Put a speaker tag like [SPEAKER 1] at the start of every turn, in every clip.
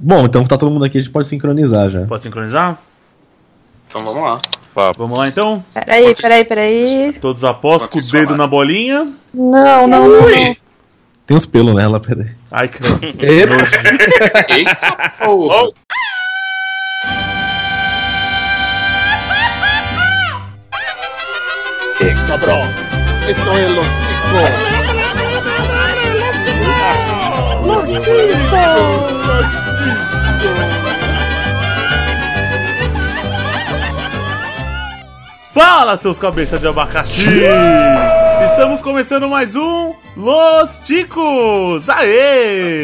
[SPEAKER 1] Bom, então tá todo mundo aqui, a gente pode sincronizar já.
[SPEAKER 2] Pode sincronizar?
[SPEAKER 3] Então vamos lá.
[SPEAKER 2] Vamos lá então?
[SPEAKER 4] Peraí, peraí, peraí.
[SPEAKER 2] Todos apostos, com o
[SPEAKER 3] Quantos
[SPEAKER 2] dedo
[SPEAKER 3] falar?
[SPEAKER 2] na bolinha.
[SPEAKER 4] Não, não, não.
[SPEAKER 3] Ui!
[SPEAKER 1] Tem uns pelos nela, peraí.
[SPEAKER 2] Ai, que
[SPEAKER 3] Eita porra!
[SPEAKER 2] cabrão. Fala, seus cabeças de abacaxi! Estamos começando mais um Los Ticos! Aê!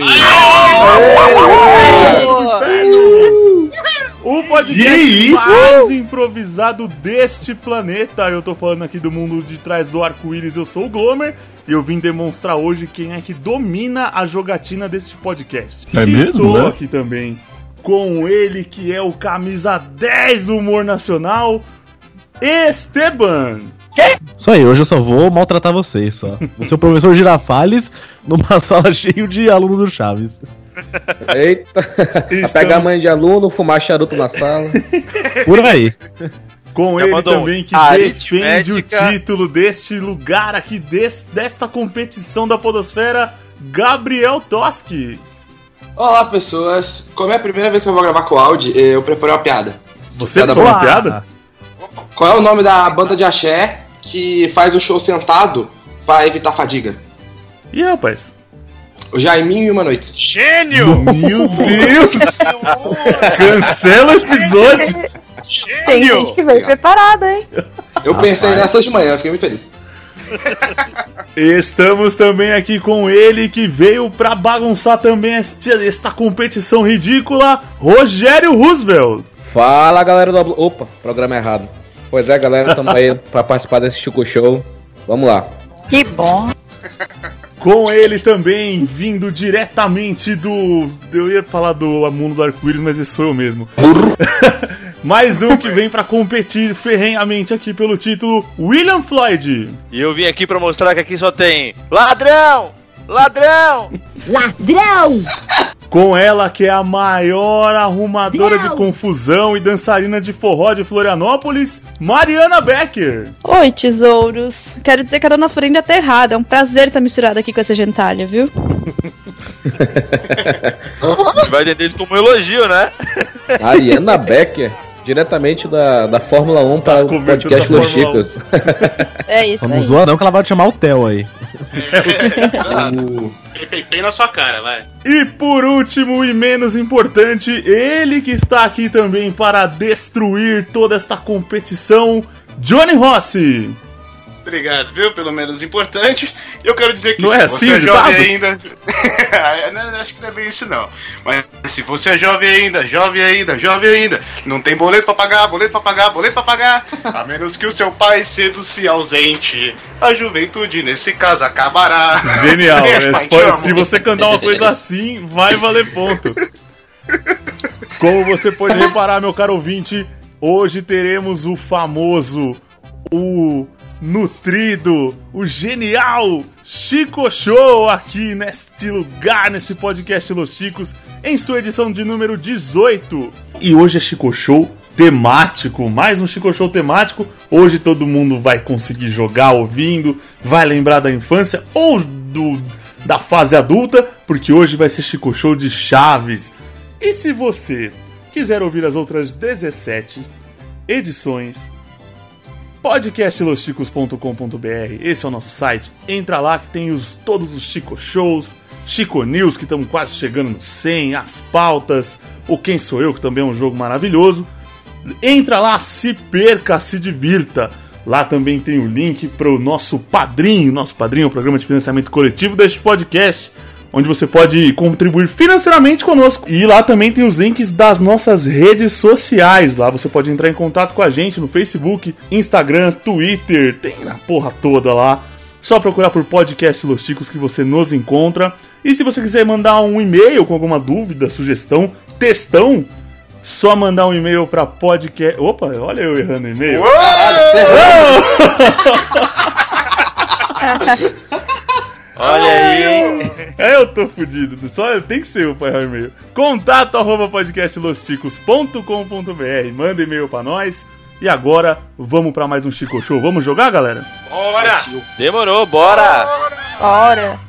[SPEAKER 2] O podcast
[SPEAKER 1] Que isso?
[SPEAKER 2] mais improvisado deste planeta. Eu tô falando aqui do mundo de trás do arco-íris. Eu sou o Glomer e eu vim demonstrar hoje quem é que domina a jogatina deste podcast.
[SPEAKER 5] É
[SPEAKER 2] e
[SPEAKER 5] mesmo,
[SPEAKER 2] Estou
[SPEAKER 5] né?
[SPEAKER 2] aqui também com ele que é o camisa 10 do humor nacional, Esteban.
[SPEAKER 1] Isso aí, hoje eu só vou maltratar vocês só. Vou ser o professor Girafales numa sala cheia de alunos do Chaves.
[SPEAKER 6] Eita,
[SPEAKER 2] Estamos
[SPEAKER 6] pegar a mãe de aluno, fumar charuto na sala.
[SPEAKER 1] Por aí.
[SPEAKER 2] Com
[SPEAKER 5] Já
[SPEAKER 2] ele
[SPEAKER 5] mandou um
[SPEAKER 2] também que
[SPEAKER 5] aritmética.
[SPEAKER 2] defende o título deste lugar aqui, des- desta competição da podosfera, Gabriel Toski.
[SPEAKER 3] Olá pessoas, como é a primeira vez que eu vou gravar com o Audi, eu preparei uma piada.
[SPEAKER 2] Você
[SPEAKER 3] Piada
[SPEAKER 2] não uma
[SPEAKER 1] boa.
[SPEAKER 2] piada?
[SPEAKER 3] Qual é o nome da banda de axé que faz o show sentado pra evitar fadiga?
[SPEAKER 2] Ih, rapaz.
[SPEAKER 3] O Jaiminho e uma noite.
[SPEAKER 5] Gênio!
[SPEAKER 2] Meu Deus! Cancela o episódio!
[SPEAKER 4] Tem
[SPEAKER 5] Gênio!
[SPEAKER 4] gente que veio preparada, hein?
[SPEAKER 3] Eu pensei nessa hoje de manhã, eu fiquei muito feliz.
[SPEAKER 2] Estamos também aqui com ele que veio pra bagunçar também este- esta competição ridícula, Rogério Roosevelt.
[SPEAKER 6] Fala galera do. Ablo- Opa, programa errado. Pois é, galera, estamos aí pra participar desse Chico Show. Vamos lá.
[SPEAKER 4] Que bom.
[SPEAKER 2] Com ele também, vindo diretamente do. Eu ia falar do mundo do arco-íris, mas esse sou eu mesmo. Mais um que vem pra competir ferrenhamente aqui pelo título, William Floyd.
[SPEAKER 5] E eu vim aqui pra mostrar que aqui só tem ladrão! Ladrão!
[SPEAKER 7] Ladrão!
[SPEAKER 2] Com ela que é a maior arrumadora de confusão e dançarina de forró de Florianópolis, Mariana Becker.
[SPEAKER 8] Oi, tesouros. Quero dizer que a dona Florinda tá errada. É um prazer estar misturada aqui com essa gentalha, viu?
[SPEAKER 5] Vai entender isso como um elogio, né?
[SPEAKER 6] Ariana Becker, diretamente da, da Fórmula 1 para o
[SPEAKER 2] cobertura
[SPEAKER 6] podcast
[SPEAKER 2] da
[SPEAKER 6] Los
[SPEAKER 2] Fórmula
[SPEAKER 6] Chicos.
[SPEAKER 8] É isso
[SPEAKER 1] Vamos
[SPEAKER 8] aí.
[SPEAKER 1] zoar não, que ela vai te chamar o Theo aí.
[SPEAKER 9] Pei na sua cara, vai.
[SPEAKER 2] E por último e menos importante, ele que está aqui também para destruir toda esta competição, Johnny Rossi.
[SPEAKER 9] Obrigado, viu? Pelo menos importante. Eu quero dizer que
[SPEAKER 2] Não é assim,
[SPEAKER 9] você é jovem
[SPEAKER 2] sabe?
[SPEAKER 9] ainda. não, não, acho que não é bem isso, não. Mas se você é jovem ainda, jovem ainda, jovem ainda, não tem boleto pra pagar, boleto pra pagar, boleto pra pagar. A menos que o seu pai cedo se ausente. A juventude, nesse caso, acabará.
[SPEAKER 2] Genial,
[SPEAKER 9] Beijo,
[SPEAKER 2] né?
[SPEAKER 9] pai,
[SPEAKER 2] Pode-
[SPEAKER 9] te amo.
[SPEAKER 2] se você cantar uma coisa assim, vai valer ponto. Como você pode reparar, meu caro ouvinte, hoje teremos o famoso, o nutrido, o genial Chico Show aqui neste lugar, nesse podcast Los Chicos, em sua edição de número 18. E hoje é Chico Show temático, mais um Chico Show temático. Hoje todo mundo vai conseguir jogar ouvindo, vai lembrar da infância ou do, da fase adulta, porque hoje vai ser Chico Show de Chaves. E se você quiser ouvir as outras 17 edições, podcastlosticos.com.br, esse é o nosso site. Entra lá que tem os, todos os Chico Shows, Chico News, que estamos quase chegando no 100, as pautas, o Quem Sou Eu, que também é um jogo maravilhoso. Entra lá, se perca, se divirta. Lá também tem o link para o nosso padrinho, nosso padrinho, é o programa de financiamento coletivo deste podcast, onde você pode contribuir financeiramente conosco. E lá também tem os links das nossas redes sociais. Lá você pode entrar em contato com a gente no Facebook, Instagram, Twitter, tem a porra toda lá. Só procurar por podcast Los Chicos que você nos encontra. E se você quiser mandar um e-mail com alguma dúvida, sugestão, textão, só mandar um e-mail para podcast. Opa, olha eu errando o e-mail.
[SPEAKER 5] Olha aí.
[SPEAKER 2] É, eu tô fudido. Só tem que ser o pai e-mail. Contato arroba podcastlosticos.com.br. Manda e-mail pra nós. E agora, vamos pra mais um Chico Show. Vamos jogar, galera?
[SPEAKER 9] Bora!
[SPEAKER 5] Demorou, bora.
[SPEAKER 4] Bora.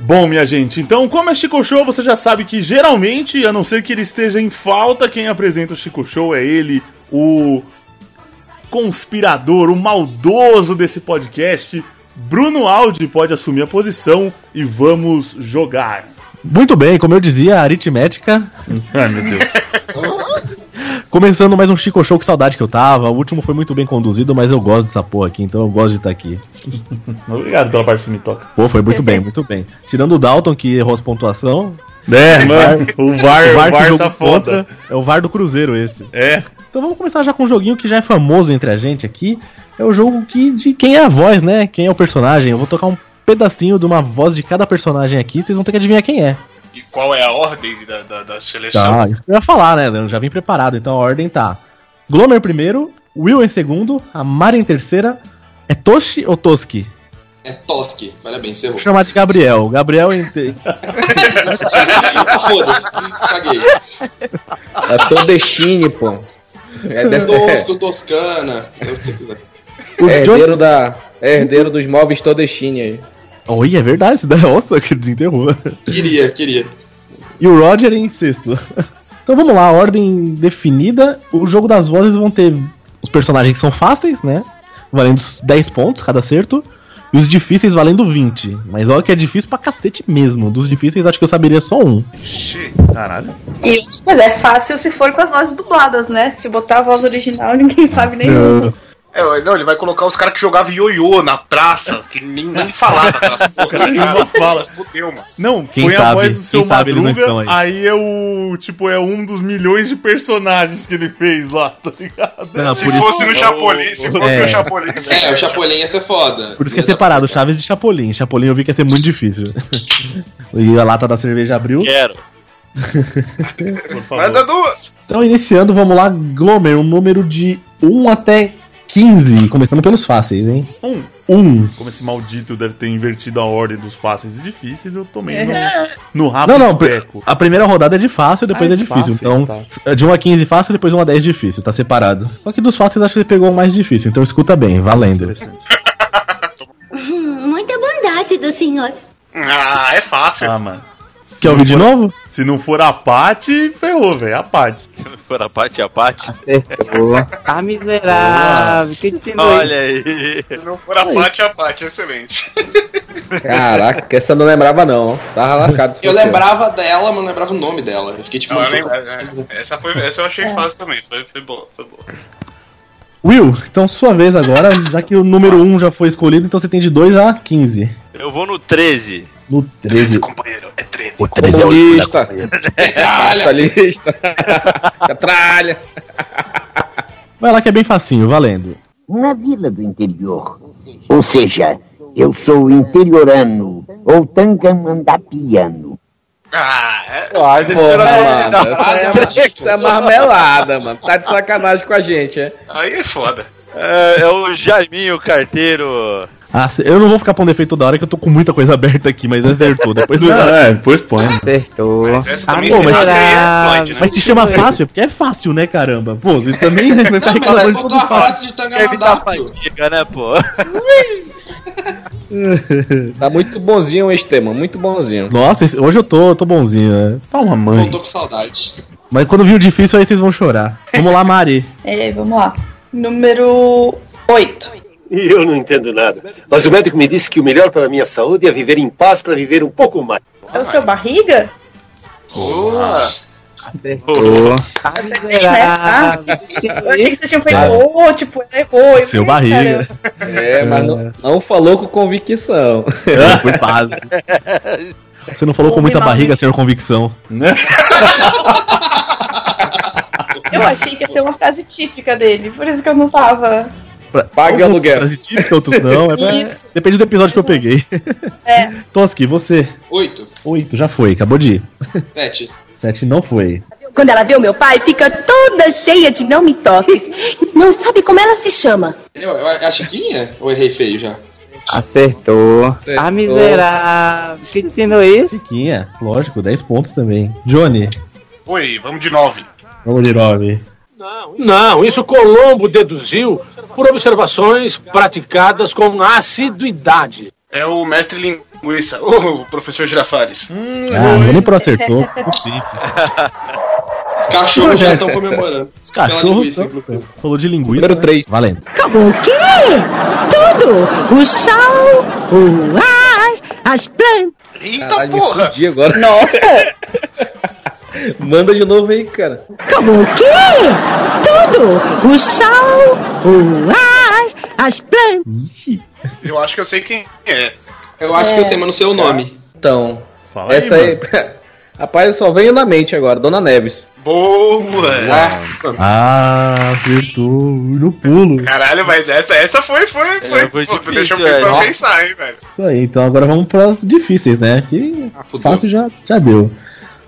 [SPEAKER 2] Bom, minha gente, então, como é Chico Show, você já sabe que geralmente, a não ser que ele esteja em falta, quem apresenta o Chico Show é ele, o conspirador, o maldoso desse podcast. Bruno Aldi pode assumir a posição e vamos jogar.
[SPEAKER 1] Muito bem, como eu dizia, aritmética.
[SPEAKER 2] Ai, meu Deus.
[SPEAKER 1] Começando mais um Chico Show, que saudade que eu tava. O último foi muito bem conduzido, mas eu gosto dessa porra aqui, então eu gosto de estar aqui.
[SPEAKER 2] Obrigado pela parte que me toca.
[SPEAKER 1] Pô, foi muito bem, muito bem. Tirando o Dalton, que errou as pontuações.
[SPEAKER 2] É, mano, o VAR, o
[SPEAKER 1] o
[SPEAKER 2] VAR,
[SPEAKER 1] que jogou
[SPEAKER 2] tá foda.
[SPEAKER 1] contra É o VAR do Cruzeiro esse.
[SPEAKER 2] É.
[SPEAKER 1] Então vamos começar já com um joguinho que já é famoso entre a gente aqui. É o jogo que de quem é a voz, né? Quem é o personagem. Eu vou tocar um pedacinho de uma voz de cada personagem aqui, vocês vão ter que adivinhar quem é.
[SPEAKER 9] E qual é a ordem da, da, da seleção?
[SPEAKER 1] Tá, isso que eu ia falar, né? Eu já vim preparado, então a ordem tá. Glomer primeiro, Will em segundo, a Mari em terceira. É Toshi ou Toski?
[SPEAKER 3] É Toski. Parabéns, você errou.
[SPEAKER 1] Vou chamar de Gabriel. Gabriel em. te-
[SPEAKER 3] Foda-se. Caguei.
[SPEAKER 6] É Todestine, pô. É, dessa-
[SPEAKER 3] Tosco, Toscana. É o que você quiser.
[SPEAKER 1] O
[SPEAKER 6] é
[SPEAKER 1] John-
[SPEAKER 6] herdeiro, da, é herdeiro dos móveis Todestine aí.
[SPEAKER 1] Oi, é verdade, isso daí, nossa, que desenterrou.
[SPEAKER 3] Queria, queria.
[SPEAKER 1] E o Roger em sexto. Então vamos lá, ordem definida. O jogo das vozes vão ter os personagens que são fáceis, né? Valendo 10 pontos cada acerto. E os difíceis valendo 20. Mas olha que é difícil pra cacete mesmo. Dos difíceis, acho que eu saberia só um.
[SPEAKER 2] Caralho.
[SPEAKER 8] E outra coisa, é fácil se for com as vozes dubladas, né? Se botar a voz original, ninguém sabe nenhum.
[SPEAKER 9] É, não, ele vai colocar os caras que jogavam ioiô na praça, que nem, nem falava aquelas porra
[SPEAKER 2] Cara, nenhuma fala.
[SPEAKER 9] Fudeu, mano.
[SPEAKER 2] Não,
[SPEAKER 1] Quem
[SPEAKER 2] põe a
[SPEAKER 1] sabe,
[SPEAKER 2] voz do seu
[SPEAKER 1] quem sabe eles não
[SPEAKER 2] Madruga,
[SPEAKER 1] estão aí.
[SPEAKER 2] aí é o. Tipo, é um dos milhões de personagens que ele fez lá, tá ligado?
[SPEAKER 1] Não,
[SPEAKER 9] Se
[SPEAKER 1] Ah, por, isso,
[SPEAKER 9] fosse no Chapolin, se fosse
[SPEAKER 1] É.
[SPEAKER 9] no Chapolin.
[SPEAKER 3] É, o Chapolin ia ser foda.
[SPEAKER 1] por isso que é separado, Chaves de Chapolin. Chapolin eu vi que ia ser muito difícil. e a lata da cerveja abriu.
[SPEAKER 5] Quero.
[SPEAKER 2] Por favor.
[SPEAKER 9] Manda duas.
[SPEAKER 1] Então, iniciando, vamos lá, Glomer, um número de 1 até 15. Começando pelos fáceis, hein?
[SPEAKER 2] Um.
[SPEAKER 1] 1.
[SPEAKER 2] Como esse maldito deve ter invertido a ordem dos fáceis e difíceis, eu tomei no, no rabo
[SPEAKER 1] Não, não,
[SPEAKER 2] esteco.
[SPEAKER 1] A primeira rodada é de fácil, depois
[SPEAKER 2] Ah,
[SPEAKER 1] é difícil.
[SPEAKER 2] fáceis,
[SPEAKER 1] então,
[SPEAKER 2] tá.
[SPEAKER 1] de 1 a 15 fácil, depois 1 a 10 difícil, tá separado. Só que dos fáceis acho que você pegou o mais difícil, então escuta bem, valendo.
[SPEAKER 2] Interessante.
[SPEAKER 7] Muita bondade do senhor.
[SPEAKER 9] Ah, é fácil.
[SPEAKER 2] Ah, mano.
[SPEAKER 1] Quer ouvir de novo?
[SPEAKER 2] Se não for a Paty, ferrou, velho. A Paty.
[SPEAKER 5] Fora a parte, a parte.
[SPEAKER 6] Assim,
[SPEAKER 10] Tá miserável. Quem te ensinou
[SPEAKER 5] Olha aí.
[SPEAKER 9] Se não for a parte, a parte, excelente.
[SPEAKER 6] Caraca, que essa eu não lembrava não. ó. Tava lascado. se
[SPEAKER 3] Eu
[SPEAKER 6] fosse
[SPEAKER 3] lembrava dela, mas não lembrava o nome dela. Eu fiquei tipo.
[SPEAKER 9] Não, eu
[SPEAKER 3] mano,
[SPEAKER 9] lembro, é, é. essa, foi, essa eu achei fácil também. Foi, foi boa, foi boa.
[SPEAKER 1] Will, então sua vez agora, já que o número 1 já foi escolhido, então você tem de 2 a 15.
[SPEAKER 5] Eu vou no 13.
[SPEAKER 1] No 13.
[SPEAKER 9] companheiro, é 13.
[SPEAKER 1] O
[SPEAKER 6] eu.
[SPEAKER 1] 13 é o
[SPEAKER 6] Comunista,
[SPEAKER 3] Caralho,
[SPEAKER 6] capitalista, catralha.
[SPEAKER 1] Vai lá que é bem facinho, valendo.
[SPEAKER 11] na vila do interior. Ou seja, eu sou interiorano ou tangamandapiano.
[SPEAKER 9] Ah, é,
[SPEAKER 5] Ah, você
[SPEAKER 6] Porra, mano,
[SPEAKER 5] esperava
[SPEAKER 6] essa é, essa é marmelada, mano. Tá de sacanagem com a gente, é?
[SPEAKER 9] aí é foda.
[SPEAKER 5] é, é o Jaiminho Carteiro.
[SPEAKER 1] Ah, se- eu não vou ficar pondo defeito toda hora que eu tô com muita coisa aberta aqui, mas acertou. Depois eu...
[SPEAKER 2] é, depois põe.
[SPEAKER 10] Acertou.
[SPEAKER 9] Mas
[SPEAKER 3] é
[SPEAKER 9] essa também
[SPEAKER 1] tá bom, mas-
[SPEAKER 9] se nasce aí é Floyd, né?
[SPEAKER 1] Mas se chama fácil, é porque é fácil, né, caramba? Pô, você também né, vai ficar
[SPEAKER 3] mas ela
[SPEAKER 1] reclamando de
[SPEAKER 3] botou
[SPEAKER 1] tudo
[SPEAKER 3] a
[SPEAKER 1] fácil.
[SPEAKER 3] frase de
[SPEAKER 5] Quer evitar a
[SPEAKER 3] Tangamadato.
[SPEAKER 5] fadiga, né, pô?
[SPEAKER 6] Tá muito bonzinho esse tema, muito bonzinho.
[SPEAKER 1] Nossa, esse- hoje eu tô, tô bonzinho, né?
[SPEAKER 2] Calma, mãe.
[SPEAKER 3] Voltou com saudade.
[SPEAKER 1] Mas quando vir o difícil, aí vocês vão chorar. Vamos lá, Mari.
[SPEAKER 8] É, vamos lá. Número 8.
[SPEAKER 11] E eu não entendo nada. Mas o médico me disse que o melhor para a minha saúde é viver em paz para viver um pouco mais.
[SPEAKER 8] É o seu barriga?
[SPEAKER 9] Boa.
[SPEAKER 10] Acertou. Tá
[SPEAKER 8] Né? Ah,
[SPEAKER 10] miserável.
[SPEAKER 8] eu achei que vocês tinham feito, oh, tipo, errou. Eu
[SPEAKER 1] Seu
[SPEAKER 8] falei,
[SPEAKER 1] barriga.
[SPEAKER 8] caramba.
[SPEAKER 6] É, mas não, não falou com convicção.
[SPEAKER 1] Foi quase. Você não falou com muita barriga, senhor convicção.
[SPEAKER 2] Né?
[SPEAKER 8] Eu achei que ia ser uma frase típica dele, por isso que eu não tava.
[SPEAKER 1] Pra-
[SPEAKER 6] Pague
[SPEAKER 1] alguns
[SPEAKER 6] aluguel.
[SPEAKER 1] frase típica, outros não. É pra-
[SPEAKER 8] Isso.
[SPEAKER 1] Depende do episódio que eu peguei.
[SPEAKER 8] É.
[SPEAKER 1] Toski, você.
[SPEAKER 3] Oito.
[SPEAKER 1] Oito, já foi, acabou de ir.
[SPEAKER 3] Sete.
[SPEAKER 1] Sete não foi.
[SPEAKER 7] Quando ela vê o meu pai, fica toda cheia de não me toques. Não sabe como ela se chama.
[SPEAKER 3] Eu, eu, é a Chiquinha? Ou errei feio já?
[SPEAKER 12] Acertou.
[SPEAKER 10] Ah, miserável. Quem te ensinou isso?
[SPEAKER 1] Chiquinha, lógico, dez pontos também. Johnny,
[SPEAKER 9] Oi, vamos de nove.
[SPEAKER 1] vamos de nove.
[SPEAKER 13] Não, isso Colombo deduziu por observações praticadas com assiduidade.
[SPEAKER 9] É o mestre linguiça, o professor Girafales.
[SPEAKER 8] Hum.
[SPEAKER 1] Ah, o Johnny Pro acertou.
[SPEAKER 3] Os cachorros já estão comemorando.
[SPEAKER 1] Os cachorros.
[SPEAKER 3] Pela
[SPEAKER 1] Falou de linguiça. Número 3. Valendo.
[SPEAKER 7] Como o quê? Tudo! O sol, o ar, as plantas.
[SPEAKER 9] Eita
[SPEAKER 6] Caralho, me
[SPEAKER 1] é
[SPEAKER 7] porra!
[SPEAKER 6] fudi agora.
[SPEAKER 7] Nossa!
[SPEAKER 6] Manda de novo aí, cara.
[SPEAKER 7] Como o quê? Tudo! O sol, o ar, as plantas.
[SPEAKER 9] Eu acho que eu sei quem é.
[SPEAKER 3] Eu acho que eu sei, mas não sei o nome.
[SPEAKER 6] Então,
[SPEAKER 9] aí,
[SPEAKER 6] essa aí. Rapaz, só veio na mente agora, Dona Neves.
[SPEAKER 1] É.
[SPEAKER 9] Boa!
[SPEAKER 3] É.
[SPEAKER 1] Ah, acertou. No pulo.
[SPEAKER 9] Caralho, mas essa, essa foi, foi, foi. Pô,
[SPEAKER 5] foi
[SPEAKER 9] tu
[SPEAKER 5] difícil,
[SPEAKER 9] deixou
[SPEAKER 5] é.
[SPEAKER 9] eu
[SPEAKER 5] Nossa.
[SPEAKER 9] pensar, hein, velho.
[SPEAKER 1] Isso aí, então agora vamos para as difíceis, né? Que
[SPEAKER 3] assim,
[SPEAKER 1] fácil já, já deu.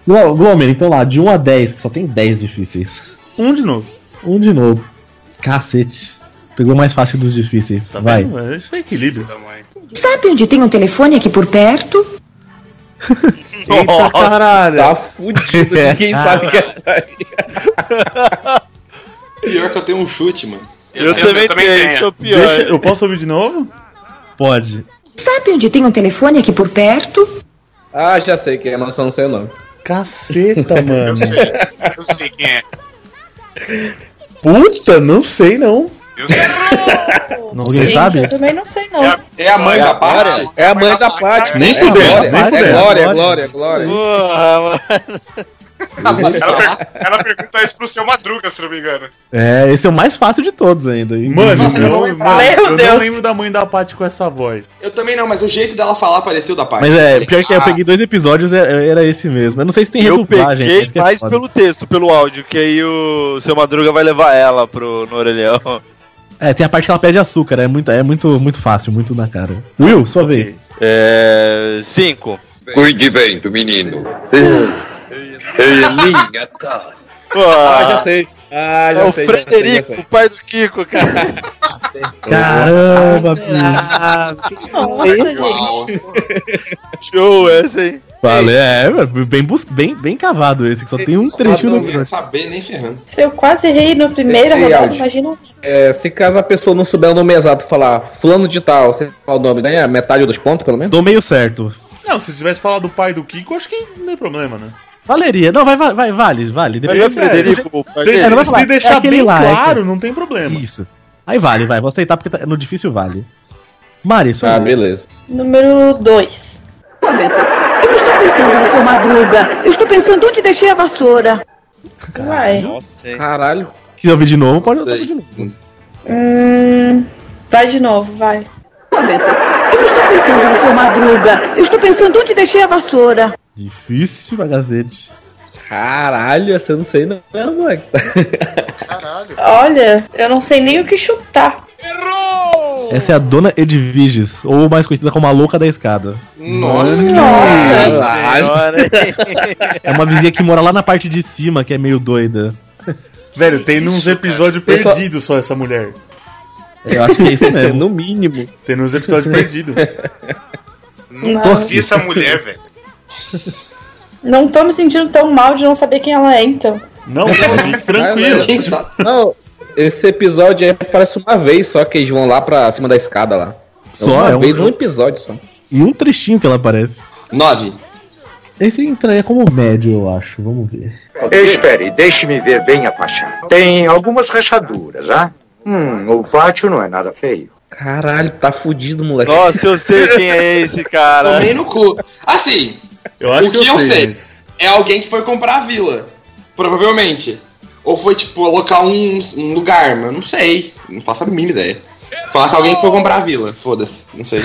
[SPEAKER 1] Glo- Glomer, então lá, de 1 a 10, que só tem 10 difíceis.
[SPEAKER 2] Um de novo.
[SPEAKER 1] Um de novo. Cacete. Pegou o mais fácil dos difíceis. Vai.
[SPEAKER 2] É, Isso é equilíbrio.
[SPEAKER 7] Sabe onde tem um telefone aqui por perto?
[SPEAKER 2] Eita caralho.
[SPEAKER 6] Tá fudido, ninguém sabe que é.
[SPEAKER 3] Pior que eu tenho um chute, mano.
[SPEAKER 5] Eu Eu também também tenho, tenho. sou pior.
[SPEAKER 2] Deixa- eu posso ouvir de novo?
[SPEAKER 1] Pode.
[SPEAKER 7] Sabe onde tem um telefone aqui por perto?
[SPEAKER 6] Ah, já sei quem é, mas só não sei o nome.
[SPEAKER 1] Caceta, mano.
[SPEAKER 9] Eu sei quem é.
[SPEAKER 1] Puta, não sei não.
[SPEAKER 9] Eu sei.
[SPEAKER 4] Ah,
[SPEAKER 1] Não, Alguém sabe?
[SPEAKER 8] Eu também não sei, não.
[SPEAKER 3] É a mãe da Paty?
[SPEAKER 6] É a mãe da Paty.
[SPEAKER 1] Nem
[SPEAKER 6] É a
[SPEAKER 1] fudendo,
[SPEAKER 6] Glória,
[SPEAKER 1] nem
[SPEAKER 6] É
[SPEAKER 1] fudendo.
[SPEAKER 6] Glória, é Glória, é Glória.
[SPEAKER 5] Porra, mano.
[SPEAKER 9] Ela, per- ela pergunta isso pro seu Madruga, se não me engano.
[SPEAKER 1] É, esse é o mais fácil de todos ainda. hein?
[SPEAKER 2] Mano,
[SPEAKER 1] Inclusive.
[SPEAKER 2] eu,
[SPEAKER 3] Meu
[SPEAKER 2] mano, eu não
[SPEAKER 3] Deus.
[SPEAKER 2] lembro da mãe da Paty com essa voz.
[SPEAKER 3] Eu também não, mas o jeito dela falar pareceu da Paty.
[SPEAKER 1] Mas é, pior que eu peguei dois episódios, é- era esse mesmo. Eu não sei se tem
[SPEAKER 5] Ah. Eu
[SPEAKER 1] redublagem.
[SPEAKER 5] peguei
[SPEAKER 1] isso que é
[SPEAKER 5] mais
[SPEAKER 1] foda.
[SPEAKER 5] pelo texto, pelo áudio, que aí o seu Madruga vai levar ela pro no orelhão.
[SPEAKER 1] É, tem a parte que ela pede açúcar, é muito, é muito, muito fácil, muito na cara. Will, sua vez.
[SPEAKER 5] É. Cinco.
[SPEAKER 14] Cuide bem do menino. Elinha, tá.
[SPEAKER 6] Ah, já sei. Ah, já
[SPEAKER 5] é o
[SPEAKER 6] sei, já sei, já
[SPEAKER 5] Frederico,
[SPEAKER 6] sei.
[SPEAKER 5] o pai do Kiko, cara. Ah,
[SPEAKER 1] Caramba, filho.
[SPEAKER 5] Nossa, Show essa, hein?
[SPEAKER 1] Falei, é, mano, bem, bus- bem, bem cavado esse, que só tem um trechinho
[SPEAKER 3] não
[SPEAKER 1] do
[SPEAKER 3] ia saber nem ferrando.
[SPEAKER 8] Se eu quase errei na primeira
[SPEAKER 6] Ei,
[SPEAKER 8] rodada,
[SPEAKER 6] Aldi.
[SPEAKER 8] imagina.
[SPEAKER 6] É, se caso a pessoa não souber o nome exato, falar fulano de tal, você fala o nome, ganha metade dos pontos, pelo menos?
[SPEAKER 1] Dou meio certo.
[SPEAKER 2] Não, se tivesse falado do pai do Kiko, acho que não tem problema, né?
[SPEAKER 1] Valeria. Não, vai, vai, vai vale, vale.
[SPEAKER 2] Mas é sério, se-
[SPEAKER 1] É, não vai
[SPEAKER 2] se,
[SPEAKER 1] falar, é
[SPEAKER 2] deixar
[SPEAKER 1] aquele
[SPEAKER 2] bem
[SPEAKER 1] lá, é
[SPEAKER 2] claro,
[SPEAKER 1] que-
[SPEAKER 2] não tem problema.
[SPEAKER 1] Isso. Aí vale, vai. Vou aceitar porque tá- no difícil vale. Mari, um. sua
[SPEAKER 6] Ah,
[SPEAKER 1] vez.
[SPEAKER 6] beleza.
[SPEAKER 8] Número 2.
[SPEAKER 7] Eu não estou pensando no seu madruga. Eu estou pensando onde deixei a vassoura.
[SPEAKER 8] Vai.
[SPEAKER 6] Caralho.
[SPEAKER 1] Se quiser ouvir de novo, pode ouvir de novo.
[SPEAKER 8] Hum, vai de novo, vai.
[SPEAKER 7] Eu não estou pensando no seu madruga. Eu estou pensando onde deixei a vassoura.
[SPEAKER 1] Difícil pra cacete.
[SPEAKER 6] Caralho, essa eu não sei não, não moleque.
[SPEAKER 8] Olha, eu não sei nem o que chutar.
[SPEAKER 1] Essa é a Dona Edviges, ou mais conhecida como a Louca da Escada.
[SPEAKER 3] Nossa,
[SPEAKER 1] É uma vizinha que mora lá na parte de cima, que é meio doida.
[SPEAKER 2] Velho, tem uns episódios
[SPEAKER 1] Eu só-
[SPEAKER 2] perdidos só essa mulher.
[SPEAKER 1] Eu acho que é isso mesmo.
[SPEAKER 6] no mínimo.
[SPEAKER 2] Tem uns episódios perdidos.
[SPEAKER 9] Nunca vi essa mulher, velho.
[SPEAKER 8] Não tô me sentindo tão mal de não saber quem ela é, então.
[SPEAKER 2] Não,
[SPEAKER 6] tranquilo.
[SPEAKER 3] tá.
[SPEAKER 6] Não, esse episódio aí parece uma vez só que eles vão lá pra cima da escada lá.
[SPEAKER 1] Só,
[SPEAKER 6] uma
[SPEAKER 1] é um-
[SPEAKER 6] vez, um episódio só.
[SPEAKER 1] E um trechinho que ela aparece.
[SPEAKER 3] Nove.
[SPEAKER 1] Esse entraria como médio, eu acho. Vamos ver.
[SPEAKER 12] Espere, deixe-me ver bem a fachada. Tem algumas rachaduras, ah? Hum, o pátio não é nada feio.
[SPEAKER 6] Caralho, tá fudido, moleque.
[SPEAKER 5] Nossa, eu sei quem é esse, cara.
[SPEAKER 3] Tomei no cu. Assim,
[SPEAKER 2] Eu
[SPEAKER 3] o que, eu sei, é alguém que foi comprar a vila. Provavelmente. Ou foi, tipo, alocar um, um lugar, mas eu não sei. Não faço a mínima ideia. Falar que alguém que foi comprar a vila. Foda-se, não sei.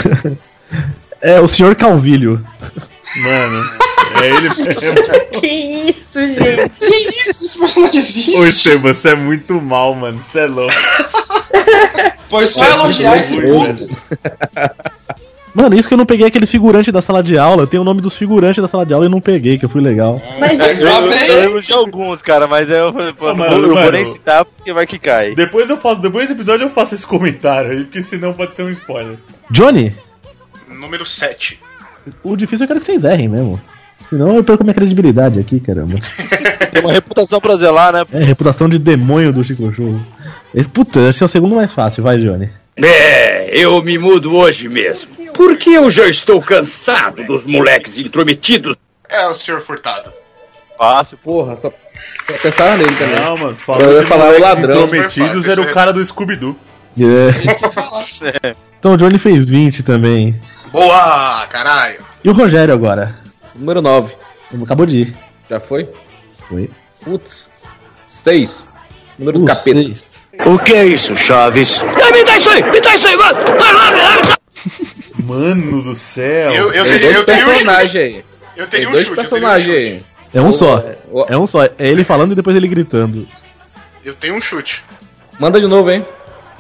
[SPEAKER 1] É o Sr. Calvilho.
[SPEAKER 2] Mano, É ele mesmo.
[SPEAKER 8] que isso, gente?
[SPEAKER 3] que isso? Esse personagem existe?
[SPEAKER 2] Ô, Esteban, você é muito mal, mano. Você é louco. é
[SPEAKER 3] Foi só elogiar esse
[SPEAKER 1] Mano, isso que eu não peguei aquele figurante da sala de aula. Tem o nome dos figurantes da sala de aula e não peguei, que eu fui legal.
[SPEAKER 5] Mas
[SPEAKER 3] É,
[SPEAKER 5] É, eu, eu lembro de alguns, cara, mas é, eu, eu, eu
[SPEAKER 2] mano,
[SPEAKER 5] não vou nem
[SPEAKER 2] mano.
[SPEAKER 5] citar porque vai que cai.
[SPEAKER 2] Depois eu faço, depois desse episódio eu faço esse comentário aí, porque senão pode ser um spoiler.
[SPEAKER 1] Johnny,
[SPEAKER 9] Número 7.
[SPEAKER 1] o difícil eu quero que vocês errem mesmo. Senão eu perco minha credibilidade aqui, caramba.
[SPEAKER 5] Tem uma reputação pra zelar, né?
[SPEAKER 1] É, reputação de demônio do Chico Show. Esse, puta, esse é o segundo mais fácil, vai, Johnny.
[SPEAKER 15] É, eu me mudo hoje mesmo. Porque eu já estou cansado dos moleques intrometidos.
[SPEAKER 9] É o senhor Furtado.
[SPEAKER 5] Fácil,
[SPEAKER 6] porra, só só pensava nele também.
[SPEAKER 2] Não, mano,
[SPEAKER 6] Eu ia
[SPEAKER 2] de
[SPEAKER 6] falar o
[SPEAKER 2] moleques
[SPEAKER 6] ladrão.
[SPEAKER 2] intrometidos era o cara do Scooby-Doo.
[SPEAKER 1] É. Então o Johnny fez 20 também.
[SPEAKER 9] Boa, caralho.
[SPEAKER 1] E o Rogério agora?
[SPEAKER 6] Número 9.
[SPEAKER 1] Acabou de ir.
[SPEAKER 6] Já foi?
[SPEAKER 1] Foi.
[SPEAKER 6] Putz. 6. Número do capeta.
[SPEAKER 12] O que é isso, Chaves?
[SPEAKER 15] Me dá isso aí, me dá isso aí, mano! Vai lá, vai lá, vai lá.
[SPEAKER 2] Mano do céu.
[SPEAKER 9] Eu, eu,
[SPEAKER 6] Tem
[SPEAKER 9] tenho,
[SPEAKER 6] dois
[SPEAKER 9] eu tenho um chute.
[SPEAKER 6] personagens aí.
[SPEAKER 9] Eu
[SPEAKER 6] Tem
[SPEAKER 9] tenho um
[SPEAKER 6] dois
[SPEAKER 9] chute. Eu tenho um
[SPEAKER 6] personagens
[SPEAKER 9] chute.
[SPEAKER 6] aí.
[SPEAKER 1] É um só. É um só. É ele falando e depois ele gritando.
[SPEAKER 9] Eu tenho um chute.
[SPEAKER 6] Manda de novo, hein?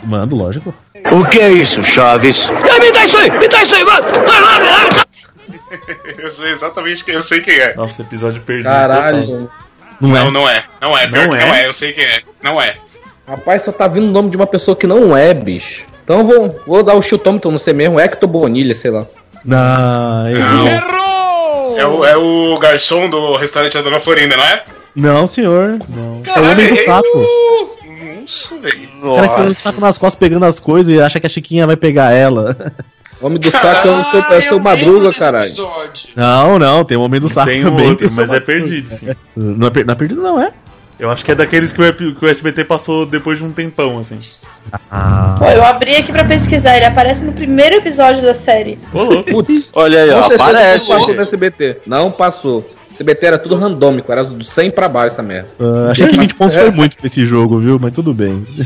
[SPEAKER 1] Mando, lógico.
[SPEAKER 12] O que é isso, Chaves?
[SPEAKER 15] Me dá isso aí, me dá isso aí, mano! Vai lá, vai lá, vai lá.
[SPEAKER 9] Eu sei exatamente quem eu sei quem é.
[SPEAKER 2] Nossa, episódio perdido. total.
[SPEAKER 6] Caralho.
[SPEAKER 1] Não é.
[SPEAKER 9] Não, não é. Não é. Pior
[SPEAKER 2] Não
[SPEAKER 9] que
[SPEAKER 2] é?
[SPEAKER 9] não é. Eu sei quem é. Não é.
[SPEAKER 6] Rapaz, só tá vindo o nome de uma pessoa que não é, bicho. Então eu vou, vou dar o chutômetro, não sei mesmo, Hector Bonilha, sei lá.
[SPEAKER 1] Não, eu-
[SPEAKER 9] Não. É o, é o garçom do restaurante da Dona Florinda, não é?
[SPEAKER 1] não, senhor. Não. É o
[SPEAKER 9] Caralho,
[SPEAKER 1] homem do
[SPEAKER 9] errei
[SPEAKER 1] saco.
[SPEAKER 9] o- Nossa, velho.
[SPEAKER 1] O cara fica com o saco nas costas pegando as coisas e acha que a Chiquinha vai pegar ela.
[SPEAKER 6] Homem do saco é o seu, é o seu madruga, caralho.
[SPEAKER 1] Não, não, tem o homem do saco
[SPEAKER 2] Tem um
[SPEAKER 1] também.
[SPEAKER 2] outro,
[SPEAKER 1] tem o
[SPEAKER 2] mas
[SPEAKER 1] seu-
[SPEAKER 2] é perdido, sim.
[SPEAKER 1] Não é, per- não é perdido, não, é?
[SPEAKER 2] Eu acho que é daqueles que o, que o SBT passou depois de um tempão, assim.
[SPEAKER 1] Ah.
[SPEAKER 8] Pô, eu abri aqui pra pesquisar, ele aparece no primeiro episódio da série.
[SPEAKER 2] Ô, louco.
[SPEAKER 6] Putz,
[SPEAKER 5] Olha aí,
[SPEAKER 6] com
[SPEAKER 5] ó,
[SPEAKER 6] certeza
[SPEAKER 5] aparece.
[SPEAKER 6] não passou no SBT. Não passou. SBT era tudo randômico, era do 100 pra baixo essa merda.
[SPEAKER 1] Ah, achei que 20 pontos foi muito pra esse jogo, viu? Mas tudo bem.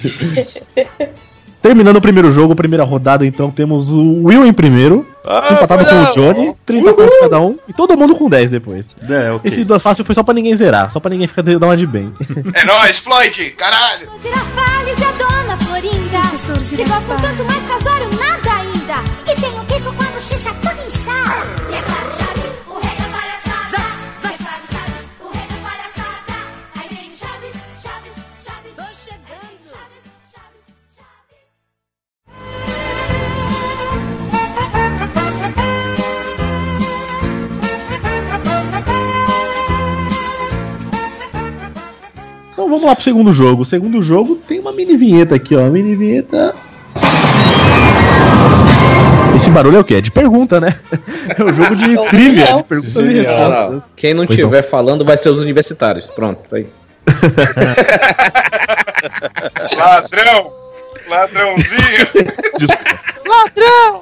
[SPEAKER 1] Terminando o primeiro jogo, primeira rodada, então temos o Will em primeiro,
[SPEAKER 5] Ah,
[SPEAKER 1] empatado
[SPEAKER 5] foi
[SPEAKER 1] com
[SPEAKER 5] lá.
[SPEAKER 1] o Johnny, 30 pontos cada um, e todo mundo com 10 depois.
[SPEAKER 2] É, ok.
[SPEAKER 1] Esse do fácil foi só pra ninguém zerar, só pra ninguém ficar dar uma de bem.
[SPEAKER 9] É nóis, Floyd, caralho.
[SPEAKER 16] Girafales e a dona Florinda. Se gostam tanto, mas casaram nada ainda. E tem o pico com a bochecha toda inchada. E é claro, Chaves, o rei da palhaçada. É claro, Chaves, o rei da palhaçada. Aí vem o Chaves, Chaves, Chaves. Tô chegando. Chaves, Chaves,
[SPEAKER 1] Então vamos lá pro segundo jogo. O segundo jogo tem uma mini vinheta aqui, ó. Mini vinheta. Esse barulho é o quê? É de pergunta, né? É um jogo de trivia, de perguntas e
[SPEAKER 2] Genial.
[SPEAKER 1] respostas.
[SPEAKER 6] Quem não
[SPEAKER 1] Pois não.
[SPEAKER 6] tiver falando vai ser os universitários. Pronto, tá aí.
[SPEAKER 9] Ladrão. Ladrãozinho.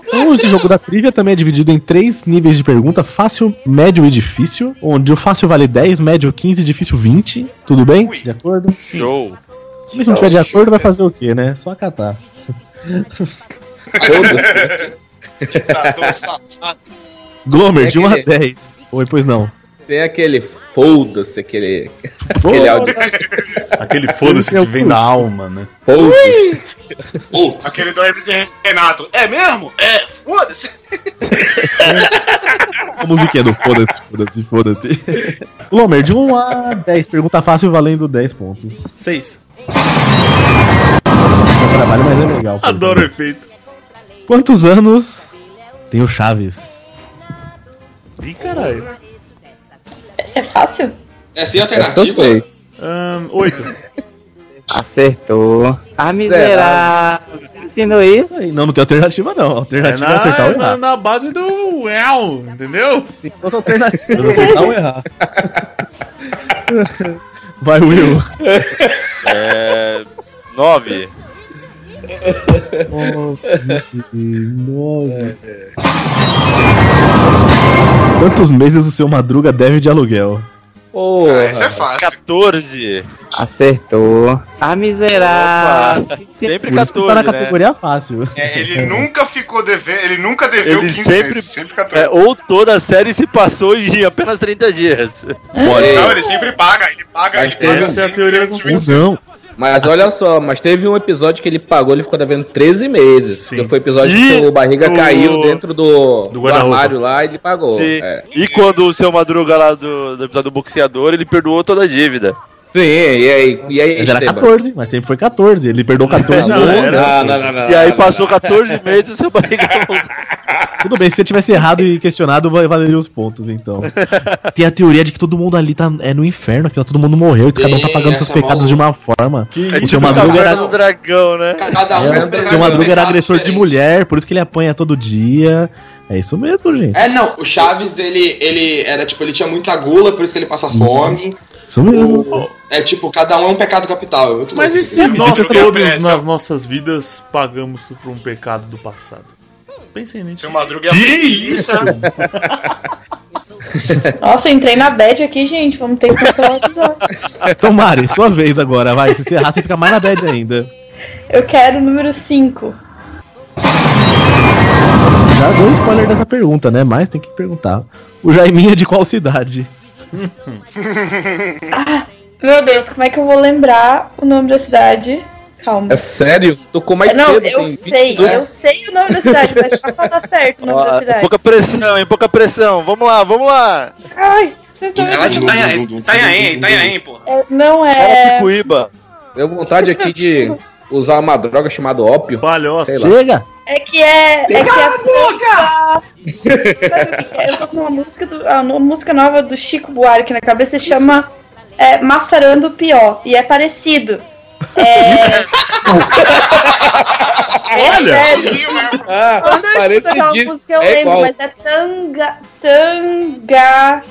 [SPEAKER 1] Então, esse jogo da trivia também é dividido em três níveis de pergunta: fácil, médio e difícil. Onde o fácil vale 10, médio 15, difícil 20. Tudo bem?
[SPEAKER 9] Ui.
[SPEAKER 1] De acordo?
[SPEAKER 5] Show.
[SPEAKER 1] Se não tiver de acordo, vai fazer o quê, né? Só acatar.
[SPEAKER 6] Foda-se.
[SPEAKER 9] Ditador safado.
[SPEAKER 1] Glomer,
[SPEAKER 6] É
[SPEAKER 1] de 1 a
[SPEAKER 6] aquele-
[SPEAKER 1] 10. Oi, pois não.
[SPEAKER 6] Tem aquele foda-se, aquele. Aquele áudio.
[SPEAKER 2] Aquele foda-se
[SPEAKER 6] é
[SPEAKER 2] que vem da alma, né?
[SPEAKER 6] Foda-se.
[SPEAKER 9] Aquele do Hermes e Renato. É mesmo? É. Foda-se.
[SPEAKER 1] A musiquinha do foda-se, foda-se, foda-se. Glomer, de 1 a 10. Pergunta fácil valendo 10 pontos.
[SPEAKER 2] Seis.
[SPEAKER 1] É trabalho, mas é legal.
[SPEAKER 2] Adoro o efeito.
[SPEAKER 1] Quantos anos tem o Chaves?
[SPEAKER 2] Ih, caralho.
[SPEAKER 8] Essa é fácil?
[SPEAKER 3] É sem
[SPEAKER 6] Essa eu
[SPEAKER 3] alternativa?
[SPEAKER 6] sei.
[SPEAKER 2] Ahn, oito.
[SPEAKER 10] Acertou. Ah, miserável. Quem Ensinou isso?
[SPEAKER 1] Aí, Não, não tem alternativa, não. A
[SPEAKER 2] É
[SPEAKER 1] alternativa é, acertar ou
[SPEAKER 2] na, na,
[SPEAKER 1] errar.
[SPEAKER 2] na base do El, entendeu?
[SPEAKER 1] Tem duas alternativas, acertar ou errar. Vai, Will.
[SPEAKER 5] É. Nove.
[SPEAKER 1] Quantos meses o seu Madruga deve de aluguel?
[SPEAKER 5] Ah,
[SPEAKER 6] Porra.
[SPEAKER 10] essa é fácil.
[SPEAKER 5] 14. é
[SPEAKER 17] Acertou.
[SPEAKER 10] Ah, miserável.
[SPEAKER 5] Opa,
[SPEAKER 10] Que que
[SPEAKER 5] sempre
[SPEAKER 10] você-
[SPEAKER 5] 14,
[SPEAKER 1] tá na
[SPEAKER 5] né?
[SPEAKER 1] categoria fácil.
[SPEAKER 9] É, ele nunca ficou devendo, ele nunca deveu
[SPEAKER 5] Ele
[SPEAKER 9] 15
[SPEAKER 5] sempre-
[SPEAKER 9] vezes, sempre 14.
[SPEAKER 5] É, ou toda a série se passou em apenas 30 dias.
[SPEAKER 9] Não, ele sempre assim, né? paga, ele paga, ele paga.
[SPEAKER 5] Essa é a teoria da
[SPEAKER 9] Tipo,
[SPEAKER 6] confusão. Mas olha só, mas teve um episódio que ele pagou, ele ficou devendo 13 meses. Que foi o episódio que o barriga
[SPEAKER 5] do-
[SPEAKER 6] caiu dentro do, do,
[SPEAKER 5] guarda-roupa.
[SPEAKER 6] armário lá e ele pagou.
[SPEAKER 5] Sim.
[SPEAKER 6] É.
[SPEAKER 5] E quando o seu Madruga lá do, do episódio do boxeador, ele perdoou toda a dívida.
[SPEAKER 6] Sim, e aí, e aí
[SPEAKER 1] Mas era 14, mas sempre foi 14. Ele perdeu 14
[SPEAKER 5] Não,
[SPEAKER 6] né?
[SPEAKER 1] vezes.
[SPEAKER 5] era-
[SPEAKER 6] Não, não, não,
[SPEAKER 5] e aí
[SPEAKER 6] não,
[SPEAKER 5] passou 14 meses e o seu barriga voltou.
[SPEAKER 1] Tudo bem, se você tivesse errado e questionado, vai- valeria os pontos, então. Tem a teoria de que todo mundo ali tá, é no inferno, que todo mundo morreu e cada um tá
[SPEAKER 5] Sim,
[SPEAKER 1] pagando
[SPEAKER 5] essa
[SPEAKER 1] seus pecados
[SPEAKER 5] maluca.
[SPEAKER 1] de uma forma.
[SPEAKER 9] é
[SPEAKER 1] o
[SPEAKER 9] tipo,
[SPEAKER 1] seu
[SPEAKER 5] Tá
[SPEAKER 1] Madruga
[SPEAKER 5] vendo
[SPEAKER 1] era,
[SPEAKER 5] o dragão, né?
[SPEAKER 1] era, o seu Madruga
[SPEAKER 5] é
[SPEAKER 1] era agressor de mulher, por isso que ele apanha todo dia. É isso mesmo, gente.
[SPEAKER 3] É, não, o Chaves, ele, ele era tipo, ele tinha muita gula, por isso que ele
[SPEAKER 6] Uhum.
[SPEAKER 3] passa fome.
[SPEAKER 1] Isso mesmo.
[SPEAKER 5] Uh.
[SPEAKER 3] É tipo, cada um é um pecado capital. é né, muito
[SPEAKER 2] Mas e
[SPEAKER 3] louco
[SPEAKER 2] se
[SPEAKER 3] isso.
[SPEAKER 2] nós todos nas nossas vidas pagamos por um pecado do passado? Pensei nisso.
[SPEAKER 9] Seu Madruga é
[SPEAKER 2] Que isso?
[SPEAKER 8] Nossa, eu entrei na bad aqui, gente. Vamos ter que cancelar o episódio.
[SPEAKER 1] Então, Mari, sua vez agora, vai. Se você errar, você fica mais na bad ainda.
[SPEAKER 8] Eu quero o número 5.
[SPEAKER 1] Já deu um spoiler dessa pergunta, né? Mas tem que perguntar. O Jaiminha é de qual cidade?
[SPEAKER 8] Ah, meu Deus, como é que eu vou lembrar o nome da cidade? Calma.
[SPEAKER 6] É sério? Tocou mais
[SPEAKER 8] não,
[SPEAKER 6] cedo,
[SPEAKER 8] eu
[SPEAKER 6] assim,
[SPEAKER 8] sei,
[SPEAKER 6] 22.
[SPEAKER 8] eu sei o nome da cidade, mas só falta certo o nome da
[SPEAKER 5] Ó,
[SPEAKER 8] cidade.
[SPEAKER 5] pouca pressão, hein? Pouca pressão. Vamos lá, vamos lá.
[SPEAKER 8] Ai, vocês estão
[SPEAKER 5] Ela de Itanhaém, Itanhaém, Itanhaém,
[SPEAKER 9] pô.
[SPEAKER 8] É, Não
[SPEAKER 5] Fala,
[SPEAKER 8] é.
[SPEAKER 5] Picuíba.
[SPEAKER 6] Deu vontade aqui de usar uma droga chamada ópio.
[SPEAKER 2] Palhoça.
[SPEAKER 1] Chega!
[SPEAKER 8] É que é. É que é.
[SPEAKER 7] Cala
[SPEAKER 8] a Sabe o que que é? Eu tô com uma música, do, a no- música nova do Chico Buarque na cabeça, se chama é, Mastarando o Pior. E é parecido. É.
[SPEAKER 7] Olha!
[SPEAKER 8] É sério. Quando eu escuto aquela
[SPEAKER 7] parecidíssimo.
[SPEAKER 8] música eu
[SPEAKER 7] É
[SPEAKER 8] lembro,
[SPEAKER 7] igual.
[SPEAKER 8] mas é Tanga. Tanga.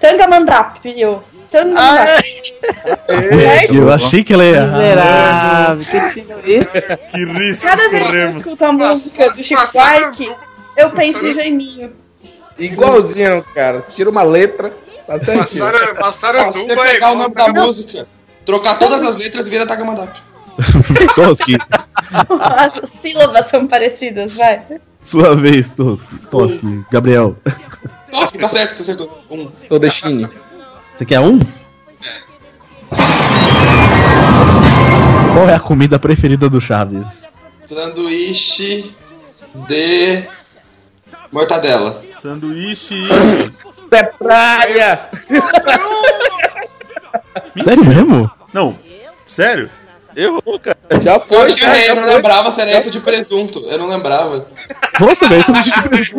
[SPEAKER 8] Tanga Mandrapio. Tanga Mandrapio.
[SPEAKER 5] É,
[SPEAKER 1] Eu achei que ela ia errar.
[SPEAKER 10] Miserável. Que senhorita.
[SPEAKER 2] Que risco
[SPEAKER 8] Cada vez que eu escuto a música do Chico Buarque, eu penso no Jaiminho.
[SPEAKER 6] Igualzinho, cara. Você tira uma letra, tá certinho.
[SPEAKER 3] Passaram- passaram
[SPEAKER 9] Se
[SPEAKER 3] você
[SPEAKER 9] vai,
[SPEAKER 3] pegar o
[SPEAKER 9] vamos
[SPEAKER 3] nome da
[SPEAKER 9] pegar-
[SPEAKER 3] música, trocar todas as letras e vira Takamandap.
[SPEAKER 1] Toski,
[SPEAKER 8] As sílabas são parecidas, vai.
[SPEAKER 1] sua vez, Toski. Toski, Gabriel.
[SPEAKER 3] Nossa, tá certo, você acertou. Um.
[SPEAKER 6] Todestini.
[SPEAKER 1] Você quer um? Qual é a comida preferida do Chaves?
[SPEAKER 3] Sanduíche de mortadela.
[SPEAKER 2] Sanduíche
[SPEAKER 6] É praia!
[SPEAKER 1] Sério mesmo?
[SPEAKER 2] Não, sério?
[SPEAKER 5] Eu, cara.
[SPEAKER 6] Já
[SPEAKER 3] Eu,
[SPEAKER 6] foi,
[SPEAKER 3] errei, eu não lembrava se era essa de presunto. Eu não lembrava.
[SPEAKER 1] Nossa, velho, tudo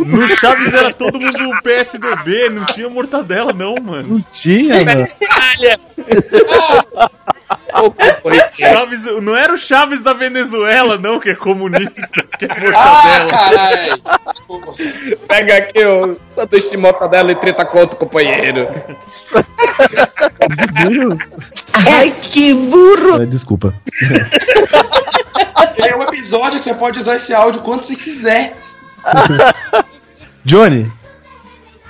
[SPEAKER 2] No Chaves era todo mundo PSDB, não tinha mortadela, não, mano.
[SPEAKER 1] Não tinha, mano.
[SPEAKER 6] Ah,
[SPEAKER 2] Chaves, não era o Chaves da Venezuela, não, que é comunista, que é
[SPEAKER 6] Ah,
[SPEAKER 2] mortadela.
[SPEAKER 6] caralho! Pega aqui o sanduíche de mortadela e 30 conto, companheiro.
[SPEAKER 1] Meu Deus.
[SPEAKER 7] Ai, que burro!
[SPEAKER 1] É, Desculpa.
[SPEAKER 3] Tem um episódio que você pode usar esse áudio quando você quiser.
[SPEAKER 1] Johnny,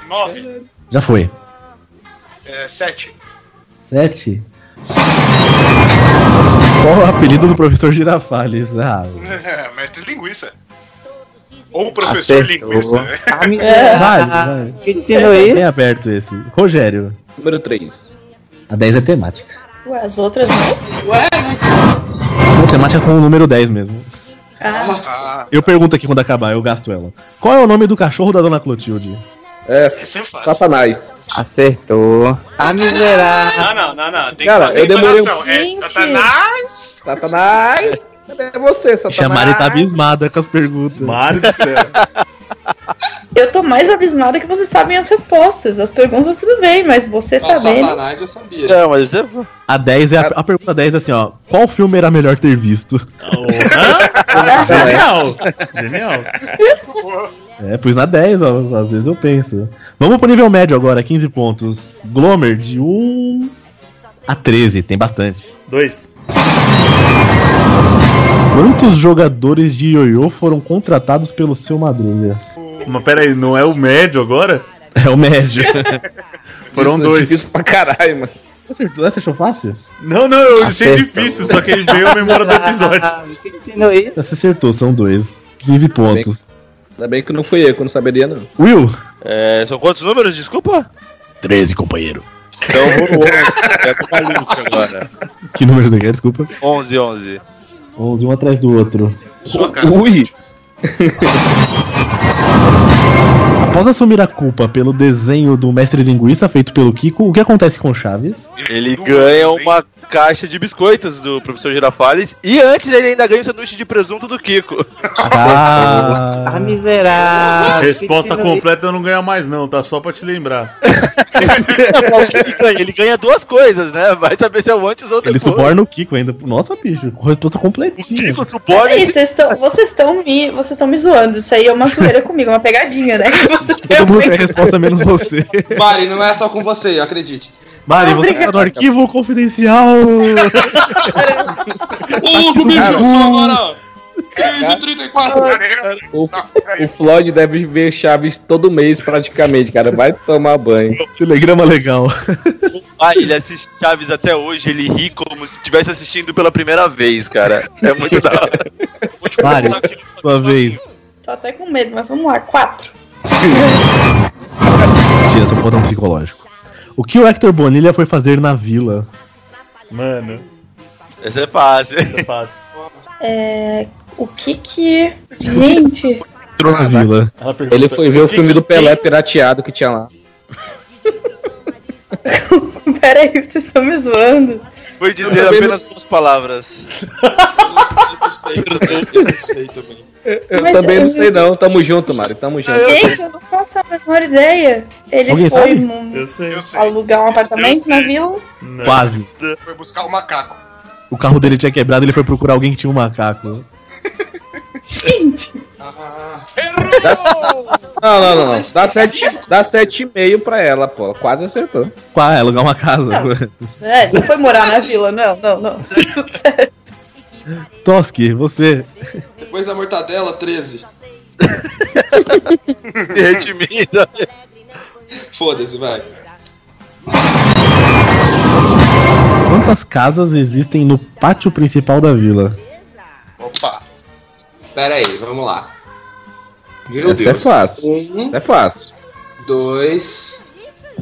[SPEAKER 9] 9,
[SPEAKER 1] já foi.
[SPEAKER 9] é, 7.
[SPEAKER 1] Sete. Qual é o apelido do professor Girafales? Ah,
[SPEAKER 9] Mestre linguiça. Ou professor
[SPEAKER 1] Acertou.
[SPEAKER 9] linguiça. né?
[SPEAKER 1] vai, vai.
[SPEAKER 10] Quem Ah, te
[SPEAKER 9] ensinou
[SPEAKER 1] É
[SPEAKER 10] isso?
[SPEAKER 1] Bem aberto esse. Rogério.
[SPEAKER 6] Número 3.
[SPEAKER 1] A 10 é temática.
[SPEAKER 8] Ué, as outras né? não. Ué,
[SPEAKER 1] Não, temática com o número 10 mesmo.
[SPEAKER 9] Ah,
[SPEAKER 1] Eu pergunto aqui quando acabar, eu gasto ela. Qual é o nome do cachorro da dona Clotilde?
[SPEAKER 6] É,
[SPEAKER 17] fácil.
[SPEAKER 6] Satanás.
[SPEAKER 17] Acertou.
[SPEAKER 10] Ah,
[SPEAKER 9] Não, não, não, não. Tem
[SPEAKER 6] Cara,
[SPEAKER 9] que fazer
[SPEAKER 6] eu demorei um-
[SPEAKER 9] entonação.
[SPEAKER 3] então
[SPEAKER 6] Gente.
[SPEAKER 9] É Satanás!
[SPEAKER 6] Satanás! Cadê você, Satanás?
[SPEAKER 1] Ixi, a Mari tá abismada com as perguntas.
[SPEAKER 2] Mari do céu.
[SPEAKER 8] Eu tô mais abismada que vocês sabem as respostas. As perguntas tudo bem, mas você sabendo.
[SPEAKER 3] eu sabia.
[SPEAKER 5] Não, mas é...
[SPEAKER 1] A 10 é a, a pergunta 10 é assim, ó. Qual filme era melhor ter visto?
[SPEAKER 6] é
[SPEAKER 2] Genial! Genial!
[SPEAKER 1] É, pus na 10, ó, às vezes eu penso. Vamos pro nível médio agora, 15 pontos. Glomer de 1 a 13, tem bastante.
[SPEAKER 2] Dois.
[SPEAKER 1] Quantos jogadores de ioiô foram contratados pelo seu Madruga?
[SPEAKER 2] Mas peraí, não é o médio agora?
[SPEAKER 1] É o médio.
[SPEAKER 2] Foram dois.
[SPEAKER 6] Difícil pra caralho, mano.
[SPEAKER 1] Acertou, essa achou fácil?
[SPEAKER 2] Não, não, eu achei
[SPEAKER 1] Acertou.
[SPEAKER 2] difícil, só que ele veio a memória do episódio.
[SPEAKER 10] Quem ensinou isso?
[SPEAKER 1] Essa acertou, são dois. 15 pontos.
[SPEAKER 6] Ainda bem que não fui eu, que eu não saberia, não.
[SPEAKER 1] Will,
[SPEAKER 5] É, são quantos números, desculpa?
[SPEAKER 1] 13, companheiro.
[SPEAKER 5] Então, vamos 11. É com a Lúcia agora.
[SPEAKER 1] Que número você quer? Desculpa.
[SPEAKER 5] 11, 11.
[SPEAKER 1] 11, um atrás do outro.
[SPEAKER 5] Sua cara.
[SPEAKER 1] Ui! Após assumir a culpa pelo desenho do mestre linguiça feito pelo Kiko, o que acontece com Chaves?
[SPEAKER 6] um
[SPEAKER 5] Ele ganha uma caixa de biscoitos do professor Girafales e antes ele ainda ganha um sanduíche de presunto do Kiko.
[SPEAKER 1] Ah,
[SPEAKER 10] miserável.
[SPEAKER 2] Resposta completa eu não ganho mais, não, tá? Só pra te lembrar.
[SPEAKER 5] É, ele, ganha, ele ganha duas coisas, né? Vai saber se é o antes ou
[SPEAKER 1] Ele
[SPEAKER 5] depois.
[SPEAKER 1] suborna o Kiko ainda. Nossa, bicho, resposta completinha.
[SPEAKER 8] Peraí, é vocês estão vocês estão me, vocês estão me zoando. Isso aí é uma zoeira comigo, é uma pegadinha, né?
[SPEAKER 1] Todo mundo tem a resposta menos você.
[SPEAKER 3] Mari, não é só com você, acredite.
[SPEAKER 1] Mari, você é do arquivo confidencial.
[SPEAKER 3] Hugo, me agora! 34
[SPEAKER 6] Ah, O, o Floyd deve ver Chaves todo mês, praticamente, cara. Vai tomar banho.
[SPEAKER 1] Telegrama legal.
[SPEAKER 5] Ah, ele assiste Chaves até hoje, ele ri como se estivesse assistindo pela primeira vez, cara. É muito da hora.
[SPEAKER 1] Mari, sua vez.
[SPEAKER 8] Tô até com medo, mas vamos lá. Quatro.
[SPEAKER 1] Tira, só botão psicológico. O que o Hector Bonilha foi fazer na vila?
[SPEAKER 2] Mano.
[SPEAKER 5] Essa é fácil.
[SPEAKER 2] Essa é fácil.
[SPEAKER 8] É, o que que... Gente...
[SPEAKER 1] Entrou na vila.
[SPEAKER 6] Ele foi ver o filme do Pelé pirateado que tinha lá.
[SPEAKER 8] Peraí, vocês estão me zoando.
[SPEAKER 5] Foi dizer apenas duas palavras. Eu não sei também.
[SPEAKER 6] Eu
[SPEAKER 8] Mas
[SPEAKER 6] também
[SPEAKER 8] eu-
[SPEAKER 6] não sei não. Tamo junto, Mário. Tamo junto.
[SPEAKER 8] Gente, eu não faço a menor ideia. Ele
[SPEAKER 6] Alguém
[SPEAKER 8] foi
[SPEAKER 6] sabe?
[SPEAKER 8] mu-
[SPEAKER 2] Eu sei.
[SPEAKER 8] alugar um apartamento na vila.
[SPEAKER 1] Quase.
[SPEAKER 9] Foi buscar o macaco.
[SPEAKER 1] O carro dele tinha quebrado, ele foi procurar alguém que tinha um macaco.
[SPEAKER 8] Gente!
[SPEAKER 3] Ah,
[SPEAKER 6] Dá- Não, não, não. não. Dá sete, dá sete e meio pra ela, pô. Quase acertou.
[SPEAKER 1] Qual é? Alugar uma casa.
[SPEAKER 8] É, ele não foi morar na vila, não, não, não.
[SPEAKER 1] Toski, você.
[SPEAKER 3] Depois da mortadela, 13.
[SPEAKER 5] Redimida.
[SPEAKER 3] Foda-se, vai.
[SPEAKER 1] Quantas casas existem no pátio principal da vila?
[SPEAKER 3] Opa. Pera aí, vamos lá. Meu
[SPEAKER 6] Essa é fácil.
[SPEAKER 3] Um,
[SPEAKER 6] Isso é fácil.
[SPEAKER 3] dois,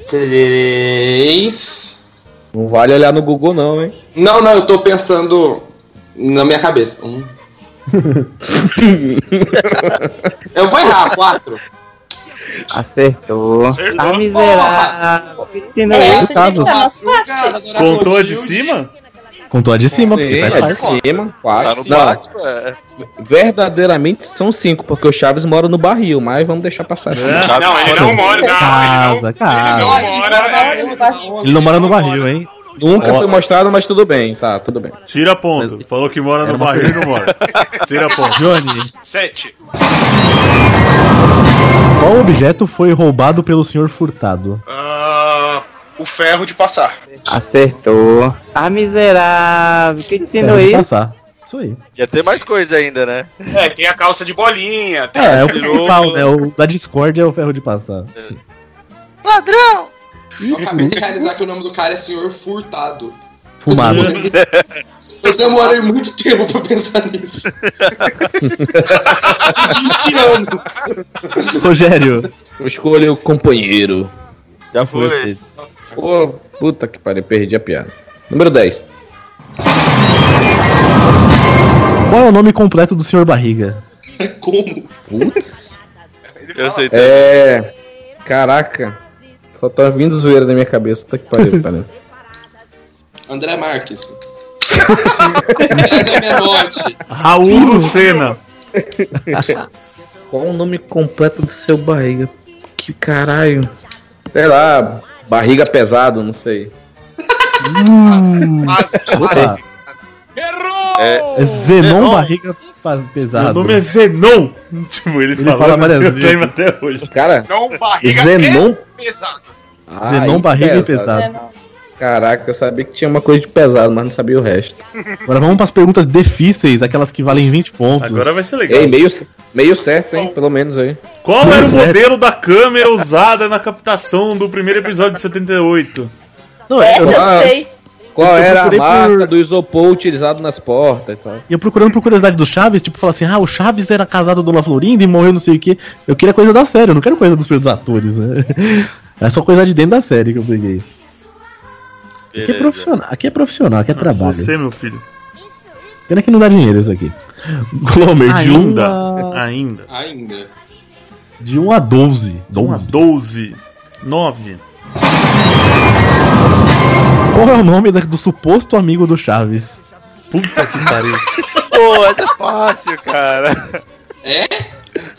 [SPEAKER 3] três...
[SPEAKER 6] Não vale olhar no Google não, hein?
[SPEAKER 3] Não, não, eu tô pensando na minha cabeça. Um. eu vou errar, quatro.
[SPEAKER 17] Acertou.
[SPEAKER 10] Ah, miserável. Quem ensinou
[SPEAKER 1] É,
[SPEAKER 10] isso?
[SPEAKER 1] tá mais
[SPEAKER 10] fácil.
[SPEAKER 2] Contou a de cima?
[SPEAKER 1] Contou a de cima, porque
[SPEAKER 6] Sim,
[SPEAKER 1] faz
[SPEAKER 6] é de
[SPEAKER 1] parte.
[SPEAKER 6] cima,
[SPEAKER 5] Tá
[SPEAKER 6] quatro.
[SPEAKER 5] no
[SPEAKER 6] Não,
[SPEAKER 5] pátio, é.
[SPEAKER 6] verdadeiramente são cinco, porque o Chaves mora no barril, mas vamos deixar passar. assim.
[SPEAKER 2] É.
[SPEAKER 9] Não, ele não mora,
[SPEAKER 1] Tá,
[SPEAKER 9] não.
[SPEAKER 1] Casa, casa.
[SPEAKER 9] Ele não mora,
[SPEAKER 8] né?
[SPEAKER 9] é.
[SPEAKER 1] Ele não mora no barril, hein?
[SPEAKER 6] Nunca
[SPEAKER 2] Ó.
[SPEAKER 6] foi mostrado, mas tudo bem, tá, tudo bem.
[SPEAKER 2] Tira ponto. Falou que mora
[SPEAKER 6] Era
[SPEAKER 2] no
[SPEAKER 6] uma
[SPEAKER 2] barril e não mora. Tira ponto.
[SPEAKER 1] Johnny,
[SPEAKER 9] Sete.
[SPEAKER 1] qual objeto foi roubado pelo senhor furtado?
[SPEAKER 9] Ah, o ferro de passar.
[SPEAKER 17] Acertou.
[SPEAKER 10] Ah, miserável. Quem ensinou
[SPEAKER 1] É, de
[SPEAKER 10] isso?
[SPEAKER 1] passar. Isso aí.
[SPEAKER 5] Ia ter mais coisa ainda, né?
[SPEAKER 9] É, tem a calça de bolinha. Tem
[SPEAKER 1] É, é
[SPEAKER 9] a
[SPEAKER 1] o
[SPEAKER 9] peruca.
[SPEAKER 1] principal, né? O da Discord é o ferro de passar.
[SPEAKER 5] Ladrão!
[SPEAKER 3] Eu acabei de realizar que o nome do cara é Senhor Furtado.
[SPEAKER 6] Ah,
[SPEAKER 1] Fumado.
[SPEAKER 3] Eu demorei muito tempo pra pensar nisso. 20 anos.
[SPEAKER 1] Rogério.
[SPEAKER 6] Eu escolho o companheiro.
[SPEAKER 5] Já foi.
[SPEAKER 6] Ô, puta que pariu, perdi a piada. Número 10.
[SPEAKER 1] Qual é o nome completo do senhor barriga?
[SPEAKER 3] Como?
[SPEAKER 6] Putz.
[SPEAKER 5] Eu sei.
[SPEAKER 6] É. Caraca. Só tá vindo zoeira na minha cabeça. Puta que pariu, pariu.
[SPEAKER 3] André Marques. Essa é a minha morte.
[SPEAKER 2] Raul Lucena.
[SPEAKER 6] Qual o nome completo do seu barriga? Que caralho. Sei lá, barriga pesado, não sei.
[SPEAKER 1] Opa, é Zenon Barriga faz
[SPEAKER 6] tá
[SPEAKER 2] Meu
[SPEAKER 1] pesado.
[SPEAKER 2] nome é Zenon. Tipo, ele,
[SPEAKER 1] Ele
[SPEAKER 2] falou.
[SPEAKER 1] fala várias
[SPEAKER 2] eu
[SPEAKER 1] vezes.
[SPEAKER 2] lembro até hoje.
[SPEAKER 6] Cara,
[SPEAKER 9] Não, barriga
[SPEAKER 1] Zenon-
[SPEAKER 9] é pesado.
[SPEAKER 1] Zenon Barriga e pesado.
[SPEAKER 8] É, não.
[SPEAKER 6] Caraca, eu sabia que tinha uma coisa de pesado, mas não sabia o resto.
[SPEAKER 1] Agora vamos pras perguntas difíceis, aquelas que valem 20 pontos.
[SPEAKER 2] Agora vai ser legal.
[SPEAKER 6] Ei, meio, meio certo, hein? Pelo menos aí.
[SPEAKER 2] Qual era o
[SPEAKER 1] Pois é.
[SPEAKER 2] modelo da câmera usada na captação do primeiro episódio de 78?
[SPEAKER 1] Não, é,
[SPEAKER 8] Essa eu,
[SPEAKER 6] Ah,
[SPEAKER 8] sei.
[SPEAKER 6] Qual
[SPEAKER 1] Eu
[SPEAKER 6] era a
[SPEAKER 1] procurei
[SPEAKER 6] marca
[SPEAKER 1] por-
[SPEAKER 6] do isopor utilizado nas portas e tal?
[SPEAKER 1] E eu procurando por curiosidade do Chaves, tipo, falar assim, ah, o Chaves era casado do La Florinda e morreu não sei o quê. Eu queria coisa da série, eu não quero coisa dos filhos dos atores. Né? É só coisa de dentro da série que eu peguei. Aqui é
[SPEAKER 2] Beleza.
[SPEAKER 1] profissional, aqui é profissional, aqui é trabalho.
[SPEAKER 2] Ah, Você, meu filho.
[SPEAKER 1] Pena que não dá dinheiro isso aqui. Glomer, de 1
[SPEAKER 2] Ainda. Ainda.
[SPEAKER 3] Ah,
[SPEAKER 2] Ainda.
[SPEAKER 1] de um a 12.
[SPEAKER 2] 1 a 12. 9.
[SPEAKER 1] Qual é o nome da- do suposto amigo do Chaves?
[SPEAKER 2] Puta que pariu.
[SPEAKER 5] Pô, essa é fácil, cara. É?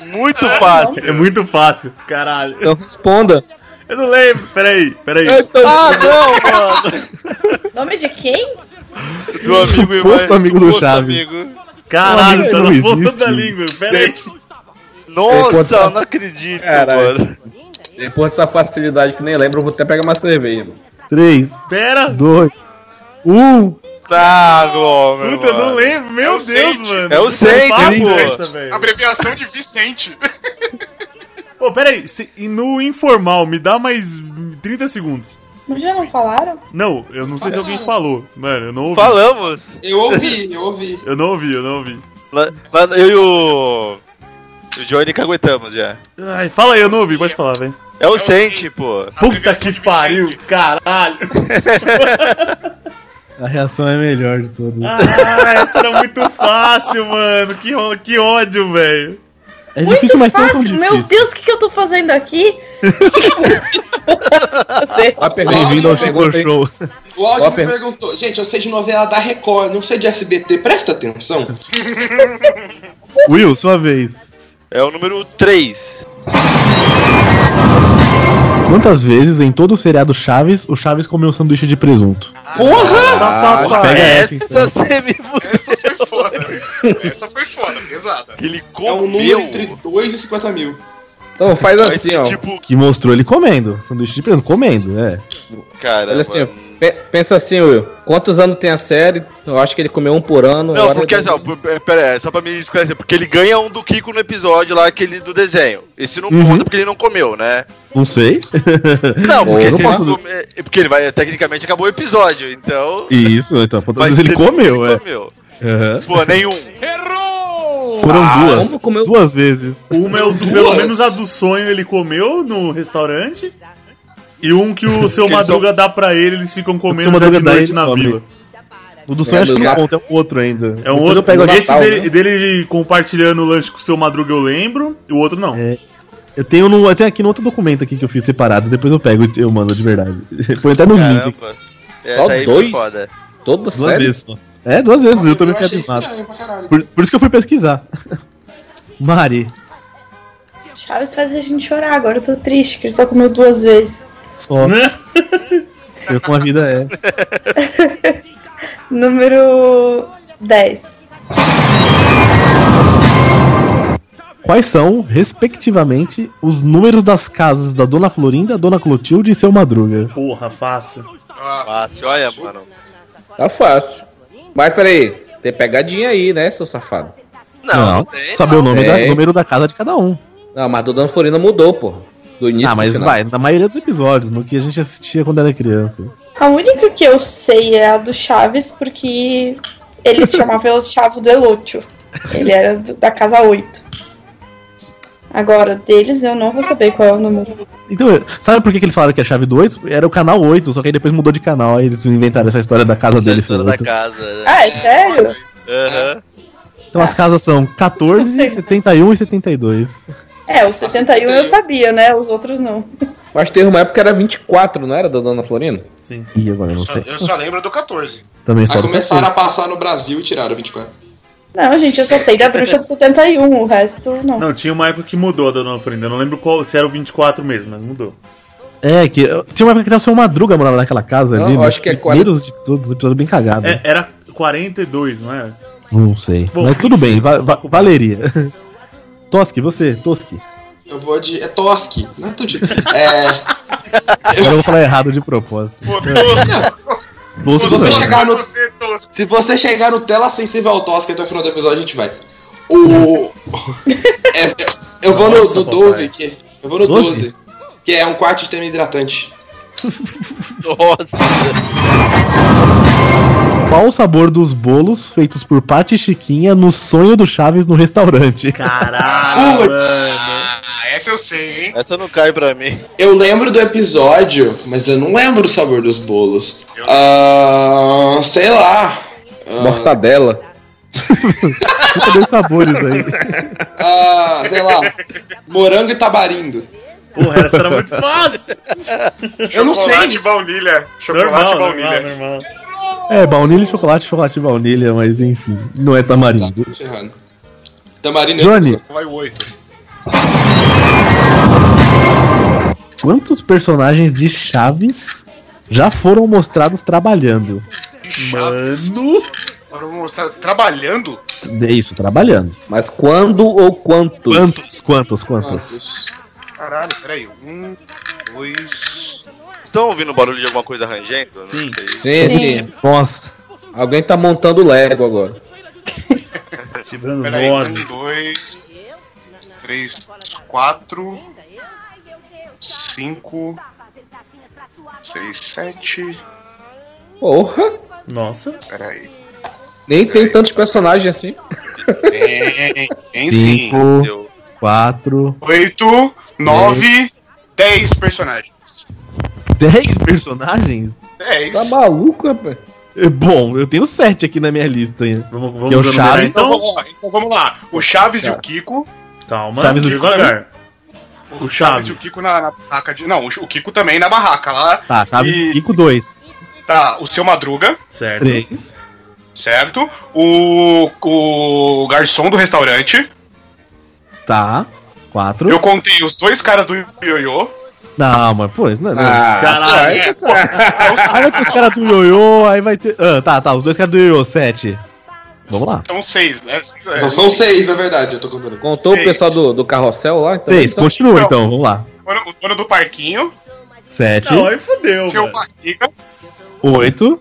[SPEAKER 5] Muito fácil.
[SPEAKER 2] É muito fácil, caralho.
[SPEAKER 6] Então responda.
[SPEAKER 2] Eu não lembro. Peraí, peraí.
[SPEAKER 6] É, Então,
[SPEAKER 5] Ah, não, mano.
[SPEAKER 8] Nome de quem?
[SPEAKER 5] Do amigo
[SPEAKER 1] Suposto
[SPEAKER 5] e mais-
[SPEAKER 1] amigo do Chaves.
[SPEAKER 2] Caralho,
[SPEAKER 1] Ele
[SPEAKER 2] tá
[SPEAKER 1] não
[SPEAKER 2] na ponta
[SPEAKER 1] existe.
[SPEAKER 2] da língua. Peraí.
[SPEAKER 5] Nossa, eu não acredito,
[SPEAKER 6] Caralho.
[SPEAKER 5] mano.
[SPEAKER 6] Depois dessa facilidade que nem lembro, eu vou até pegar uma cerveja.
[SPEAKER 1] 3,
[SPEAKER 2] Pera.
[SPEAKER 1] 2, 1.
[SPEAKER 5] Ah, Glomer.
[SPEAKER 2] Puta, eu não
[SPEAKER 5] mano.
[SPEAKER 2] lembro. Meu
[SPEAKER 9] É o
[SPEAKER 2] Deus,
[SPEAKER 9] Sente.
[SPEAKER 2] mano.
[SPEAKER 5] É o
[SPEAKER 2] Não
[SPEAKER 5] Sente,
[SPEAKER 2] faz
[SPEAKER 5] pô.
[SPEAKER 2] essa, velho.
[SPEAKER 9] Abreviação de Vicente.
[SPEAKER 2] Pô, peraí. Se, e no informal, me dá mais 30 segundos.
[SPEAKER 8] Mas já não falaram?
[SPEAKER 2] Não, eu não sei se alguém falou. Mano, eu não ouvi.
[SPEAKER 5] Falamos.
[SPEAKER 3] Eu ouvi, eu ouvi.
[SPEAKER 2] Eu não ouvi, eu não ouvi.
[SPEAKER 5] Lá- lá- Eu e o. O Johnny caguetamos já.
[SPEAKER 2] Ai, fala aí, eu não ouvi. Pode falar, velho.
[SPEAKER 5] É o Sente, pô.
[SPEAKER 2] Puta que pariu, caralho.
[SPEAKER 1] A reação é melhor de todas.
[SPEAKER 2] Ah, essa era muito fácil, mano. Que, ó- que ódio, velho.
[SPEAKER 1] é
[SPEAKER 8] Muito
[SPEAKER 1] difícil, mas não tão
[SPEAKER 8] fácil. Meu
[SPEAKER 1] difícil.
[SPEAKER 8] Deus, o que, que eu tô fazendo aqui?
[SPEAKER 6] Uma Ah, pergunta,
[SPEAKER 1] Bem-vindo ao Chico
[SPEAKER 6] pergunta, hein?
[SPEAKER 1] Show.
[SPEAKER 3] O áudio
[SPEAKER 6] Ó,
[SPEAKER 3] me
[SPEAKER 6] per-
[SPEAKER 3] perguntou, gente, eu sei de novela da Record, não sei de SBT, presta atenção.
[SPEAKER 1] Will, sua vez.
[SPEAKER 5] É o número 3.
[SPEAKER 1] Quantas vezes em todo o seriado Chaves, o Chaves comeu um sanduíche de presunto?
[SPEAKER 6] Ah,
[SPEAKER 5] Porra! é
[SPEAKER 1] pega essa,
[SPEAKER 5] essa
[SPEAKER 1] então.
[SPEAKER 5] você me fudeu.
[SPEAKER 9] Essa foi foda, pesada.
[SPEAKER 5] Ele
[SPEAKER 3] É um
[SPEAKER 5] comeu.
[SPEAKER 3] número entre 2 e 50 mil.
[SPEAKER 6] Então faz assim, ó.
[SPEAKER 5] Tipo,
[SPEAKER 1] Que mostrou ele comendo. Sanduíche de presunto, comendo, é.
[SPEAKER 5] cara.
[SPEAKER 6] Olha assim, ó,
[SPEAKER 5] mano.
[SPEAKER 6] pe- pensa assim, Will. Quantos anos tem a série? Eu acho que ele comeu um por ano.
[SPEAKER 5] Não,
[SPEAKER 6] agora
[SPEAKER 5] porque
[SPEAKER 6] ele-
[SPEAKER 5] assim, ó, p- pera aí, só pra me esclarecer, porque ele ganha um do Kiko no episódio lá, aquele do desenho. Esse não
[SPEAKER 1] Uhum.
[SPEAKER 5] conta porque ele não comeu, né?
[SPEAKER 1] Não sei.
[SPEAKER 5] Não, porque,
[SPEAKER 1] Eu não
[SPEAKER 5] se ele
[SPEAKER 1] posso-
[SPEAKER 5] não come- é porque ele vai, tecnicamente acabou o episódio, então.
[SPEAKER 1] Isso, então, quantas
[SPEAKER 5] Mas
[SPEAKER 1] vezes ele comeu, é.
[SPEAKER 5] comeu.
[SPEAKER 1] Aham.
[SPEAKER 5] Pô, nenhum.
[SPEAKER 1] Foram duas.
[SPEAKER 6] Como comeu?
[SPEAKER 1] Duas vezes.
[SPEAKER 2] Uma é o do, pelo menos a do sonho ele comeu no restaurante. E um que o seu
[SPEAKER 5] Que eles
[SPEAKER 2] Madruga dá pra ele, eles ficam comendo
[SPEAKER 1] Madruga
[SPEAKER 2] já de
[SPEAKER 1] dá,
[SPEAKER 2] noite
[SPEAKER 1] ele
[SPEAKER 2] na
[SPEAKER 1] come.
[SPEAKER 2] vila.
[SPEAKER 1] O do sonho
[SPEAKER 6] É,
[SPEAKER 1] acho que
[SPEAKER 6] do
[SPEAKER 1] não
[SPEAKER 6] Natal.
[SPEAKER 1] conta, é um outro ainda.
[SPEAKER 2] É um
[SPEAKER 1] Depois
[SPEAKER 2] outro.
[SPEAKER 1] Eu pego aqui.
[SPEAKER 2] esse
[SPEAKER 6] Natal,
[SPEAKER 2] dele,
[SPEAKER 6] né?
[SPEAKER 2] dele compartilhando o lanche com o seu Madruga eu lembro, e o outro não.
[SPEAKER 1] É. Eu tenho, no, eu tenho aqui no outro documento aqui que eu fiz separado, depois eu pego e eu mando de verdade. Põe até no link.
[SPEAKER 5] Caramba. Essa aí foi
[SPEAKER 6] dois?
[SPEAKER 5] foda.
[SPEAKER 6] Toda
[SPEAKER 1] Duas
[SPEAKER 6] série?
[SPEAKER 1] vezes só. É, duas vezes, eu também
[SPEAKER 3] Eu
[SPEAKER 1] fiquei
[SPEAKER 3] achei
[SPEAKER 1] abismado.
[SPEAKER 3] estranho pra caralho.
[SPEAKER 1] Por, por isso que eu fui pesquisar. Mari,
[SPEAKER 8] Chaves faz a gente chorar, agora eu tô triste, que ele só comeu duas vezes.
[SPEAKER 1] só.
[SPEAKER 2] Né?
[SPEAKER 1] Eu com a vida é.
[SPEAKER 8] Número 10.
[SPEAKER 1] Quais são, respectivamente, os números das casas da Dona Florinda, Dona Clotilde e seu Madruga?
[SPEAKER 2] Porra, fácil.
[SPEAKER 5] Fácil, olha, mano.
[SPEAKER 6] Tá fácil. Mas peraí, tem pegadinha aí, né, seu safado?
[SPEAKER 5] Não, não tem.
[SPEAKER 1] Saber o nome
[SPEAKER 6] É.
[SPEAKER 1] da, número da casa de cada um.
[SPEAKER 6] Não, mas do Dona Florina mudou, pô. Do início
[SPEAKER 1] ah, mas
[SPEAKER 6] pro final.
[SPEAKER 1] vai, na maioria dos episódios, no que a gente assistia quando era criança.
[SPEAKER 8] A única que eu sei é a do Chaves, porque ele se chamava El Chavo Delúcio. Ele era do- da casa 8. Agora, deles eu não vou saber qual é o número.
[SPEAKER 1] Então, sabe por que, que eles falaram que a chave do 8? Era o canal 8, só que aí depois mudou de canal, aí eles inventaram essa história da casa
[SPEAKER 5] Essa
[SPEAKER 1] deles. ser
[SPEAKER 5] história da
[SPEAKER 1] oito.
[SPEAKER 5] casa. né?
[SPEAKER 8] Ah, é sério?
[SPEAKER 5] Aham.
[SPEAKER 1] Então as casas são 14, 71 e 72.
[SPEAKER 8] É, o 71 eu sabia, né? Os outros não.
[SPEAKER 6] Mas teve uma época que era 24, não era, da Dona Florina?
[SPEAKER 2] Sim.
[SPEAKER 1] Ih, agora eu não
[SPEAKER 9] Só-
[SPEAKER 1] sei.
[SPEAKER 9] Eu só lembro do 14.
[SPEAKER 1] Também
[SPEAKER 3] Aí
[SPEAKER 1] só.
[SPEAKER 3] começaram a passar no Brasil e tiraram 24.
[SPEAKER 8] Não, gente, eu só sei da bruxa do 71, o resto não.
[SPEAKER 2] Não, tinha uma época que mudou a Dona Florinda. Eu não lembro qual, se era o 24 mesmo, mas mudou.
[SPEAKER 1] É, que tinha uma época que até o seu Madruga morava naquela casa
[SPEAKER 6] Não,
[SPEAKER 1] ali.
[SPEAKER 6] eu
[SPEAKER 1] nos
[SPEAKER 6] acho que é
[SPEAKER 1] primeiros de todos, os episódios Tá bem cagado.
[SPEAKER 2] É, era 42, não é? era?
[SPEAKER 1] Não sei.
[SPEAKER 2] Bom,
[SPEAKER 1] Mas tudo bem, va- va-
[SPEAKER 2] tá ocupado.
[SPEAKER 1] valeria. Toski, você, Toski.
[SPEAKER 3] Eu vou de. É Toski. Não é Tuti. É.
[SPEAKER 1] Agora eu vou falar errado de propósito.
[SPEAKER 9] Pô, tosco.
[SPEAKER 1] Bolso
[SPEAKER 3] se
[SPEAKER 1] do
[SPEAKER 3] você
[SPEAKER 1] Dória.
[SPEAKER 3] chegar no. Se você chegar no tela sensível ao Tosca até o final do episódio, a gente vai. O. É, eu vou no,
[SPEAKER 1] Nossa,
[SPEAKER 3] no
[SPEAKER 1] papai.
[SPEAKER 3] 12 aqui. Eu vou no 12?
[SPEAKER 1] 12?
[SPEAKER 3] que é um quarto de tema hidratante.
[SPEAKER 5] Nossa!
[SPEAKER 1] Qual o sabor dos bolos feitos por Pati e Chiquinha no sonho do Chaves no restaurante?
[SPEAKER 2] Caralho!
[SPEAKER 9] Ah, essa eu sei, hein?
[SPEAKER 5] Essa não cai pra mim.
[SPEAKER 3] Eu lembro do episódio, mas eu não lembro o sabor dos bolos. Ah, sei lá. Ah,
[SPEAKER 6] Mortadela.
[SPEAKER 1] Fica dois sabores aí.
[SPEAKER 3] ah, sei lá. Morango e tabarindo.
[SPEAKER 2] Porra, essa era muito
[SPEAKER 9] Fácil!
[SPEAKER 3] Eu não sei.
[SPEAKER 9] Chocolate baunilha. Chocolate
[SPEAKER 2] Normal, né?
[SPEAKER 9] baunilha.
[SPEAKER 2] normal,
[SPEAKER 1] É, baunilha e chocolate, chocolate e baunilha, mas enfim, não é tamarindo.
[SPEAKER 3] Tô né? errando. Tamarindo.
[SPEAKER 1] Johnny.
[SPEAKER 9] Vai o 8.
[SPEAKER 1] Quantos personagens de Chaves já foram mostrados trabalhando?
[SPEAKER 9] Ah,
[SPEAKER 2] Mano!
[SPEAKER 9] Agora eu vou mostrar. Trabalhando?
[SPEAKER 1] É isso, trabalhando.
[SPEAKER 6] Mas quando ou quantos?
[SPEAKER 1] Quantos, quantos, quantos?
[SPEAKER 9] Caralho, peraí. Um, dois.
[SPEAKER 5] Estão ouvindo o barulho de alguma coisa rangendo? Sim.
[SPEAKER 6] Sim, sim.
[SPEAKER 1] Nossa.
[SPEAKER 6] Alguém tá montando Lego agora.
[SPEAKER 2] Quebrando
[SPEAKER 9] Peraí, um,
[SPEAKER 2] nozes.
[SPEAKER 9] dois, três, quatro, cinco, seis, sete.
[SPEAKER 6] Porra!
[SPEAKER 2] Nossa.
[SPEAKER 9] Peraí.
[SPEAKER 6] Nem tem tantos personagens assim.
[SPEAKER 9] Tem, tem sim.
[SPEAKER 1] Cinco, quatro,
[SPEAKER 9] Oito, nove, dez personagens.
[SPEAKER 1] dez personagens?
[SPEAKER 9] Dez.
[SPEAKER 6] Tá maluco, rapaz?
[SPEAKER 1] É, Bom, eu tenho sete aqui na minha lista. hein?
[SPEAKER 2] Vamos,
[SPEAKER 1] que é o Chaves,
[SPEAKER 9] Então, vamos lá, então vamos lá. O Chaves e o Kiko.
[SPEAKER 2] Calma,
[SPEAKER 1] Chaves do
[SPEAKER 2] devagar. O Chaves.
[SPEAKER 9] e o Kiko na, na barraca de. Não, o Kiko também na barraca lá.
[SPEAKER 1] Tá, Chaves e Kiko, dois.
[SPEAKER 9] Tá, o seu Madruga,
[SPEAKER 2] Certo.
[SPEAKER 1] Três.
[SPEAKER 9] certo? O, o garçom do restaurante.
[SPEAKER 1] Tá. Quatro.
[SPEAKER 6] Hum?
[SPEAKER 9] Eu contei os dois caras do ioiô.
[SPEAKER 1] Não, mas pô, isso não é. não.
[SPEAKER 2] Ah. Caralho.
[SPEAKER 9] é, pô.
[SPEAKER 1] Aí vai ter os caras do ioiô, aí vai ter. Ah, tá, tá, os dois caras do ioiô, sete. Vamos lá.
[SPEAKER 9] São seis, né? É,
[SPEAKER 3] Não, são seis, na verdade, eu tô contando.
[SPEAKER 6] Contou o
[SPEAKER 9] Seis.
[SPEAKER 6] pessoal do, do carrossel lá? Então,
[SPEAKER 1] Seis,
[SPEAKER 6] então-
[SPEAKER 1] continua então, vamos lá.
[SPEAKER 9] O dono, o dono do parquinho,
[SPEAKER 1] Sete,
[SPEAKER 9] é,
[SPEAKER 2] Não, aí fodeu,
[SPEAKER 9] seu
[SPEAKER 2] mano.
[SPEAKER 9] barriga,
[SPEAKER 1] oito,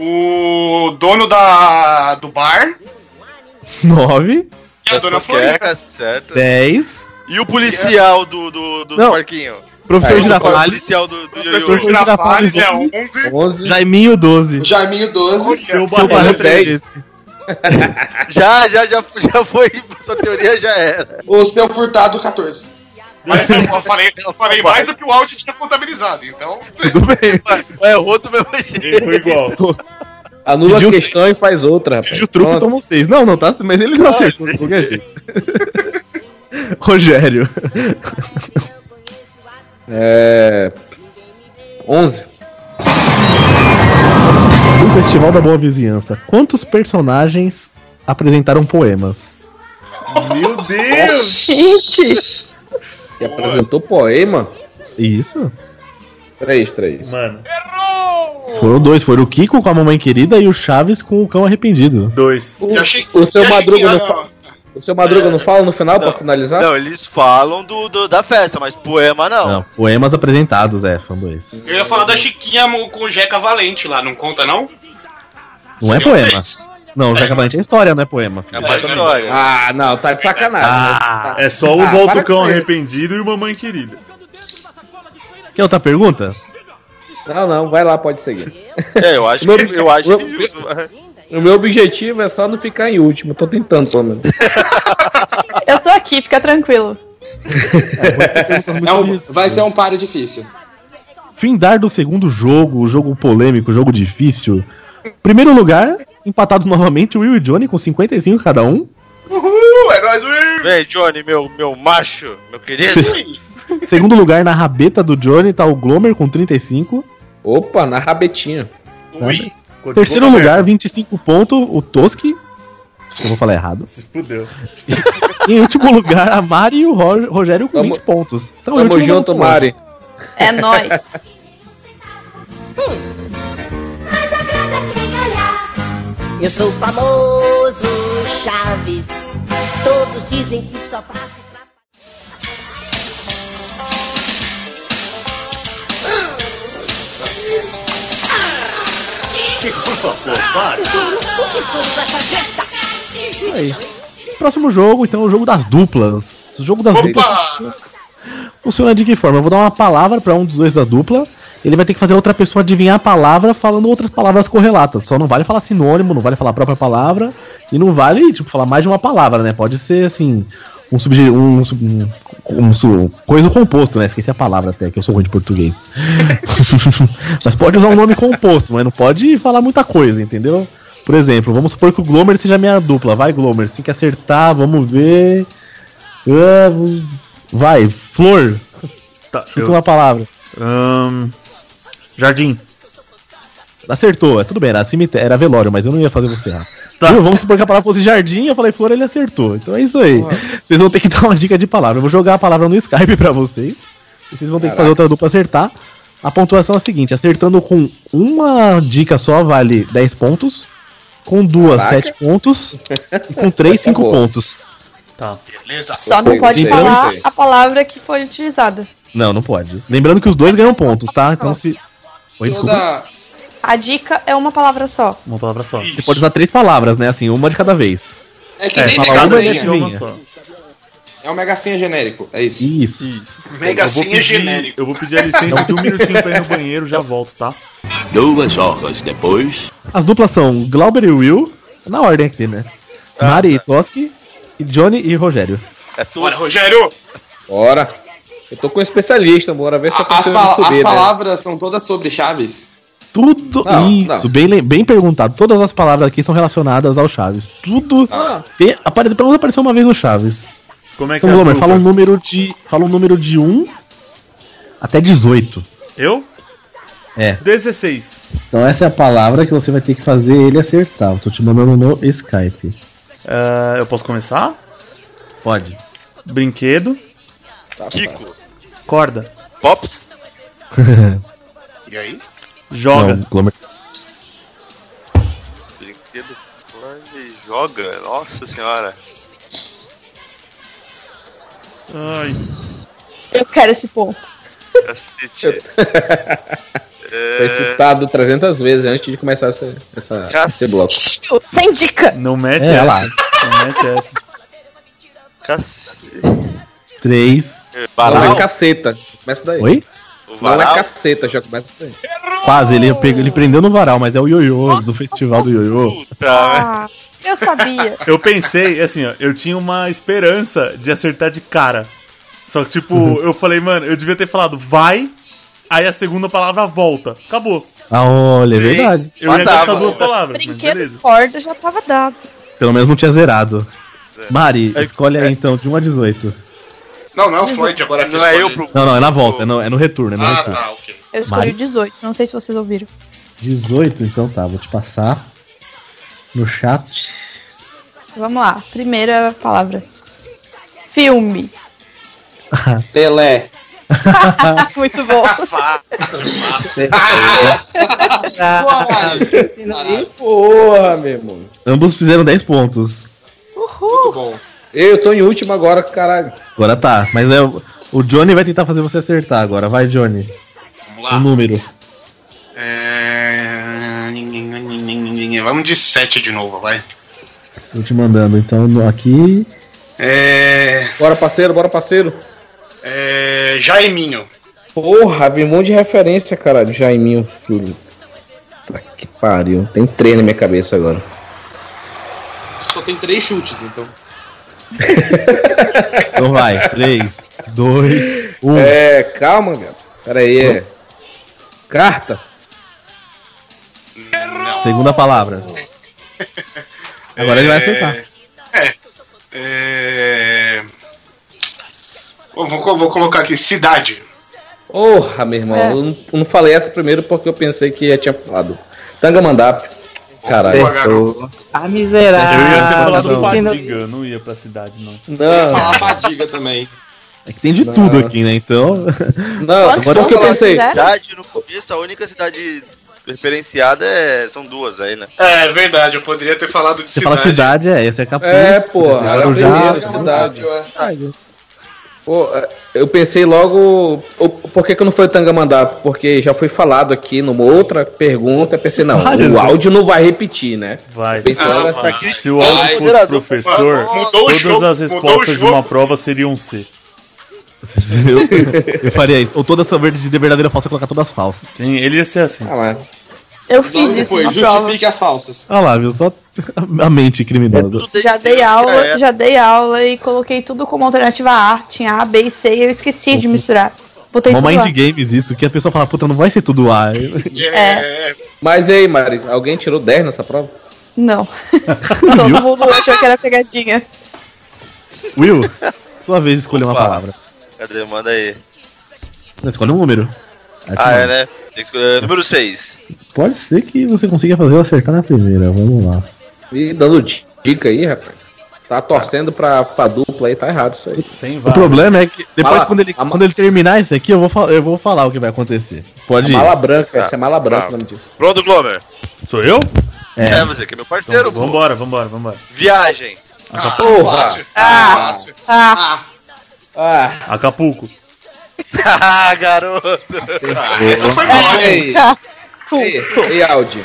[SPEAKER 9] o dono da, do bar
[SPEAKER 1] nove,
[SPEAKER 9] e a dona Florinda.
[SPEAKER 5] Queca, certo.
[SPEAKER 1] dez.
[SPEAKER 5] E o policial do, do, do
[SPEAKER 1] Não.
[SPEAKER 5] parquinho?
[SPEAKER 1] Professor
[SPEAKER 5] Aí, é O
[SPEAKER 1] Girafales.
[SPEAKER 5] policial do, do
[SPEAKER 9] Professor
[SPEAKER 5] Yoyo.
[SPEAKER 1] Jorge
[SPEAKER 9] Girafales é
[SPEAKER 1] Girafales,
[SPEAKER 9] 11.
[SPEAKER 6] Onze.
[SPEAKER 1] Jaiminho,
[SPEAKER 6] Hum.
[SPEAKER 1] doze.
[SPEAKER 3] Jaiminho 12.
[SPEAKER 1] Seu
[SPEAKER 2] Seu barriga.
[SPEAKER 1] barulho
[SPEAKER 6] é dez.
[SPEAKER 5] Já, já, já, já foi. Sua teoria já era.
[SPEAKER 3] O seu furtado 14.
[SPEAKER 9] Mas eu, eu falei, eu falei mais do que o áudio tinha contabilizado, então.
[SPEAKER 1] Tudo bem.
[SPEAKER 5] Mas errou do É, mesmo jeito.
[SPEAKER 2] Foi igual.
[SPEAKER 6] Anula
[SPEAKER 1] Pediu
[SPEAKER 6] a questão e faz outra, rapaz.
[SPEAKER 1] O truque
[SPEAKER 6] Pronto.
[SPEAKER 1] tomou seis. Não, não, tá. Mas ele já acertou de qualquer jeito. Rogério. então.
[SPEAKER 6] É. 11.
[SPEAKER 1] No Festival da Boa Vizinhança, quantos personagens apresentaram poemas?
[SPEAKER 2] Meu Deus!
[SPEAKER 4] Gente!
[SPEAKER 6] Que apresentou poema?
[SPEAKER 1] Isso.
[SPEAKER 6] 3, 3.
[SPEAKER 2] Mano,
[SPEAKER 1] Foram dois, foram o Kiko com a mamãe querida e o Chaves com o cão arrependido.
[SPEAKER 2] dois.
[SPEAKER 9] Eu achei-
[SPEAKER 6] O seu
[SPEAKER 9] eu achei
[SPEAKER 6] Madruga
[SPEAKER 9] que-
[SPEAKER 6] não fala. O seu Madruga não fala no final pra finalizar?
[SPEAKER 5] Não, eles falam do, do- da festa, mas poema não.
[SPEAKER 1] Não, poemas apresentados, é, foram dois.
[SPEAKER 9] Eu ia falar da Chiquinha mo- com o Jeca Valente lá, não conta não?
[SPEAKER 1] Não é
[SPEAKER 9] Seriam
[SPEAKER 1] poema.
[SPEAKER 9] três.
[SPEAKER 1] Não, o Jaca Valente é história, não é poema.
[SPEAKER 5] É
[SPEAKER 1] filho.
[SPEAKER 5] uma história.
[SPEAKER 6] Ah, não, tá de sacanagem. né? Tá.
[SPEAKER 2] É só o
[SPEAKER 6] Ah,
[SPEAKER 2] Volta
[SPEAKER 6] para
[SPEAKER 2] o Cão
[SPEAKER 6] com isso.
[SPEAKER 2] arrependido e o Mamãe Querida.
[SPEAKER 1] Quer outra pergunta?
[SPEAKER 6] Não, não, vai lá, pode seguir.
[SPEAKER 5] É, eu acho que. Eu acho que né?
[SPEAKER 6] O meu objetivo é só não ficar em último, tô tentando, pelo menos.
[SPEAKER 4] Eu tô aqui, fica tranquilo.
[SPEAKER 3] É um- vai ser um paro difícil.
[SPEAKER 1] Findar do segundo jogo, jogo polêmico, jogo difícil. Primeiro lugar, empatados novamente, Will e Johnny com 55 cada um.
[SPEAKER 9] Uhul, é nóis, ui!
[SPEAKER 5] Vem, Johnny, meu, meu macho, meu querido.
[SPEAKER 1] Segundo lugar, na rabeta do Johnny, tá o Glomer com 35.
[SPEAKER 6] Opa, na rabetinha.
[SPEAKER 9] Ui,
[SPEAKER 3] é
[SPEAKER 1] Terceiro lugar, 25 pontos, o Toski. Eu vou falar errado.
[SPEAKER 2] Se fudeu.
[SPEAKER 1] Em último lugar, a Mari e o Ro- Rogério com
[SPEAKER 6] Tamo-
[SPEAKER 1] 20 pontos. Então, em
[SPEAKER 6] Tamo
[SPEAKER 1] último
[SPEAKER 6] junto,
[SPEAKER 1] lugar,
[SPEAKER 6] Mari.
[SPEAKER 4] É nóis.
[SPEAKER 16] Mas agrada quem olhar.
[SPEAKER 7] Eu sou o famoso Chaves. Todos dizem que só faço.
[SPEAKER 9] Por favor, pare.
[SPEAKER 1] Aí. Próximo jogo, então, o jogo das duplas. O jogo das duplas funciona de que forma? Eu vou dar uma palavra pra um dos dois da dupla. Ele vai ter que fazer outra pessoa adivinhar a palavra falando outras palavras correlatas. Só não vale falar sinônimo, não vale falar a própria palavra. E não vale, tipo, falar mais de uma palavra, né? Pode ser, assim, um subje... um, sub- um, um su- coisa composto, né? Esqueci a palavra até, que eu sou ruim de português. mas pode usar um nome composto, mas não pode falar muita coisa, entendeu? Por exemplo, vamos supor que o Glomer seja minha dupla. Vai, Glomer, você tem que acertar, vamos ver. Ah, vai, flor.
[SPEAKER 2] Tá,
[SPEAKER 1] Chuta
[SPEAKER 2] eu-
[SPEAKER 1] uma palavra.
[SPEAKER 2] jardim.
[SPEAKER 1] Acertou, é tudo bem, era cemitério, era velório, mas eu não ia fazer você errar. Viu? Vamos supor que a palavra fosse jardim, eu falei flor, ele acertou. Então é isso aí. Vocês vão ter que dar uma dica de palavra. Eu vou jogar a palavra no Skype pra vocês. E Vocês vão ter que fazer outra dupla acertar. A pontuação é a seguinte: acertando com uma dica só vale 10 pontos, com duas,
[SPEAKER 6] Caraca.
[SPEAKER 1] 7 pontos, e com três,
[SPEAKER 6] Tá
[SPEAKER 1] 5
[SPEAKER 6] boa.
[SPEAKER 1] pontos.
[SPEAKER 2] Tá.
[SPEAKER 9] Beleza.
[SPEAKER 4] Só não pode
[SPEAKER 1] Lembrando-
[SPEAKER 4] falar a palavra que foi utilizada.
[SPEAKER 1] Não, não pode. Lembrando que os dois ganham pontos, tá? Então se. Oi, desculpa.
[SPEAKER 4] A dica é uma palavra só.
[SPEAKER 2] Uma palavra só.
[SPEAKER 1] Você pode usar três palavras, né? Assim, uma de cada vez.
[SPEAKER 3] É que
[SPEAKER 1] É,
[SPEAKER 3] nem
[SPEAKER 1] fala
[SPEAKER 3] Mega
[SPEAKER 1] uma e
[SPEAKER 3] Senha.
[SPEAKER 1] adivinha.
[SPEAKER 3] É um Mega Senha genérico, é isso.
[SPEAKER 1] Isso.
[SPEAKER 3] Mega
[SPEAKER 2] eu vou
[SPEAKER 3] Senha
[SPEAKER 2] pedir,
[SPEAKER 3] genérico.
[SPEAKER 2] Eu vou pedir a licença de um minutinho pra ir no banheiro, já volto, tá?
[SPEAKER 18] Duas horas depois.
[SPEAKER 1] As duplas são Glauber e Will, na ordem aqui, né?
[SPEAKER 2] Ah,
[SPEAKER 1] Mari e
[SPEAKER 2] tá.
[SPEAKER 1] Toski, e Johnny e Rogério.
[SPEAKER 5] É
[SPEAKER 9] Bora, Rogério!
[SPEAKER 6] Bora. Eu tô com um especialista, bora ver se eu
[SPEAKER 3] As,
[SPEAKER 6] consigo
[SPEAKER 3] pala- as
[SPEAKER 6] subir, né?
[SPEAKER 3] palavras são todas sobre Chaves?
[SPEAKER 1] Tudo
[SPEAKER 6] Não,
[SPEAKER 1] isso,
[SPEAKER 6] não.
[SPEAKER 1] Bem, le- bem perguntado. Todas as palavras aqui são relacionadas ao Chaves. Tudo. Te, apare, pelo menos apareceu uma vez no Chaves.
[SPEAKER 2] Como é Ah. que
[SPEAKER 1] Então,
[SPEAKER 2] é a
[SPEAKER 1] Glomer,
[SPEAKER 2] dupla?
[SPEAKER 1] fala um número de. Fala um número de 1 até 18.
[SPEAKER 2] Eu?
[SPEAKER 1] É.
[SPEAKER 2] 16.
[SPEAKER 1] Então essa é a palavra que você vai ter que fazer ele acertar. Eu tô te mandando no Skype.
[SPEAKER 2] Ah, eu posso começar?
[SPEAKER 1] Pode.
[SPEAKER 2] Brinquedo.
[SPEAKER 5] Kiko.
[SPEAKER 2] Corda.
[SPEAKER 5] Pops.
[SPEAKER 9] E aí?
[SPEAKER 2] Joga.
[SPEAKER 1] Não, Glomer.
[SPEAKER 5] Brinquedo. corre, Joga. Nossa senhora.
[SPEAKER 2] Ai.
[SPEAKER 4] Eu quero esse ponto.
[SPEAKER 5] Cacete.
[SPEAKER 6] Foi
[SPEAKER 9] É.
[SPEAKER 6] citado 300 vezes antes de começar essa, essa-
[SPEAKER 5] É,
[SPEAKER 6] esse bloco.
[SPEAKER 4] Tio, Sem dica.
[SPEAKER 2] Não mete
[SPEAKER 6] É,
[SPEAKER 2] essa.
[SPEAKER 6] lá.
[SPEAKER 2] Não mete essa.
[SPEAKER 5] Cacete.
[SPEAKER 1] 3.
[SPEAKER 6] Não é caceta. Começa daí.
[SPEAKER 1] Oi?
[SPEAKER 6] Não é caceta, já começa daí.
[SPEAKER 1] Quase, ele, pegou- ele prendeu no varal, mas é o ioiô do festival do ioiô.
[SPEAKER 5] né?
[SPEAKER 4] Ah, eu sabia.
[SPEAKER 2] Eu pensei, assim, ó, eu tinha uma esperança de acertar de cara. Só que,
[SPEAKER 1] Uhum.
[SPEAKER 2] tipo, eu falei, mano, eu devia ter falado vai, aí a segunda palavra volta. Acabou.
[SPEAKER 1] Ah, olha, é verdade.
[SPEAKER 2] Eu ia gastar duas palavras, mas beleza.
[SPEAKER 4] Brinquedo corda já tava dado.
[SPEAKER 1] Pelo menos não tinha zerado.
[SPEAKER 5] É.
[SPEAKER 1] Mari, escolhe aí então, de 1 a 18.
[SPEAKER 9] Não, não é o Floyd agora que
[SPEAKER 5] Não é eu
[SPEAKER 9] escolhe.
[SPEAKER 5] pro.
[SPEAKER 1] Não, não, é na volta, é no, é no retorno, é no
[SPEAKER 9] Ah,
[SPEAKER 1] retorno.
[SPEAKER 9] tá, ok.
[SPEAKER 4] Eu escolhi
[SPEAKER 1] Mari.
[SPEAKER 4] o 18, não sei se vocês ouviram.
[SPEAKER 1] 18, então tá, vou te passar no chat.
[SPEAKER 4] Vamos lá, primeira palavra. Filme.
[SPEAKER 6] Pelé.
[SPEAKER 4] Muito bom.
[SPEAKER 6] Porra, meu irmão.
[SPEAKER 1] Ambos fizeram 10 pontos.
[SPEAKER 6] Muito bom. Eu tô em último agora, caralho.
[SPEAKER 1] Agora tá, mas é, o- o Johnny vai tentar fazer você acertar agora. Vai, Johnny. Vamos
[SPEAKER 9] lá.
[SPEAKER 1] O número.
[SPEAKER 9] É... Vamos de 7 de novo, vai.
[SPEAKER 1] Tô te mandando, então no- aqui.
[SPEAKER 9] É.
[SPEAKER 6] Bora, parceiro, bora, parceiro.
[SPEAKER 9] É. Jaiminho.
[SPEAKER 6] Porra, vi um monte de referência, caralho. Jaiminho, filho. Tá que pariu. Tem três na minha cabeça agora.
[SPEAKER 3] Só tem três chutes, então.
[SPEAKER 1] Então vai, um. 3, 2, 1.
[SPEAKER 6] É, calma, velho. Pera aí. é.
[SPEAKER 1] Hum.
[SPEAKER 6] Carta.
[SPEAKER 1] Segunda palavra. Agora ele vai acertar.
[SPEAKER 9] É. É. Vou, vou- vou colocar aqui, cidade.
[SPEAKER 6] Porra, meu irmão. Eu não, eu não falei essa primeiro porque eu pensei que já tinha falado. Tangamandap. Caralho.
[SPEAKER 9] Boa, garoto.
[SPEAKER 10] Ah, miserável.
[SPEAKER 2] Eu
[SPEAKER 1] Ah,
[SPEAKER 2] ia ter falado
[SPEAKER 1] tá
[SPEAKER 6] não.
[SPEAKER 2] fadiga, eu não ia pra cidade, não.
[SPEAKER 6] Não.
[SPEAKER 3] Fadiga também.
[SPEAKER 1] É que tem de tudo aqui, né? Então.
[SPEAKER 6] Não, agora o que eu pensei.
[SPEAKER 4] É?
[SPEAKER 5] Cidade, no começo, a única cidade referenciada é... são duas aí, né?
[SPEAKER 9] É verdade, eu poderia ter falado de
[SPEAKER 1] Você
[SPEAKER 9] cidade.
[SPEAKER 1] fala cidade, é, essa é Acapulco.
[SPEAKER 6] É, pô,
[SPEAKER 1] essa é
[SPEAKER 6] era
[SPEAKER 1] Guarujá.
[SPEAKER 6] primeiro, cidade. Pô, é, eu pensei logo. o- Por que, que não foi o Tangamandá? Porque já foi falado aqui numa outra pergunta. eu Pensei, não,
[SPEAKER 2] Várias,
[SPEAKER 6] o
[SPEAKER 2] né?
[SPEAKER 6] áudio não vai repetir, né?
[SPEAKER 2] Vai.
[SPEAKER 6] Pensei,
[SPEAKER 9] Ah,
[SPEAKER 6] olha essa aqui.
[SPEAKER 2] Se o áudio fosse professor,
[SPEAKER 6] Mudou o
[SPEAKER 2] todas
[SPEAKER 6] jogo,
[SPEAKER 2] as
[SPEAKER 6] mudou o
[SPEAKER 2] respostas de
[SPEAKER 6] jogo.
[SPEAKER 2] uma prova seriam C.
[SPEAKER 1] Eu, eu faria isso. Ou todas são verdes de verdadeira falsa, colocar todas falsas.
[SPEAKER 2] Sim, ele ia ser assim.
[SPEAKER 6] Ah lá.
[SPEAKER 4] Eu fiz isso
[SPEAKER 3] Depois,
[SPEAKER 4] na prova.
[SPEAKER 3] justifique as falsas.
[SPEAKER 1] Ah lá, viu? Só a mente criminosa.
[SPEAKER 4] Já dei
[SPEAKER 5] um
[SPEAKER 4] aula,
[SPEAKER 3] é.
[SPEAKER 4] já dei aula e coloquei tudo como alternativa A. Tinha A, B e C e eu esqueci de misturar. Botei
[SPEAKER 1] Uma
[SPEAKER 4] tudo
[SPEAKER 1] mind
[SPEAKER 4] lá.
[SPEAKER 1] games isso, que a pessoa fala, puta, não vai ser tudo A.
[SPEAKER 4] É.
[SPEAKER 6] Mas e aí, Mari, alguém tirou 10 nessa prova?
[SPEAKER 4] Não. Todo mundo achou que era pegadinha.
[SPEAKER 1] Will, sua vez de escolher uma
[SPEAKER 5] Opa.
[SPEAKER 1] palavra.
[SPEAKER 5] né? Cadê? Manda aí.
[SPEAKER 1] Não, escolhe um número. Aí
[SPEAKER 5] Ah,
[SPEAKER 1] tu-
[SPEAKER 5] é, né? Tem que escolher. Número 6.
[SPEAKER 1] Pode ser que você consiga fazer eu acertar na primeira, vamos lá.
[SPEAKER 6] E dando dica aí, rapaz. Tá torcendo pra, pra dupla aí, tá errado isso aí.
[SPEAKER 2] Sem
[SPEAKER 1] O problema é que depois,
[SPEAKER 6] Fala.
[SPEAKER 1] quando, ele, quando ele terminar isso aqui, eu vou, fal- eu vou falar o que vai acontecer. Pode ir.
[SPEAKER 6] Mala branca,
[SPEAKER 1] Ah,
[SPEAKER 6] essa é mala branca o nome disso.
[SPEAKER 5] Tá. Pronto, Glover.
[SPEAKER 2] Sou eu?
[SPEAKER 5] É, você que é meu parceiro,
[SPEAKER 2] Então, vambora, vambora, vambora.
[SPEAKER 5] Viagem.
[SPEAKER 2] Acapulco.
[SPEAKER 5] Ah,
[SPEAKER 4] ah,
[SPEAKER 6] ah.
[SPEAKER 2] Acapulco.
[SPEAKER 5] ah, garoto.
[SPEAKER 6] Ei, ei, Aldi.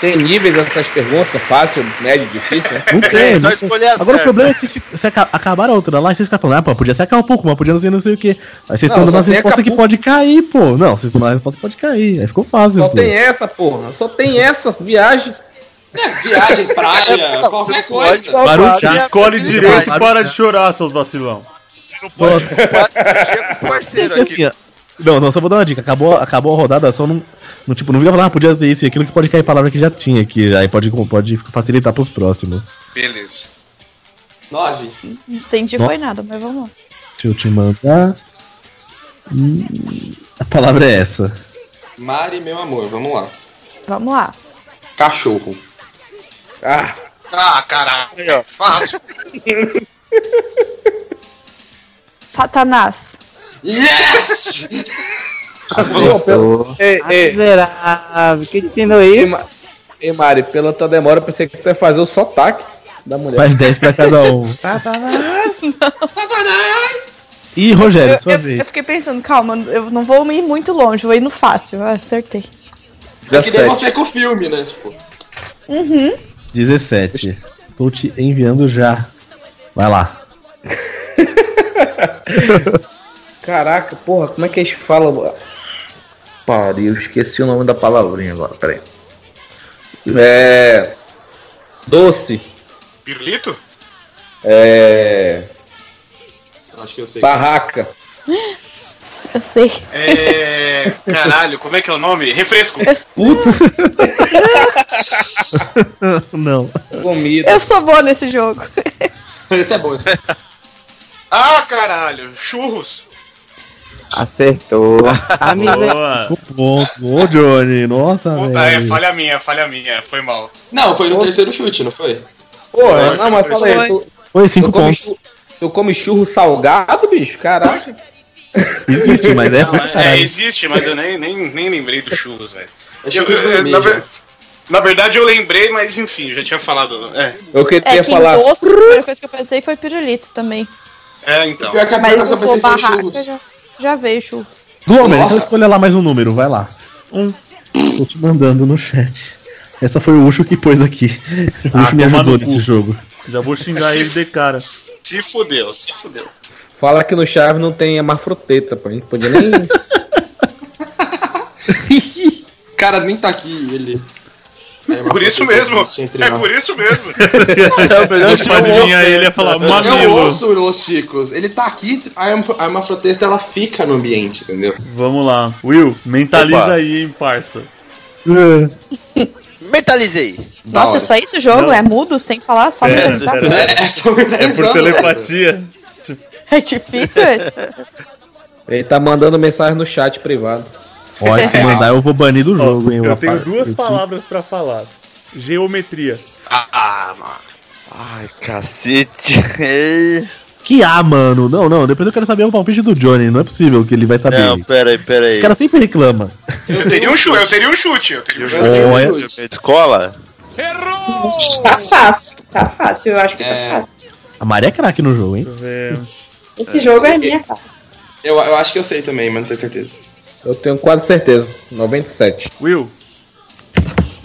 [SPEAKER 6] Tem níveis essas perguntas? Fácil, médio, difícil? Né?
[SPEAKER 1] Não
[SPEAKER 5] É
[SPEAKER 1] tem. não tem.
[SPEAKER 6] tá
[SPEAKER 1] Agora o problema é que vocês, ficam- vocês aca- acabaram a outra lá e vocês ficam falando, ah, pô, podia ser um pouco, mas podia não ser não sei o quê. Aí vocês
[SPEAKER 6] Não,
[SPEAKER 1] estão dando
[SPEAKER 6] só
[SPEAKER 1] as
[SPEAKER 6] tem
[SPEAKER 1] respostas que
[SPEAKER 6] Acapulco.
[SPEAKER 1] pode cair, pô. Não, vocês estão dando a resposta que pode cair. Aí ficou fácil,
[SPEAKER 6] Só
[SPEAKER 1] pô.
[SPEAKER 6] tem essa, porra. Só tem essa. Viagem.
[SPEAKER 3] Viagem, praia, qualquer coisa.
[SPEAKER 6] Tá
[SPEAKER 2] Barulho, escolhe
[SPEAKER 1] Barulho.
[SPEAKER 2] direito e
[SPEAKER 1] Barulho.
[SPEAKER 2] para de chorar, seus vacilão.
[SPEAKER 1] Nossa.
[SPEAKER 9] um
[SPEAKER 5] parceiro
[SPEAKER 1] Porque assim, ó, Não, não, só vou dar uma dica. Acabou, acabou a rodada, só não. não, tipo, não fica falando, ah, podia ser isso e aquilo que pode cair palavra que já tinha, que aí pode, pode facilitar pros próximos.
[SPEAKER 5] Beleza.
[SPEAKER 3] Nove.
[SPEAKER 4] Não entendi foi nada, mas vamos lá.
[SPEAKER 1] Deixa eu te mandar. Hum, A palavra é essa.
[SPEAKER 3] Mari, meu amor, vamos lá.
[SPEAKER 4] Vamos lá.
[SPEAKER 3] Cachorro.
[SPEAKER 6] Ah,
[SPEAKER 9] Ah, caralho. Fácil.
[SPEAKER 4] Satanás.
[SPEAKER 3] Yes!
[SPEAKER 6] Pô, pelo- Ei, ei.
[SPEAKER 10] Tá Miserável, que ensinou isso?
[SPEAKER 6] Ei, Mari, pela tua demora, eu pensei que tu ia fazer o sotaque da mulher.
[SPEAKER 1] Faz 10 pra cada um.
[SPEAKER 6] Satanás!
[SPEAKER 1] Ih, Rogério, é sua vez.
[SPEAKER 4] Eu fiquei pensando, calma, eu não vou ir muito longe, vou ir no fácil. Ah, acertei.
[SPEAKER 6] Tá
[SPEAKER 3] Que nem
[SPEAKER 1] 17.
[SPEAKER 3] você com o filme, né? Tipo,
[SPEAKER 4] Uhum.
[SPEAKER 1] 17. Estou te enviando já. Vai lá.
[SPEAKER 6] Caraca, porra, como é que eles falam? Pariu, esqueci o nome da palavrinha agora, peraí. É. Doce.
[SPEAKER 9] Pirulito?
[SPEAKER 6] É.
[SPEAKER 3] acho que eu sei.
[SPEAKER 6] Barraca.
[SPEAKER 4] Eu sei.
[SPEAKER 9] É. Caralho, como é que é o nome? Refresco.
[SPEAKER 1] Putz! Não.
[SPEAKER 6] Comida.
[SPEAKER 4] Eu sou boa nesse jogo.
[SPEAKER 3] Isso é bom. isso.
[SPEAKER 9] Ah, caralho. Churros.
[SPEAKER 17] Acertou.
[SPEAKER 2] Boa.
[SPEAKER 1] Um ponto. Ô, Johnny, nossa,
[SPEAKER 9] Puta, é,
[SPEAKER 1] velho.
[SPEAKER 9] falha minha, falha minha. Foi mal.
[SPEAKER 3] Não, foi no terceiro chute, não foi? É
[SPEAKER 6] Pô, não, mas fala aí. Tu,
[SPEAKER 1] Foi 5
[SPEAKER 6] tu come
[SPEAKER 1] pontos.
[SPEAKER 6] churro, tu come churro salgado, bicho? Caraca.
[SPEAKER 1] Existe, mas é.
[SPEAKER 9] Não, é, existe, mas eu nem, nem, nem lembrei do churros, velho.
[SPEAKER 3] É
[SPEAKER 9] Eu-
[SPEAKER 3] churros
[SPEAKER 9] eu-
[SPEAKER 3] gourmet,
[SPEAKER 9] na, ver- na verdade eu lembrei, mas enfim, eu já tinha falado. É,
[SPEAKER 6] Eu que
[SPEAKER 4] É que em doce, a primeira coisa que eu pensei foi pirulito também.
[SPEAKER 9] é então.
[SPEAKER 3] Pior que a
[SPEAKER 4] Mas
[SPEAKER 3] primeira coisa
[SPEAKER 4] eu
[SPEAKER 3] que eu
[SPEAKER 4] vou
[SPEAKER 3] pensei foi
[SPEAKER 4] barraca,
[SPEAKER 3] churros.
[SPEAKER 4] já, já veio churros.
[SPEAKER 1] Glomer, então
[SPEAKER 3] Nossa.
[SPEAKER 1] escolha lá mais um número, vai lá.
[SPEAKER 2] Um.
[SPEAKER 1] Tô te mandando no chat. Essa foi o Ucho que pôs aqui. O
[SPEAKER 2] Ah,
[SPEAKER 1] Ucho me
[SPEAKER 2] tomar
[SPEAKER 1] ajudou
[SPEAKER 2] no cu.
[SPEAKER 1] nesse jogo.
[SPEAKER 2] Já vou xingar ele de cara. Se
[SPEAKER 9] Se fudeu, se fudeu.
[SPEAKER 6] Fala que no Chaves não tem a fruteta, pô. A gente podia nem.
[SPEAKER 3] Cara, nem tá aqui ele.
[SPEAKER 9] Por isso mesmo. É por isso mesmo. É
[SPEAKER 2] eu adivinhar
[SPEAKER 9] né?
[SPEAKER 2] ele ia
[SPEAKER 3] É,
[SPEAKER 2] falar,
[SPEAKER 3] Eu
[SPEAKER 2] mamilo.
[SPEAKER 3] ouço os um Chicos. Ele tá aqui, a hermaf- a hermafrodita ela fica no ambiente, entendeu?
[SPEAKER 2] Vamos lá. Will, mentaliza
[SPEAKER 3] Opa.
[SPEAKER 2] aí, hein, parça.
[SPEAKER 5] Mentalizei.
[SPEAKER 4] Nossa, é só isso o jogo? É mudo, sem falar, só
[SPEAKER 1] é
[SPEAKER 4] tá? mentalizar?
[SPEAKER 2] É, por telepatia.
[SPEAKER 4] É difícil esse.
[SPEAKER 6] Ele tá mandando mensagem no chat privado.
[SPEAKER 1] Olha, se mandar, eu vou banir do jogo, hein?
[SPEAKER 2] Eu tenho
[SPEAKER 1] rapaz.
[SPEAKER 2] duas
[SPEAKER 1] Eu-
[SPEAKER 2] palavras pra falar. Geometria.
[SPEAKER 9] Ah, mano.
[SPEAKER 5] Ai, cacete.
[SPEAKER 1] Que A, mano. Não, não. Depois eu quero saber o palpite do Johnny. Não é possível que ele vai saber.
[SPEAKER 5] Não, peraí, peraí.
[SPEAKER 1] Esse cara sempre reclama.
[SPEAKER 9] Eu teria um chute, eu teria um chute. Eu teria um chute.
[SPEAKER 1] Olha.
[SPEAKER 5] Escola?
[SPEAKER 8] Gente, tá fácil. Tá fácil, eu acho que tá fácil.
[SPEAKER 1] A Maria é craque no jogo, hein?
[SPEAKER 2] Deixa eu ver.
[SPEAKER 8] Esse jogo é minha cara.
[SPEAKER 3] Eu, eu acho que eu sei também, mas não tenho certeza.
[SPEAKER 6] Eu tenho quase certeza. 97.
[SPEAKER 2] Will.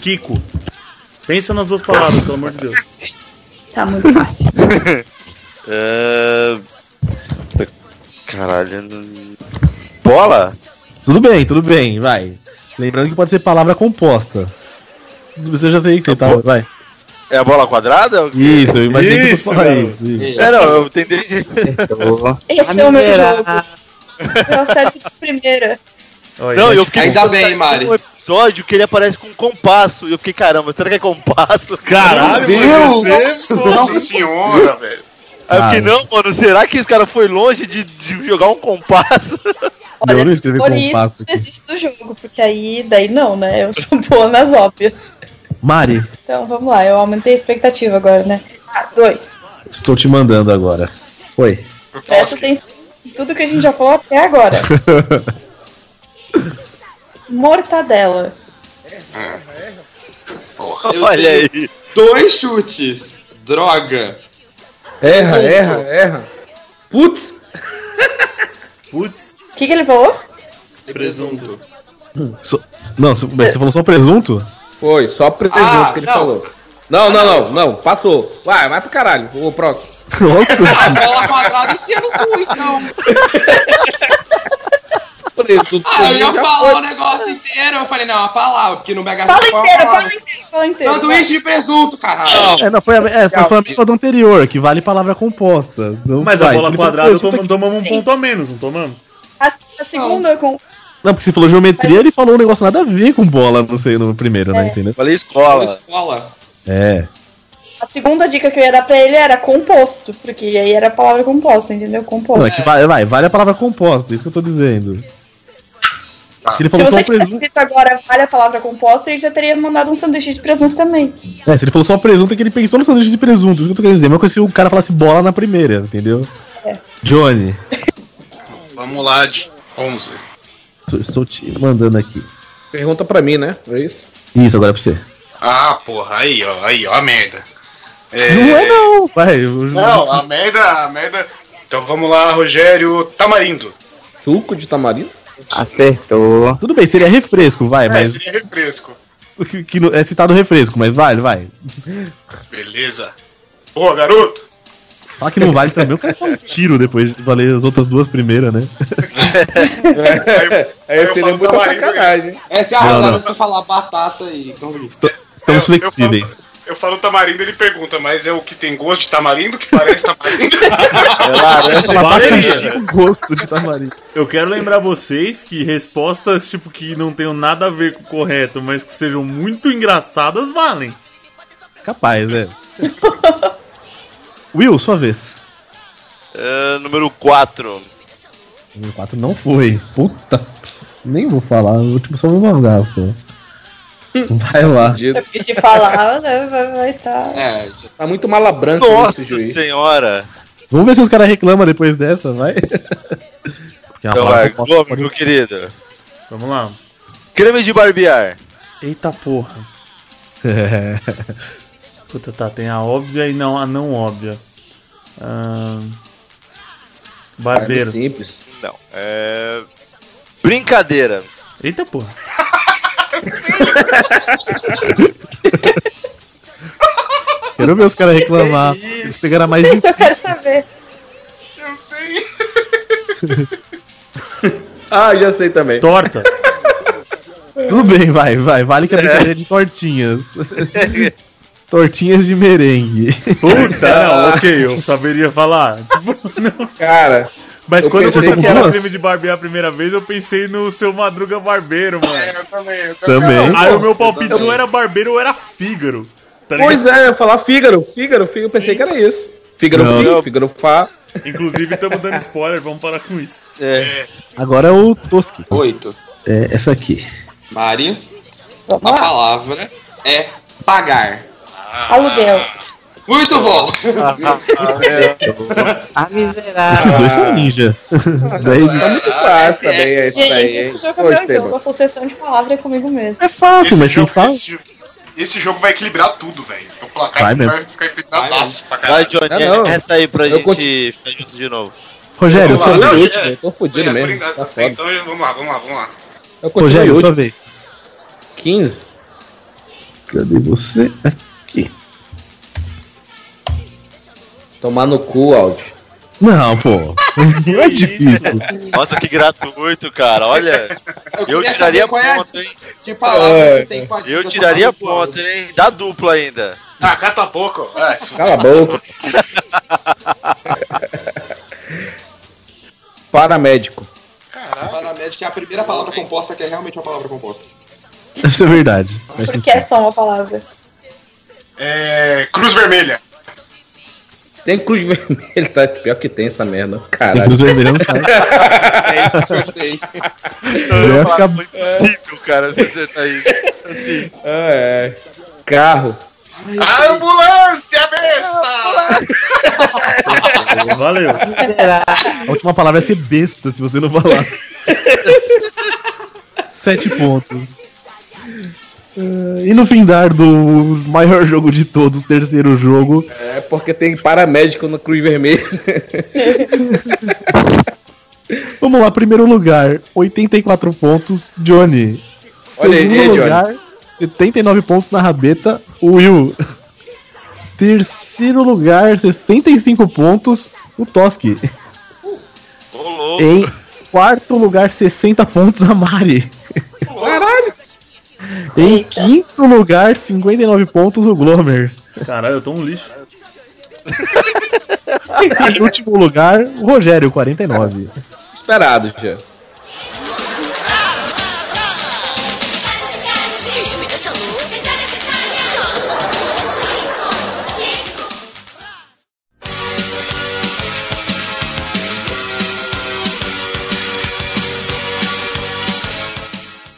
[SPEAKER 2] Kiko. Pensa nas duas palavras, pelo amor de Deus.
[SPEAKER 4] Tá muito fácil.
[SPEAKER 5] É, puta, Caralho. não- Bola?
[SPEAKER 1] Tudo bem, tudo bem, vai. Lembrando que pode ser palavra composta. Você já sei que você tá, vai.
[SPEAKER 5] É a bola quadrada?
[SPEAKER 1] Isso, eu imaginei que fosse falar
[SPEAKER 5] garoto.
[SPEAKER 1] isso, isso.
[SPEAKER 5] É, não, eu entendi.
[SPEAKER 8] Esse é
[SPEAKER 10] Tá
[SPEAKER 8] o meu jogo. Eu acerto de primeira.
[SPEAKER 5] Não,
[SPEAKER 2] é
[SPEAKER 5] eu fiquei
[SPEAKER 3] Ainda
[SPEAKER 5] pensando,
[SPEAKER 3] bem,
[SPEAKER 5] tem
[SPEAKER 3] Mari.
[SPEAKER 5] Um episódio que ele aparece com um compasso. E eu fiquei, caramba, será que é compasso?
[SPEAKER 2] Caralho,
[SPEAKER 5] Meu
[SPEAKER 9] Deus! Nossa senhora, velho.
[SPEAKER 5] Aí eu
[SPEAKER 9] Cara.
[SPEAKER 5] fiquei, É não, mano, será que esse cara foi longe de, de jogar um compasso?
[SPEAKER 1] eu não escrevi um
[SPEAKER 8] Por isso,
[SPEAKER 1] compasso.
[SPEAKER 8] eu desisto do jogo, porque aí, daí não, né? Eu sou boa nas óbvias.
[SPEAKER 1] Mari,
[SPEAKER 8] Então vamos lá, eu aumentei a expectativa agora, né? Ah, dois.
[SPEAKER 1] estou te mandando agora. Oi.
[SPEAKER 8] Essa tem tudo que a gente já falou até agora. Mortadela.
[SPEAKER 5] Olha aí.
[SPEAKER 3] Dois chutes. Droga.
[SPEAKER 6] Erra, erra, erra. Putz!
[SPEAKER 2] Putz.
[SPEAKER 8] O que, que ele falou?
[SPEAKER 3] Presunto.
[SPEAKER 1] So- Não, so- mas você falou só presunto?
[SPEAKER 6] Foi, só presunto
[SPEAKER 3] Ah,
[SPEAKER 6] que ele
[SPEAKER 3] não.
[SPEAKER 6] falou. Não, não, não, não, passou. Vai, vai pro caralho. O próximo.
[SPEAKER 3] A bola quadrada enfia no cu, então.
[SPEAKER 6] Presunto
[SPEAKER 3] Ah, eu
[SPEAKER 6] comigo
[SPEAKER 3] ia
[SPEAKER 6] já
[SPEAKER 3] falar
[SPEAKER 6] foi.
[SPEAKER 3] o negócio inteiro. Eu falei, não, a palavra, porque no Mega
[SPEAKER 8] Fala
[SPEAKER 3] Sena foi uma
[SPEAKER 8] inteiro,
[SPEAKER 3] palavra.
[SPEAKER 8] fala inteiro, fala inteiro.
[SPEAKER 3] Sanduíche de presunto, caralho.
[SPEAKER 1] É, não, foi a, é, foi foi a mesma do anterior, que vale palavra composta. Então,
[SPEAKER 2] Mas a
[SPEAKER 1] vai,
[SPEAKER 2] bola
[SPEAKER 1] por isso
[SPEAKER 2] quadrada
[SPEAKER 1] que eu
[SPEAKER 2] tom-
[SPEAKER 1] tô-
[SPEAKER 2] tomamos um ponto a menos, não tomamos?
[SPEAKER 8] A, a segunda com.
[SPEAKER 1] Não, porque você falou geometria, ele falou um negócio nada a ver com bola, não sei, no primeiro,
[SPEAKER 8] É.
[SPEAKER 1] né? Entendeu?
[SPEAKER 5] Falei escola.
[SPEAKER 3] Escola.
[SPEAKER 1] É.
[SPEAKER 8] A segunda dica que eu ia dar pra ele era composto, porque aí era a palavra composta, entendeu? Composto.
[SPEAKER 1] Não, é que vai, vai, vale a palavra composta, é isso que eu tô dizendo. Se ele
[SPEAKER 8] Tá. Se
[SPEAKER 1] falou só um
[SPEAKER 8] você
[SPEAKER 1] o
[SPEAKER 8] tivesse
[SPEAKER 1] presunto.
[SPEAKER 8] escrito agora vale a palavra composta, ele já teria mandado um sanduíche de presunto também.
[SPEAKER 1] É, se ele falou só presunto, é que ele pensou no sanduíche de presunto, isso que eu tô querendo dizer. Mas que se o cara falasse bola na primeira, entendeu?
[SPEAKER 8] É.
[SPEAKER 1] Johnny,
[SPEAKER 9] Vamos lá, de 11.
[SPEAKER 1] tô- estou te mandando aqui.
[SPEAKER 6] Pergunta pra mim, né? É isso?
[SPEAKER 1] Isso, agora é pra você.
[SPEAKER 9] Ah, porra, aí, ó, aí, ó, a merda. É,
[SPEAKER 1] Não é não! Vai, eu...
[SPEAKER 9] Não, a merda, a merda. Então vamos lá, Rogério Tamarindo.
[SPEAKER 6] Suco de tamarindo?
[SPEAKER 1] Acertou. Tudo bem, seria refresco, vai,
[SPEAKER 9] é,
[SPEAKER 1] mas.
[SPEAKER 9] seria refresco.
[SPEAKER 1] Que, que não- é citado refresco, mas vale, vai.
[SPEAKER 9] Beleza. Boa, garoto.
[SPEAKER 1] Fala que não vale também, o cara tá um tiro depois de valer as outras duas primeiras, né?
[SPEAKER 6] É, seria
[SPEAKER 3] falo
[SPEAKER 6] muita
[SPEAKER 3] tamarindo
[SPEAKER 6] sacanagem.
[SPEAKER 3] Essa é a
[SPEAKER 1] Não,
[SPEAKER 3] hora
[SPEAKER 1] não.
[SPEAKER 3] de você falar batata então, e conseguir.
[SPEAKER 1] Estamos flexíveis.
[SPEAKER 9] Eu falo tamarindo, ele pergunta, mas é o que tem gosto de tamarindo que parece tamarindo? assim,
[SPEAKER 2] Valeria.
[SPEAKER 1] gosto de tamarindo.
[SPEAKER 2] Eu quero lembrar vocês que respostas tipo que não tenham nada a ver com o correto, mas que sejam muito engraçadas valem.
[SPEAKER 1] Capaz, é. Will, sua vez.
[SPEAKER 5] É, número 4.
[SPEAKER 1] Número 4 não foi. Puta. Nem vou falar, eu tipo, só vou mandar só. Vai lá.
[SPEAKER 8] Porque se falar, né, vai, vai tá.
[SPEAKER 3] É,
[SPEAKER 6] Tá muito mala branca
[SPEAKER 5] Nossa
[SPEAKER 6] esse juiz.
[SPEAKER 5] senhora.
[SPEAKER 1] Vamos ver se os caras reclamam depois dessa, vai. Porque é uma
[SPEAKER 5] Então
[SPEAKER 1] palavra
[SPEAKER 5] vai,
[SPEAKER 1] que eu posso-
[SPEAKER 5] Gomes, meu querido.
[SPEAKER 2] Vamos lá.
[SPEAKER 5] Creme de barbear.
[SPEAKER 2] Eita porra. Puta, tá, tem a óbvia e não a não óbvia. Ah, barbeiro.
[SPEAKER 6] Simples.
[SPEAKER 5] Não, é. Brincadeira.
[SPEAKER 2] Eita porra.
[SPEAKER 1] Quero ver os caras reclamar. Eles pegaram mais
[SPEAKER 8] Isso eu quero saber.
[SPEAKER 9] Eu sei.
[SPEAKER 6] Ah, já sei também.
[SPEAKER 2] Torta.
[SPEAKER 1] Tudo bem, vai, vai. Vale que a brincadeira é de tortinhas. tortinhas de merengue.
[SPEAKER 2] Puta, não, ok, eu saberia falar. Tipo, não.
[SPEAKER 6] Cara.
[SPEAKER 2] Mas
[SPEAKER 1] eu
[SPEAKER 2] quando
[SPEAKER 1] pensei
[SPEAKER 2] você
[SPEAKER 1] com
[SPEAKER 2] falou
[SPEAKER 1] duas.
[SPEAKER 2] creme de barbear a primeira vez, eu pensei no seu Madruga Barbeiro, mano.
[SPEAKER 9] Eu também, eu
[SPEAKER 1] Também.
[SPEAKER 2] Aí o meu palpite ou era barbeiro ou era fígaro. Tá ligado?
[SPEAKER 6] Pois é, eu ia falar Fígaro, Fígaro, Fígaro, pensei que era isso. Fígaro,
[SPEAKER 1] Não.
[SPEAKER 6] Fígaro, Fígaro, Fá.
[SPEAKER 2] Inclusive, estamos dando spoiler, vamos parar com isso.
[SPEAKER 5] É.
[SPEAKER 1] Agora é o Toski.
[SPEAKER 3] Oito.
[SPEAKER 1] É essa aqui.
[SPEAKER 3] Mari, a palavra é pagar.
[SPEAKER 6] Ah,
[SPEAKER 8] Aluguel.
[SPEAKER 3] Muito bom.
[SPEAKER 10] Ah, miserável.
[SPEAKER 1] Esses dois são ninja. Dez
[SPEAKER 6] Tá muito fácil
[SPEAKER 3] Ah,
[SPEAKER 6] também, é isso
[SPEAKER 8] Gente,
[SPEAKER 6] aí. hein?
[SPEAKER 8] esse jogo é
[SPEAKER 6] Ô,
[SPEAKER 8] meu
[SPEAKER 6] Esteban.
[SPEAKER 8] jogo. Associação de palavra é comigo mesmo.
[SPEAKER 1] É fácil, mas quem fala.
[SPEAKER 9] Esse, jogo- esse jogo vai equilibrar tudo, velho. Então o placar
[SPEAKER 1] Vai
[SPEAKER 9] vai,
[SPEAKER 1] mesmo.
[SPEAKER 9] ficar equilibradaço pra
[SPEAKER 5] Vai,
[SPEAKER 9] caralho.
[SPEAKER 5] Johnny,
[SPEAKER 6] Não, não.
[SPEAKER 5] essa aí pra
[SPEAKER 6] Eu
[SPEAKER 5] gente ficar junto de novo.
[SPEAKER 1] Rogério, eu
[SPEAKER 9] Vamos lá,
[SPEAKER 1] sou
[SPEAKER 9] não,
[SPEAKER 1] o
[SPEAKER 9] é,
[SPEAKER 1] último.
[SPEAKER 6] tô fudido
[SPEAKER 9] é, por
[SPEAKER 6] mesmo,
[SPEAKER 9] enquanto-
[SPEAKER 6] tá foda.
[SPEAKER 9] Então vamos lá, vamos lá, vamos lá.
[SPEAKER 6] Eu continuo em
[SPEAKER 1] Rogério,
[SPEAKER 6] último.
[SPEAKER 1] sua vez.
[SPEAKER 6] 15.
[SPEAKER 1] Cadê você? Aqui.
[SPEAKER 6] Tomar no cu, áudio.
[SPEAKER 1] Não, pô. Não é difícil.
[SPEAKER 5] Nossa, que gratuito, cara. Olha, eu
[SPEAKER 3] queria
[SPEAKER 5] tiraria
[SPEAKER 3] saber qual é a
[SPEAKER 5] ponta, hein?
[SPEAKER 3] Que palavra que tem com a
[SPEAKER 5] Eu
[SPEAKER 3] dívida
[SPEAKER 5] tiraria
[SPEAKER 3] pra falar
[SPEAKER 5] ponta, hein? Da dupla ainda.
[SPEAKER 9] Ah, cala tua boca. ó. Ah, isso-
[SPEAKER 6] Cala a boca. Paramédico.
[SPEAKER 3] Caralho. Paramédico é a primeira palavra composta que é realmente uma palavra composta.
[SPEAKER 1] Isso é verdade.
[SPEAKER 8] Porque é só uma palavra.
[SPEAKER 9] É. Cruz Vermelha.
[SPEAKER 6] Tem cruz vermelha, tá? Pior que tem essa merda. Caralho.
[SPEAKER 1] Tem cruz vermelha, não sabe. Eu ia ficar-
[SPEAKER 5] Foi impossível, cara, você acertar isso. Assim.
[SPEAKER 6] É. Carro.
[SPEAKER 9] Ambulância, besta!
[SPEAKER 2] Valeu.
[SPEAKER 1] A última palavra é ser besta, se você não falar. Sete pontos. Eh, E no findar do maior jogo de todos, terceiro jogo,
[SPEAKER 6] É porque tem paramédico no cruz vermelho.
[SPEAKER 1] vamos lá, primeiro lugar, 84 pontos, Johnny. Segundo
[SPEAKER 6] Olha aí, Johnny.
[SPEAKER 1] lugar, 79 pontos na rabeta, Will. Terceiro lugar, 65 pontos, o Toski. Em quarto lugar, 60 pontos, a Mari.
[SPEAKER 6] Caralho!
[SPEAKER 1] Em quinto lugar, 59 pontos, o Glomer.
[SPEAKER 2] Caralho, eu tô um lixo.
[SPEAKER 1] Em último lugar, o Rogério, 49.
[SPEAKER 6] Esperado, já.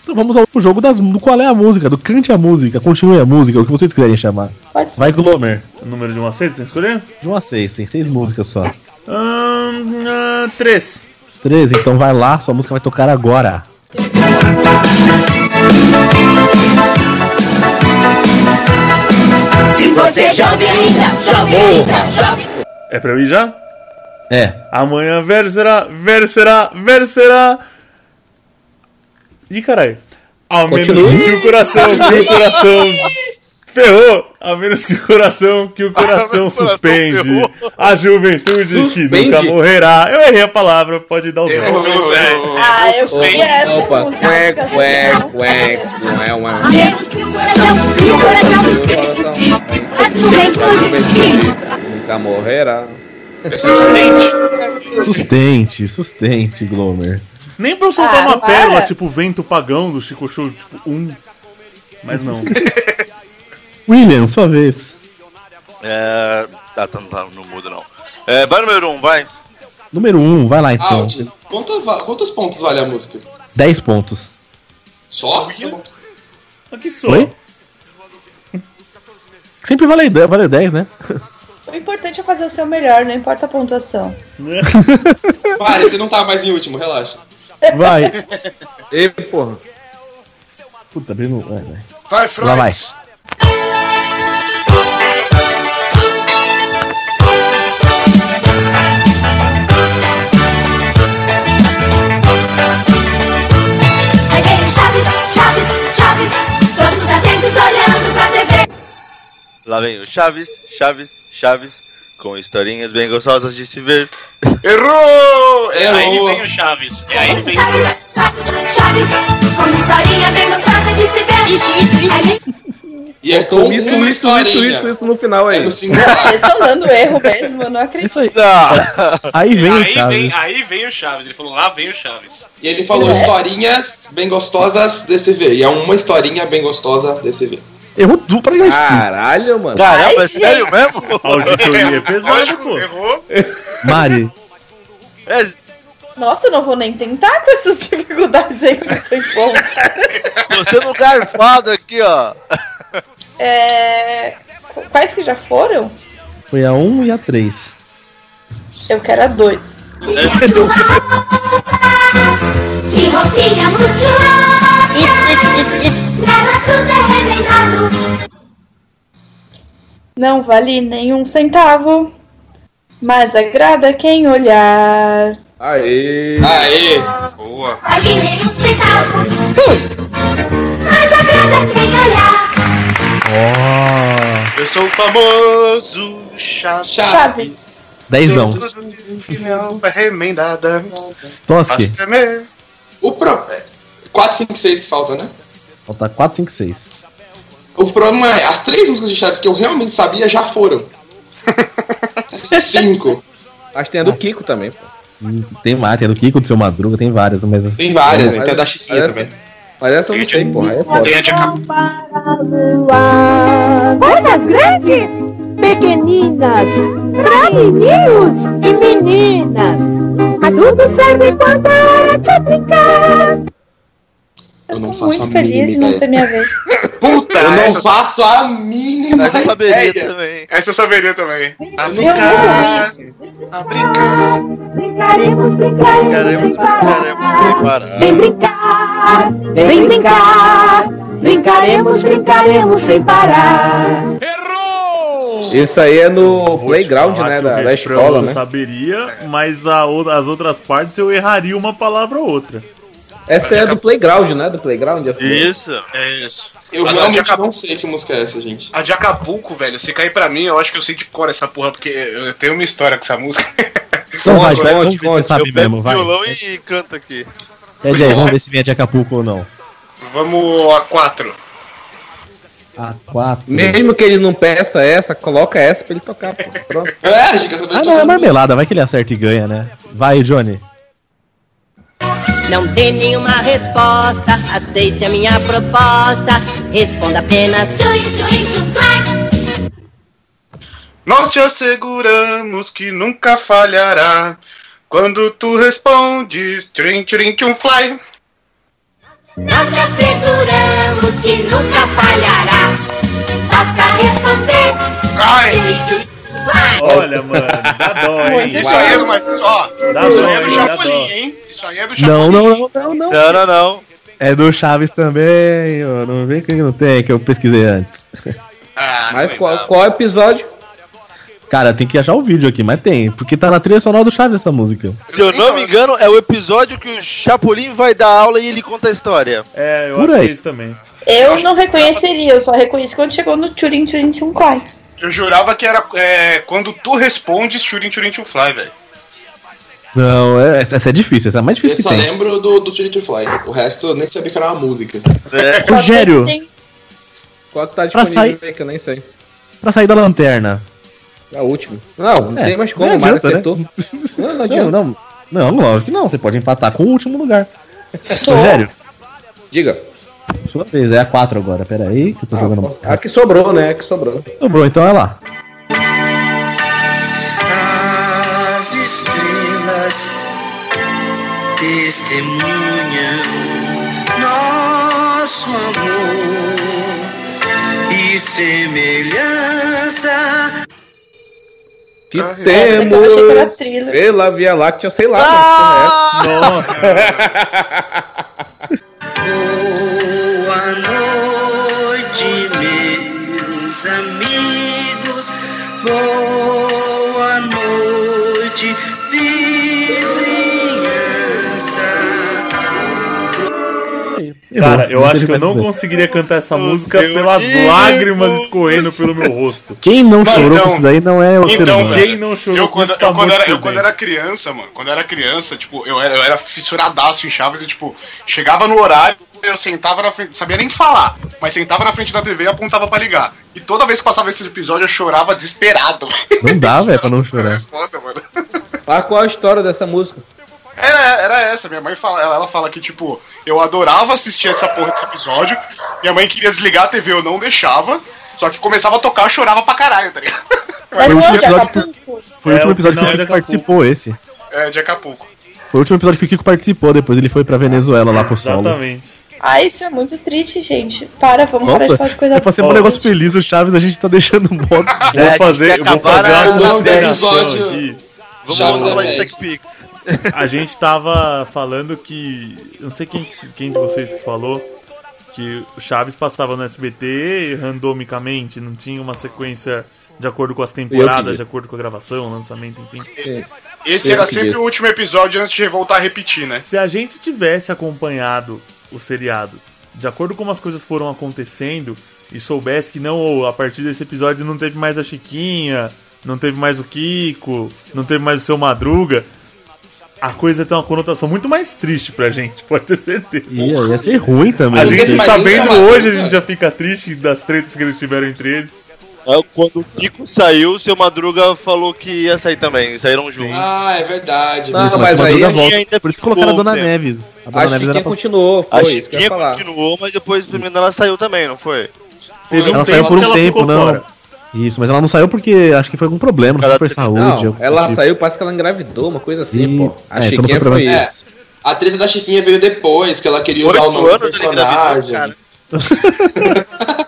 [SPEAKER 1] Então vamos ao jogo das. do Qual é a música? Do Cante a Música, Continue a Música, é o que vocês quiserem chamar. Vai, Glomer.
[SPEAKER 2] O número de 1 a 6, tem que escolher?
[SPEAKER 1] De 1 a 6, tem 6 músicas só.
[SPEAKER 2] Ahn, ah, Três.
[SPEAKER 1] 13, então vai lá, sua música vai tocar agora.
[SPEAKER 16] Se você é jovem ainda, jovem ainda, jovem.
[SPEAKER 2] É pra eu ir já?
[SPEAKER 1] É.
[SPEAKER 2] Amanhã velho será, velho será, velho será. Ih, caralho. Ao menos
[SPEAKER 16] Continue.
[SPEAKER 2] que o coração, que o coração. Ferrou! A menos que o coração, que o coração suspende. a juventude que nunca
[SPEAKER 16] Suspende?
[SPEAKER 2] morrerá. Eu errei a palavra, pode dar os erros.
[SPEAKER 16] Ah, eu
[SPEAKER 2] queria essa
[SPEAKER 6] Opa,
[SPEAKER 8] né?
[SPEAKER 6] ué, ué,
[SPEAKER 8] assim,
[SPEAKER 6] ué, ué, ué. Nunca morrerá.
[SPEAKER 9] É
[SPEAKER 1] Sustente, sustente, Glomer.
[SPEAKER 2] Nem pra eu soltar
[SPEAKER 16] Ah,
[SPEAKER 2] uma
[SPEAKER 16] para.
[SPEAKER 2] pérola, tipo o vento pagão do Chico Show, tipo, um. Mas não.
[SPEAKER 1] William, sua vez.
[SPEAKER 5] É. Tá, tá, tá, não muda não. É, vai número 1, um, vai.
[SPEAKER 1] Número 1, um, vai lá então.
[SPEAKER 3] Áudio. Quanto va- quantos pontos vale a música?
[SPEAKER 1] 10 pontos.
[SPEAKER 3] Só?
[SPEAKER 2] Aqui só.
[SPEAKER 1] Oi? Sempre vale 10, vale 10 né?
[SPEAKER 8] O importante é fazer o seu melhor, não importa a pontuação.
[SPEAKER 3] Para, você não tá mais em último, relaxa.
[SPEAKER 1] Vai.
[SPEAKER 6] Ei, porra.
[SPEAKER 1] Puta, Bruno. Vai, vai.
[SPEAKER 9] Vai,
[SPEAKER 1] Lá vai.
[SPEAKER 16] Aí vem o Chaves, Chaves, Chaves. Todos atentos olhando pra TV.
[SPEAKER 5] Lá vem o Chaves, Chaves, Chaves. Com historinhas bem gostosas de se ver.
[SPEAKER 9] Errou! É aí que vem o Chaves. É aí que vem o Chaves.
[SPEAKER 16] Chaves, uma historinha bem gostosa de se ver. Isso, isso, isso.
[SPEAKER 3] E é
[SPEAKER 6] com isso,
[SPEAKER 3] uma
[SPEAKER 6] isso, isso,
[SPEAKER 3] historinha. É
[SPEAKER 6] isso, isso no final aí.
[SPEAKER 8] Vocês estão dando erro mesmo, eu não acredito.
[SPEAKER 1] Isso aí. Aí vem o
[SPEAKER 9] Aí
[SPEAKER 1] Chaves.
[SPEAKER 9] vem, aí vem o Chaves. Ele falou, lá vem o Chaves.
[SPEAKER 3] E ele falou historinhas bem gostosas desse ver. E é uma historinha bem gostosa desse ver.
[SPEAKER 1] Errou tudo pra gente.
[SPEAKER 9] Ah.
[SPEAKER 6] Caralho, mano.
[SPEAKER 3] Caramba, é sério
[SPEAKER 5] mesmo?
[SPEAKER 2] Auditoria é pesada,
[SPEAKER 9] pô. Errou.
[SPEAKER 1] Mari,
[SPEAKER 5] É,
[SPEAKER 8] Nossa, eu não vou nem tentar com essas dificuldades aí que vocês têm bom.
[SPEAKER 5] Você no garfado aqui, ó.
[SPEAKER 8] É... qu- Quais que já foram?
[SPEAKER 1] foi a 1 um e a 3.
[SPEAKER 8] Eu quero a dois.
[SPEAKER 16] Que roupinha muito chula. Isso, isso, isso, isso. Nela tudo é arrebentado.
[SPEAKER 8] Não vale nenhum centavo. Mas agrada quem olhar.
[SPEAKER 6] Aê!
[SPEAKER 3] Ah.
[SPEAKER 19] Aê!
[SPEAKER 3] Boa!
[SPEAKER 20] Aqui nem um centavo. Mas agrada quem olhar.
[SPEAKER 3] Eu sou o famoso Chaves.
[SPEAKER 8] Chaves.
[SPEAKER 1] Dezão.
[SPEAKER 3] Não, é remendada.
[SPEAKER 1] Tosque.
[SPEAKER 3] tremer.
[SPEAKER 19] O pro... 4, 5, 6 que falta, né?
[SPEAKER 1] Falta 4, 5, 6.
[SPEAKER 19] O problema é, as três músicas de Chaves que eu realmente sabia já foram. Cinco.
[SPEAKER 6] Mas tem a do Kiko também. Pô.
[SPEAKER 1] Hum, Tem várias, tem a do Kiko, do seu Madruga, tem várias, mas assim.
[SPEAKER 19] Tem várias, né? Tem a da
[SPEAKER 6] Mas-
[SPEAKER 19] Chiquinha
[SPEAKER 6] mas essa-
[SPEAKER 19] também.
[SPEAKER 6] Mas essa eu não sei, porra. Aí é foda.
[SPEAKER 3] Ah,
[SPEAKER 16] Coisas grandes, pequeninas, pra meninos e meninas. Mas tudo serve para te aplicar.
[SPEAKER 19] Eu não
[SPEAKER 8] Muito feliz de não ser minha vez.
[SPEAKER 3] Puta,
[SPEAKER 19] Eu não
[SPEAKER 3] essa,
[SPEAKER 19] faço a mínima
[SPEAKER 5] Essa eu saberia
[SPEAKER 19] ideia.
[SPEAKER 5] também.
[SPEAKER 3] essa eu saberia também. A
[SPEAKER 19] não
[SPEAKER 3] brincar, a brincar.
[SPEAKER 16] Brincaremos, brincaremos,
[SPEAKER 5] Preparar.
[SPEAKER 16] Vem brincar, vem brincar. Brincaremos, brincaremos sem parar.
[SPEAKER 6] Isso aí é no playground,
[SPEAKER 2] falar
[SPEAKER 6] né?
[SPEAKER 2] que o
[SPEAKER 6] Da, da
[SPEAKER 2] refrão
[SPEAKER 6] escola,
[SPEAKER 2] eu
[SPEAKER 6] né?
[SPEAKER 2] saberia, mas a ou- as outras partes eu erraria uma palavra ou outra.
[SPEAKER 6] Essa é do playground, né? Do playground. Assim.
[SPEAKER 3] É isso.
[SPEAKER 19] Eu
[SPEAKER 3] a, a, de
[SPEAKER 19] realmente
[SPEAKER 3] Acapulco,
[SPEAKER 19] não sei que música é essa, gente.
[SPEAKER 3] a de Acapulco, velho, se cair pra mim, eu acho que eu sei de cor essa porra, porque eu tenho uma história com essa música.
[SPEAKER 1] Então vai,
[SPEAKER 3] Conte,
[SPEAKER 1] vai, vamos
[SPEAKER 3] conte,
[SPEAKER 1] ver se você sabe mesmo, vai.
[SPEAKER 5] Violão e canta aqui.
[SPEAKER 1] Pede aí, vamos ver se vem a de Acapulco ou não.
[SPEAKER 3] Vamos a quatro.
[SPEAKER 1] A 4.
[SPEAKER 6] Mesmo que ele não peça essa, coloca essa pra ele tocar, pô. Pronto.
[SPEAKER 19] É, Giga, você
[SPEAKER 1] Ah, não, é marmelada, vai que ele acerta e ganha, né? Vai, Johnny.
[SPEAKER 16] Não tem nenhuma resposta, aceite a minha proposta, responda apenas.
[SPEAKER 20] Chui, chui, chuclac.
[SPEAKER 3] Nós te asseguramos que nunca falhará. Quando tu respondes, trin trin um fly.
[SPEAKER 20] Nós te asseguramos que nunca falhará. Basta responder.
[SPEAKER 3] Ai.
[SPEAKER 20] Chui, chui, chuclac.
[SPEAKER 2] Olha, mano, dá dó, hein?
[SPEAKER 3] Isso aí é do mais só.
[SPEAKER 2] Dá
[SPEAKER 3] Isso
[SPEAKER 2] dó,
[SPEAKER 3] aí é do
[SPEAKER 2] hein? Dá
[SPEAKER 3] Chapolin,
[SPEAKER 2] dó.
[SPEAKER 3] hein? Isso aí é do
[SPEAKER 1] Não,
[SPEAKER 3] Chapolin.
[SPEAKER 1] não, não, não, não.
[SPEAKER 5] Não, não, não.
[SPEAKER 1] É do Chaves também, ó. Não vem que não tem, que eu pesquisei antes.
[SPEAKER 3] Ah,
[SPEAKER 6] Mas qual, qual episódio?
[SPEAKER 1] Cara, tem que achar o vídeo aqui, mas tem, porque tá na trilha sonora do Chaves essa música.
[SPEAKER 5] Se eu
[SPEAKER 3] então
[SPEAKER 5] não me engano, é o episódio que o Chapolin vai dar aula e ele conta a história.
[SPEAKER 2] É, eu
[SPEAKER 1] Por
[SPEAKER 2] acho
[SPEAKER 1] aí.
[SPEAKER 2] que é isso também.
[SPEAKER 8] Eu não reconheceria, eu só reconheci quando chegou no Turin Turin Tchum Clay.
[SPEAKER 3] Eu jurava que era é, quando tu respondes, trin trin um fly, velho.
[SPEAKER 1] Não, é- essa é difícil, essa é a mais
[SPEAKER 19] Eu
[SPEAKER 1] difícil que
[SPEAKER 19] só
[SPEAKER 1] tem.
[SPEAKER 19] lembro do, do Tire to Fly. O resto eu nem sabia que era uma música. assim.
[SPEAKER 3] É.
[SPEAKER 5] É
[SPEAKER 1] Rogério,
[SPEAKER 6] Qual que tá
[SPEAKER 1] Pra
[SPEAKER 6] disponível aí, que eu nem sei.
[SPEAKER 1] pra sair da lanterna.
[SPEAKER 6] É o último. Não, não
[SPEAKER 1] É,
[SPEAKER 6] tem mais como,
[SPEAKER 1] não
[SPEAKER 6] o Mário
[SPEAKER 1] adianta, né?
[SPEAKER 6] acertou. Não, não
[SPEAKER 1] Não,
[SPEAKER 6] adianta.
[SPEAKER 1] não, não, lógico que não, você pode empatar com o último lugar. É Rogério,
[SPEAKER 6] Diga.
[SPEAKER 1] sua vez, é a 4 agora, peraí, que eu tô jogando mais
[SPEAKER 6] A que sobrou, né? A que sobrou.
[SPEAKER 1] Sobrou, então é lá.
[SPEAKER 10] As estrelas testemunham nosso amor e semelhança.
[SPEAKER 6] Que
[SPEAKER 8] Eu achei que era
[SPEAKER 6] temos
[SPEAKER 8] thriller.
[SPEAKER 6] pela Via Láctea, sei lá, ah!
[SPEAKER 2] Nossa,
[SPEAKER 10] Boa noite, meus amigos. Boa noite, vizinhança.
[SPEAKER 2] cara, eu
[SPEAKER 1] não
[SPEAKER 2] acho
[SPEAKER 1] teve
[SPEAKER 2] que eu
[SPEAKER 1] mais
[SPEAKER 2] não
[SPEAKER 1] dizer.
[SPEAKER 2] conseguirei cantar essa música pelas
[SPEAKER 3] Deus.
[SPEAKER 2] lágrimas escorrendo pelo meu rosto.
[SPEAKER 1] Quem não
[SPEAKER 3] Mano,
[SPEAKER 1] chorou
[SPEAKER 3] então-
[SPEAKER 1] com isso daí não é o ser
[SPEAKER 3] Então,
[SPEAKER 1] humano.
[SPEAKER 2] Quem
[SPEAKER 3] velho,
[SPEAKER 2] não chorou
[SPEAKER 3] eu
[SPEAKER 2] com
[SPEAKER 3] quando,
[SPEAKER 2] isso tá
[SPEAKER 3] eu, quando
[SPEAKER 2] muito
[SPEAKER 3] era, eu
[SPEAKER 2] bem.
[SPEAKER 3] quando era criança, mano, quando era criança, tipo, eu era, eu era fissuradaço em Chaves e, tipo, chegava no horário, eu sentava na frente, sabia nem falar, mas sentava na frente da TV e apontava pra ligar. E toda vez que passava esse episódio, eu chorava desesperado.
[SPEAKER 1] Não dá, velho, pra não chorar.
[SPEAKER 3] Foda, mano.
[SPEAKER 6] Ah, qual a história dessa música?
[SPEAKER 3] Era, É, era essa, minha mãe fala, ela, ela fala que, tipo, eu adorava assistir essa porra desse episódio, minha mãe queria desligar a TV, eu não deixava, só que começava a tocar, eu chorava pra caralho, tá ligado?
[SPEAKER 8] Mas tá
[SPEAKER 1] Foi o último
[SPEAKER 8] onde?
[SPEAKER 1] episódio
[SPEAKER 8] Acapulco?
[SPEAKER 1] Foi o
[SPEAKER 2] É,
[SPEAKER 1] último
[SPEAKER 2] o
[SPEAKER 1] episódio que o
[SPEAKER 2] final
[SPEAKER 1] Kiko
[SPEAKER 2] de Acapulco.
[SPEAKER 1] participou, esse.
[SPEAKER 3] É, de Acapulco.
[SPEAKER 1] Foi o último episódio que o Kiko participou, depois ele foi pra Venezuela lá pro solo.
[SPEAKER 2] Exatamente.
[SPEAKER 8] Ah, isso é muito triste, gente. Para, vamos parar de
[SPEAKER 1] Nossa,
[SPEAKER 8] falar de coisa
[SPEAKER 1] é pra ser um
[SPEAKER 2] boa.
[SPEAKER 1] negócio feliz, o Chaves a gente tá deixando um modo.
[SPEAKER 2] Vou
[SPEAKER 5] É,
[SPEAKER 2] fazer,
[SPEAKER 5] tem que
[SPEAKER 2] eu vou fazer
[SPEAKER 5] acabar
[SPEAKER 2] uma
[SPEAKER 19] a- o
[SPEAKER 2] consideração
[SPEAKER 19] episódio.
[SPEAKER 2] aqui.
[SPEAKER 5] Vamos
[SPEAKER 19] Chaves
[SPEAKER 5] falar de
[SPEAKER 19] é
[SPEAKER 5] Tech Pix.
[SPEAKER 2] A gente tava falando que. eu Não sei quem, quem de vocês que falou. Que o Chaves passava no SBT randomicamente, não tinha uma sequência de acordo com as temporadas, de acordo com a gravação, lançamento, enfim.
[SPEAKER 9] Esse era sempre o último episódio antes de voltar a repetir, né?
[SPEAKER 2] Se a gente tivesse acompanhado o seriado, de acordo com como as coisas foram acontecendo, e soubesse que não, ou a partir desse episódio não teve mais a Chiquinha, não teve mais o Kiko, não teve mais o seu Madruga, a coisa tem uma conotação muito mais triste pra gente, pode ter certeza.
[SPEAKER 1] Ia, ia ser ruim também.
[SPEAKER 2] A gente
[SPEAKER 1] Mas-
[SPEAKER 2] sabendo
[SPEAKER 1] Madruga,
[SPEAKER 2] hoje, a
[SPEAKER 1] cara.
[SPEAKER 2] gente já fica triste das tretas que eles tiveram entre eles.
[SPEAKER 5] É, Quando o Kiko saiu, o seu Madruga falou que ia sair também. Saíram juntos.
[SPEAKER 3] Ah, é verdade.
[SPEAKER 5] Não, mas
[SPEAKER 1] Madruga
[SPEAKER 5] aí a
[SPEAKER 1] volta.
[SPEAKER 5] gente ainda
[SPEAKER 1] Por isso que colocaram a
[SPEAKER 5] ficou,
[SPEAKER 1] Dona
[SPEAKER 5] né?
[SPEAKER 1] Neves. A Dona Neves era pra-
[SPEAKER 5] a Chiquinha continuou, mas depois do menino ela saiu também, não foi?
[SPEAKER 1] ela saiu por um tempo, não. Isso, mas ela não saiu porque acho que foi algum problema, super saúde.
[SPEAKER 6] Não,
[SPEAKER 1] algum
[SPEAKER 6] ela
[SPEAKER 1] tipo.
[SPEAKER 6] saiu, parece que ela engravidou, uma coisa assim, pô. A
[SPEAKER 1] é, então não
[SPEAKER 6] Chiquinha
[SPEAKER 1] foi
[SPEAKER 6] foi
[SPEAKER 1] problema
[SPEAKER 6] isso.
[SPEAKER 3] A treta da Chiquinha veio depois, que ela queria usar o
[SPEAKER 6] Oito
[SPEAKER 3] nome do
[SPEAKER 6] anos de gravidez,
[SPEAKER 3] personagem. pra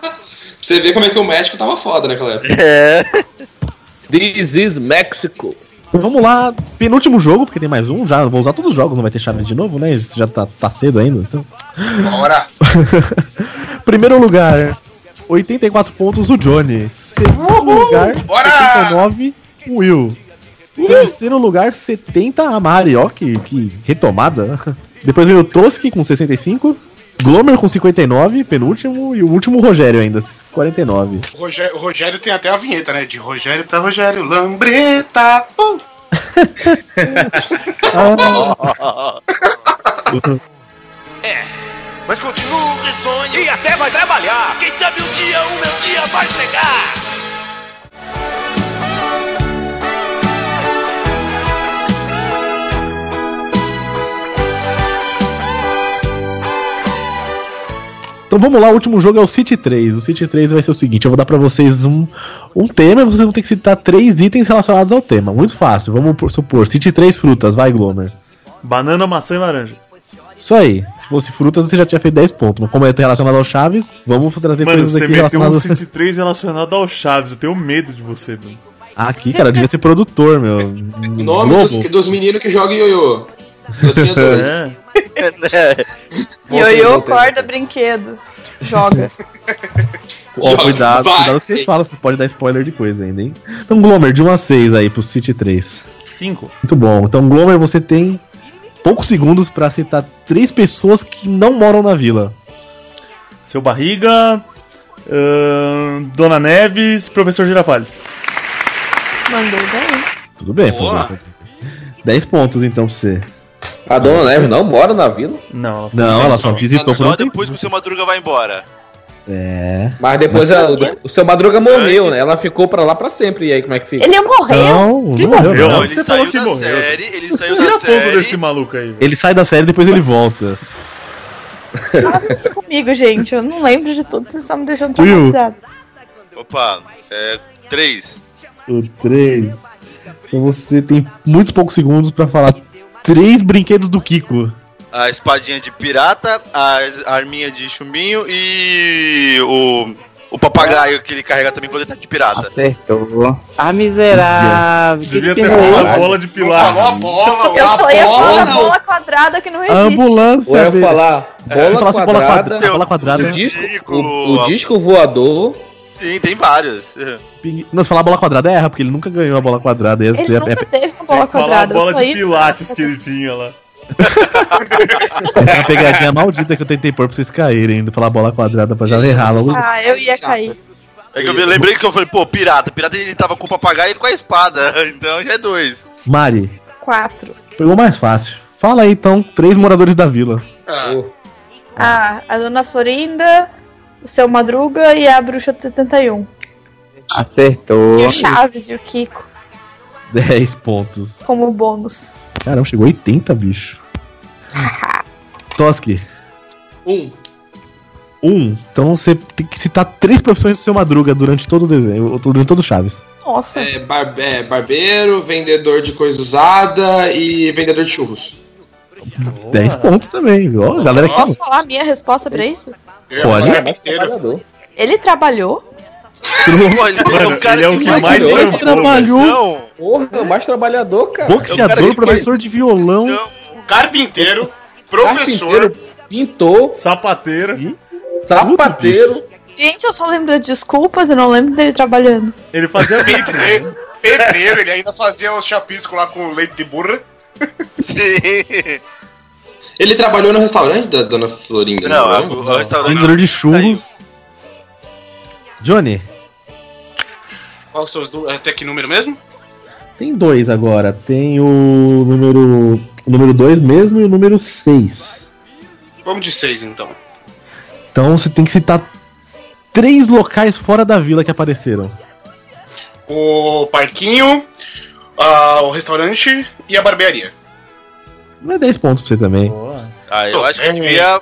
[SPEAKER 3] você ver como é que o México tava foda naquela época.
[SPEAKER 5] É.
[SPEAKER 6] This is Mexico.
[SPEAKER 1] Então Vamos lá, penúltimo jogo, porque tem mais um já. Vou usar todos os jogos, não vai ter chaves de novo, né? Isso já tá, tá cedo ainda, então.
[SPEAKER 9] Bora!
[SPEAKER 1] Primeiro lugar, 84 pontos o Johnny. Segundo lugar, 79 o Will. Terceiro lugar, 70 a Mari. Ó, que, que retomada. Depois veio o Toski com 65. Glomer com 59, penúltimo. E o último o Rogério ainda, 49.
[SPEAKER 9] O Rogério, o Rogério tem até a vinheta, né? De Rogério pra Rogério. Lambreta! pum.
[SPEAKER 21] É, Mas continuo o sonho e até vai trabalhar. Quem sabe um dia o meu dia vai chegar.
[SPEAKER 1] Então vamos lá, o último jogo é o City 3. O City 3 vai ser o seguinte: eu vou dar pra vocês um, um tema e vocês vão ter que citar três itens relacionados ao tema. Muito fácil, vamos por- supor: City 3 frutas, vai, Glomer.
[SPEAKER 2] Banana, maçã e laranja.
[SPEAKER 1] Isso aí, se fosse frutas você já tinha feito 10 pontos. Mas como é relacionado ao Chaves, vamos trazer
[SPEAKER 2] Mano,
[SPEAKER 1] coisas
[SPEAKER 2] você
[SPEAKER 1] aqui
[SPEAKER 2] meteu um
[SPEAKER 1] relacionadas.
[SPEAKER 2] City 3 relacionado ao Chaves, eu tenho medo de você, mano.
[SPEAKER 1] Aqui, cara, eu devia ser produtor, meu.
[SPEAKER 3] O nome dos, dos meninos que jogam ioiô. Eu tinha dois.
[SPEAKER 1] É.
[SPEAKER 5] né?
[SPEAKER 4] Ioiô,
[SPEAKER 6] Tá,
[SPEAKER 4] corda, brinquedo. Joga.
[SPEAKER 1] Ó, cuidado, cuidado com o que vocês falam, vocês podem dar spoiler de coisa ainda, hein? Então, Glomer, de 1 a 6 aí pro City 3.
[SPEAKER 2] 5.
[SPEAKER 1] Muito bom. Então, Glomer, você tem poucos segundos pra citar três pessoas que não moram na vila.
[SPEAKER 2] Seu Barriga, ahn, Dona Neves, Professor Girafales.
[SPEAKER 4] Mandou
[SPEAKER 8] né?
[SPEAKER 4] bem.
[SPEAKER 1] Tudo bem, Fabrício. 10 pontos então pra você.
[SPEAKER 6] A
[SPEAKER 1] Ah.
[SPEAKER 6] dona Neve não mora na vila?
[SPEAKER 2] Não,
[SPEAKER 1] Não, ela só visitou por um
[SPEAKER 5] Só
[SPEAKER 1] tempo.
[SPEAKER 5] depois que o seu Madruga vai embora.
[SPEAKER 1] É.
[SPEAKER 6] Mas depois
[SPEAKER 1] Mas-
[SPEAKER 6] ela- né? o seu Madruga morreu, né? Ela ficou pra lá pra sempre. E aí, como é que fica?
[SPEAKER 4] Ele morreu?
[SPEAKER 1] Não,
[SPEAKER 6] Que
[SPEAKER 1] não morreu.
[SPEAKER 6] morreu?
[SPEAKER 1] não.
[SPEAKER 6] Não, ele
[SPEAKER 1] Você
[SPEAKER 6] saiu
[SPEAKER 1] falou que
[SPEAKER 6] da
[SPEAKER 1] morreu.
[SPEAKER 5] Série, ele saiu
[SPEAKER 2] Tira
[SPEAKER 5] da
[SPEAKER 2] pouco
[SPEAKER 5] série.
[SPEAKER 2] desse maluco aí.
[SPEAKER 1] Ele sai da série, depois ele volta.
[SPEAKER 4] Faça isso comigo, gente. Eu não lembro de tudo, vocês estão me deixando
[SPEAKER 1] Will.
[SPEAKER 4] traumatizado.
[SPEAKER 5] Opa, é. 3.
[SPEAKER 1] O 3. Então você tem muitos poucos segundos pra falar três brinquedos do Kiko.
[SPEAKER 5] A espadinha de pirata, a arminha de chumbinho e o. O papagaio que ele carrega também quando ele tá de pirata.
[SPEAKER 17] Acertou.
[SPEAKER 10] Ah, miserável.
[SPEAKER 2] Devia
[SPEAKER 10] que
[SPEAKER 2] ter
[SPEAKER 10] que
[SPEAKER 2] falado
[SPEAKER 10] rolou?
[SPEAKER 2] bola de pilares.
[SPEAKER 10] Não
[SPEAKER 2] bola,
[SPEAKER 4] Eu só ia falar da bola quadrada que não
[SPEAKER 1] A
[SPEAKER 4] existe.
[SPEAKER 1] ambulância.
[SPEAKER 6] Ou eu
[SPEAKER 1] dele.
[SPEAKER 6] falar
[SPEAKER 1] É, você
[SPEAKER 6] bola
[SPEAKER 1] falasse bola
[SPEAKER 6] quadrada,
[SPEAKER 1] quadra- bola quadrada. né?
[SPEAKER 6] o disco, o, o disco voador.
[SPEAKER 5] Sim, tem vários. É
[SPEAKER 1] Ping- Não, se falar bola quadrada erra, porque ele nunca ganhou a bola quadrada. Esse
[SPEAKER 4] Ele
[SPEAKER 1] é-
[SPEAKER 4] nunca
[SPEAKER 1] é-
[SPEAKER 4] teve uma bola
[SPEAKER 2] Falar a
[SPEAKER 4] quadrada.
[SPEAKER 2] bola
[SPEAKER 4] eu só
[SPEAKER 2] de
[SPEAKER 4] ia...
[SPEAKER 2] pilates que ele tinha lá.
[SPEAKER 1] é uma pegadinha maldita que eu tentei pôr pra vocês caírem. Indo falar bola quadrada pra já errar logo.
[SPEAKER 4] Ah, eu ia cair.
[SPEAKER 5] É que eu me lembrei que eu falei, pô, pirata. Pirata ele tava com o papagaio e com a espada. Então já é dois.
[SPEAKER 1] Mari,
[SPEAKER 4] Quatro.
[SPEAKER 1] pegou mais fácil. Fala aí então, três moradores da vila.
[SPEAKER 4] Ah, a Dona Florinda, o Seu Madruga e a Bruxa de 71.
[SPEAKER 17] Acertou.
[SPEAKER 4] E o Chaves e o Kiko
[SPEAKER 1] 10 pontos.
[SPEAKER 4] como bônus.
[SPEAKER 1] Caramba, chegou 80, bicho. Toski,
[SPEAKER 3] Um.
[SPEAKER 1] um. Então você tem que citar três profissões do seu madruga durante todo o desenho, durante todo o Chaves.
[SPEAKER 4] Nossa.
[SPEAKER 3] É, bar- é, barbeiro, vendedor de coisa usada e vendedor de churros.
[SPEAKER 1] 10 pontos também, viu? Ó, galera aqui.
[SPEAKER 4] Posso falar a minha resposta pra isso?
[SPEAKER 1] Pode.
[SPEAKER 4] Ele trabalhou.
[SPEAKER 5] Mano, ele é o que mais
[SPEAKER 1] Ele trabalhou,
[SPEAKER 6] Porra, mais trabalhador, cara.
[SPEAKER 1] boxeador, professor de violão.
[SPEAKER 9] Carpinteiro, professor,
[SPEAKER 6] Carpinteiro, pintor,
[SPEAKER 2] sapateiro,
[SPEAKER 6] sapateiro,
[SPEAKER 4] Gente, eu só lembro das desculpas, eu não lembro dele trabalhando.
[SPEAKER 2] Ele fazia bico. né?
[SPEAKER 9] Pedreiro, ele ainda fazia os chapiscos lá com leite de burra.
[SPEAKER 5] Sim.
[SPEAKER 3] Ele trabalhou no restaurante da dona Florinda?
[SPEAKER 5] Não,
[SPEAKER 3] né?
[SPEAKER 5] a- o- o restaurante-
[SPEAKER 1] Vendedor de churros. Johnny,
[SPEAKER 9] Qual que são os du- Até que número mesmo?
[SPEAKER 1] tem dois agora. Tem o número. O número 2 mesmo e o número 6.
[SPEAKER 9] Vamos de seis então.
[SPEAKER 1] Então você tem que citar três locais fora da vila que apareceram.
[SPEAKER 9] O parquinho, ah, o restaurante e a barbearia.
[SPEAKER 1] Não é 10 pontos pra você também.
[SPEAKER 5] Ah,
[SPEAKER 9] Então,
[SPEAKER 5] eu acho que
[SPEAKER 9] é.
[SPEAKER 5] eu devia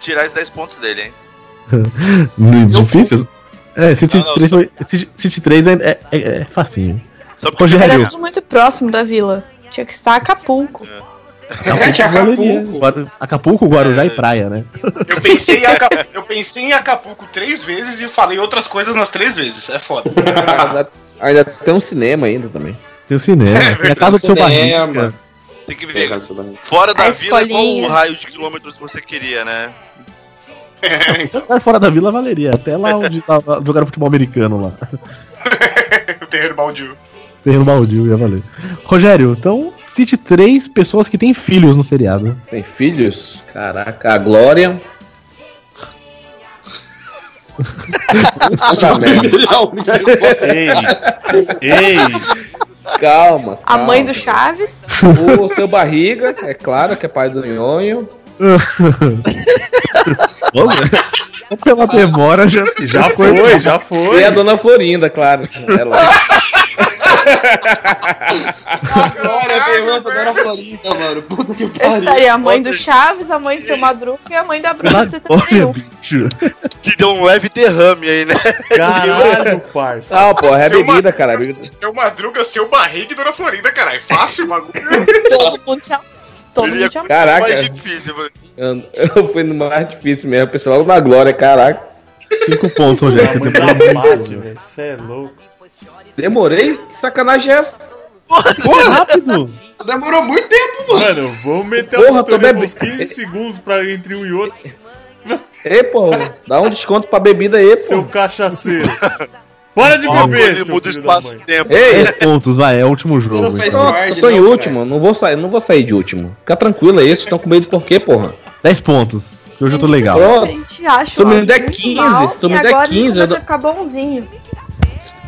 [SPEAKER 5] tirar esses 10 pontos dele, hein?
[SPEAKER 1] Não, Difícil? É, City 3 foi. City- City 3 é, é, é, é facinho.
[SPEAKER 5] Só
[SPEAKER 8] é.
[SPEAKER 4] Era tudo muito próximo da vila. Tinha que estar Acapulco.
[SPEAKER 1] É Acapulco, né? Guaru- Acapulco, Guarujá e praia, né?
[SPEAKER 9] Eu pensei, em Aca- eu pensei em Acapulco três vezes e falei outras coisas nas três vezes. É foda.
[SPEAKER 6] Ainda tem um cinema ainda também.
[SPEAKER 1] Tem o cinema. tem a casa do seu barriga.
[SPEAKER 5] Tem que
[SPEAKER 6] é.
[SPEAKER 5] ver. Fora da vila, qual o raio de quilômetros você queria, né?
[SPEAKER 1] Lugar Fora da vila valeria. Até lá onde lá- lá jogaram futebol americano lá.
[SPEAKER 9] o terreiro baldio.
[SPEAKER 1] Terreno baldio, ia valer. Rogério, então cite três pessoas que têm filhos no seriado.
[SPEAKER 6] Tem filhos? Caraca, a Glória. Puta merda.
[SPEAKER 2] Ei! Ei!
[SPEAKER 6] Calma.
[SPEAKER 4] A
[SPEAKER 6] calma.
[SPEAKER 4] mãe do Chaves?
[SPEAKER 6] O seu barriga, é claro que é pai do Nhonho.
[SPEAKER 1] Só pela demora já,
[SPEAKER 2] Já foi, já foi.
[SPEAKER 6] E a dona Florinda, claro. É Ela...
[SPEAKER 3] Agora tem irmã da dona Florinda, mano. Puta que
[SPEAKER 4] Eu
[SPEAKER 8] tá-
[SPEAKER 3] pariu.
[SPEAKER 4] estaria a mãe do Chaves, a mãe do seu Madruga e a mãe da Bruna.
[SPEAKER 8] tá
[SPEAKER 4] um.
[SPEAKER 1] Olha, bicho.
[SPEAKER 5] Te deu um leve derrame aí, né?
[SPEAKER 2] Caralho, parça.
[SPEAKER 6] Não, pô, é a bebida, cara. a bebida.
[SPEAKER 9] Seu Madruga, seu barriga e dona Florinda, caralho. Fácil, bagulho.
[SPEAKER 4] Todo mundo tinha. Todo mundo tinha.
[SPEAKER 6] Caraca.
[SPEAKER 5] Mais difícil, mano.
[SPEAKER 6] Eu, eu fui no mais difícil mesmo. Eu pensei logo na Glória, caraca.
[SPEAKER 1] Cinco pontos,
[SPEAKER 2] Pô,
[SPEAKER 1] Rogério. Você
[SPEAKER 2] a mãe
[SPEAKER 1] demorou muito.
[SPEAKER 2] da Mate, velho. Você é louco.
[SPEAKER 6] Demorei? Que sacanagem é essa?
[SPEAKER 1] Porra, rápido!
[SPEAKER 3] Demorou muito tempo, mano.
[SPEAKER 2] Mano, vamos meter
[SPEAKER 6] Porra,
[SPEAKER 2] o
[SPEAKER 6] tô bebendo.
[SPEAKER 2] uns 15 segundos pra, entre um e outro.
[SPEAKER 6] Ei, pô, dá um desconto pra bebida aí,
[SPEAKER 2] Seu
[SPEAKER 6] pô.
[SPEAKER 2] cachaceiro. Para de
[SPEAKER 5] Ó,
[SPEAKER 2] beber,
[SPEAKER 5] ele
[SPEAKER 2] seu
[SPEAKER 5] muda o
[SPEAKER 2] filho da
[SPEAKER 5] espaço
[SPEAKER 2] mãe.
[SPEAKER 5] tempo.
[SPEAKER 6] Ei,
[SPEAKER 1] Três pontos, vai, é o último jogo.
[SPEAKER 3] fez
[SPEAKER 1] então.
[SPEAKER 3] parte,
[SPEAKER 6] eu tô em
[SPEAKER 3] não,
[SPEAKER 6] último, não vou sair, não vou sair de último. Fica tranquilo, é isso. Estão com medo por quê, porra?
[SPEAKER 1] Dez pontos. que Hoje eu tô legal.
[SPEAKER 4] A
[SPEAKER 6] Pronto.
[SPEAKER 4] gente acha.
[SPEAKER 6] Se tu me
[SPEAKER 4] Aldi
[SPEAKER 6] der
[SPEAKER 4] muito
[SPEAKER 6] 15,
[SPEAKER 4] mal,
[SPEAKER 6] se tu me
[SPEAKER 4] e
[SPEAKER 6] der
[SPEAKER 4] agora
[SPEAKER 6] 15,
[SPEAKER 4] ele
[SPEAKER 6] eu dou-
[SPEAKER 4] começa a ficar bonzinho.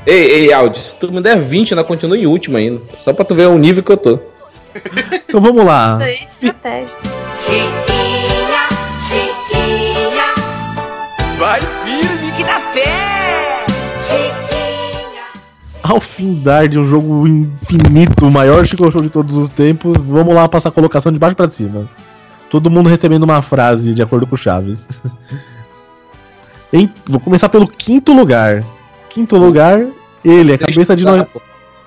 [SPEAKER 6] Ei, ei, Aldi, se tu me der 20, eu ainda continuo em último ainda. Só pra tu ver o nível que eu tô.
[SPEAKER 1] Então vamos
[SPEAKER 6] Ah.
[SPEAKER 1] lá.
[SPEAKER 4] Isso aí é estratégia.
[SPEAKER 16] Chiquinha, Chiquinha. Vai firme que dá pé. Chiquinha.
[SPEAKER 1] Ao findar de um jogo infinito, o maior Chico Show de todos os tempos, vamos lá passar a colocação de baixo pra cima. Todo mundo recebendo uma frase de acordo com o Chaves. Em- vou começar pelo quinto lugar. Quinto lugar, ele, a cabeça de nós.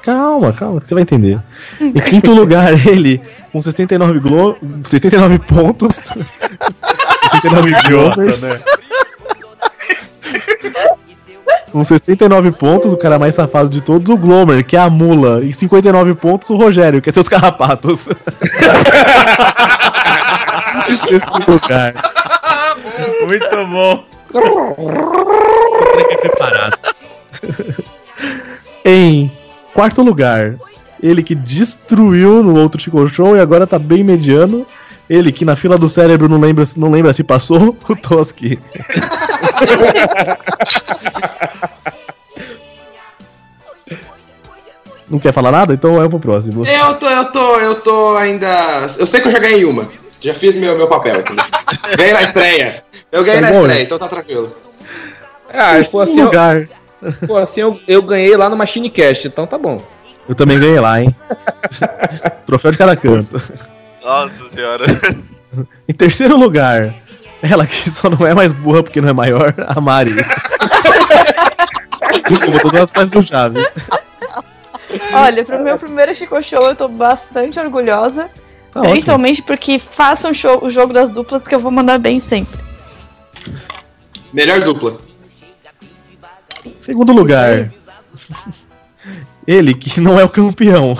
[SPEAKER 1] Calma, calma, que você vai entender. Em quinto lugar, ele, com 69, glo... 69 pontos. 69
[SPEAKER 2] Idiota,
[SPEAKER 1] Glovers.
[SPEAKER 2] né?
[SPEAKER 1] Com 69 pontos, o cara mais safado de todos, o Glomer, que é a mula. E 59 pontos, o Rogério, que é seus carrapatos. Em sexto lugar.
[SPEAKER 2] Muito bom.
[SPEAKER 1] Em quarto lugar, ele que destruiu no outro Chico Show e agora tá bem mediano. Ele que na fila do cérebro não lembra, não lembra se passou, o Toski. não quer falar nada? Então é pro próximo.
[SPEAKER 3] Eu tô, eu tô, eu tô ainda. Eu sei que eu já ganhei uma. Já fiz meu, meu papel aqui. ganhei na estreia. Eu ganhei
[SPEAKER 1] Tá
[SPEAKER 3] na
[SPEAKER 1] bom,
[SPEAKER 3] estreia,
[SPEAKER 1] né?
[SPEAKER 3] então tá tranquilo.
[SPEAKER 6] Ah, se for assim, eu,
[SPEAKER 1] lugar. Eu...
[SPEAKER 6] se for assim eu, eu ganhei lá no Machine Cast, então tá bom.
[SPEAKER 1] também ganhei lá, hein? Troféu de cada canto.
[SPEAKER 5] Nossa senhora.
[SPEAKER 1] Em terceiro lugar, ela que só não é mais burra porque não é maior, a Mari. Desculpa, todas as partes do Chaves.
[SPEAKER 4] Olha, pro meu primeiro Chico Show eu tô bastante orgulhosa.
[SPEAKER 1] Tá
[SPEAKER 4] principalmente porque façam show, o jogo das duplas que eu vou mandar bem sempre.
[SPEAKER 3] Melhor dupla.
[SPEAKER 1] Segundo lugar, ele que não é o campeão,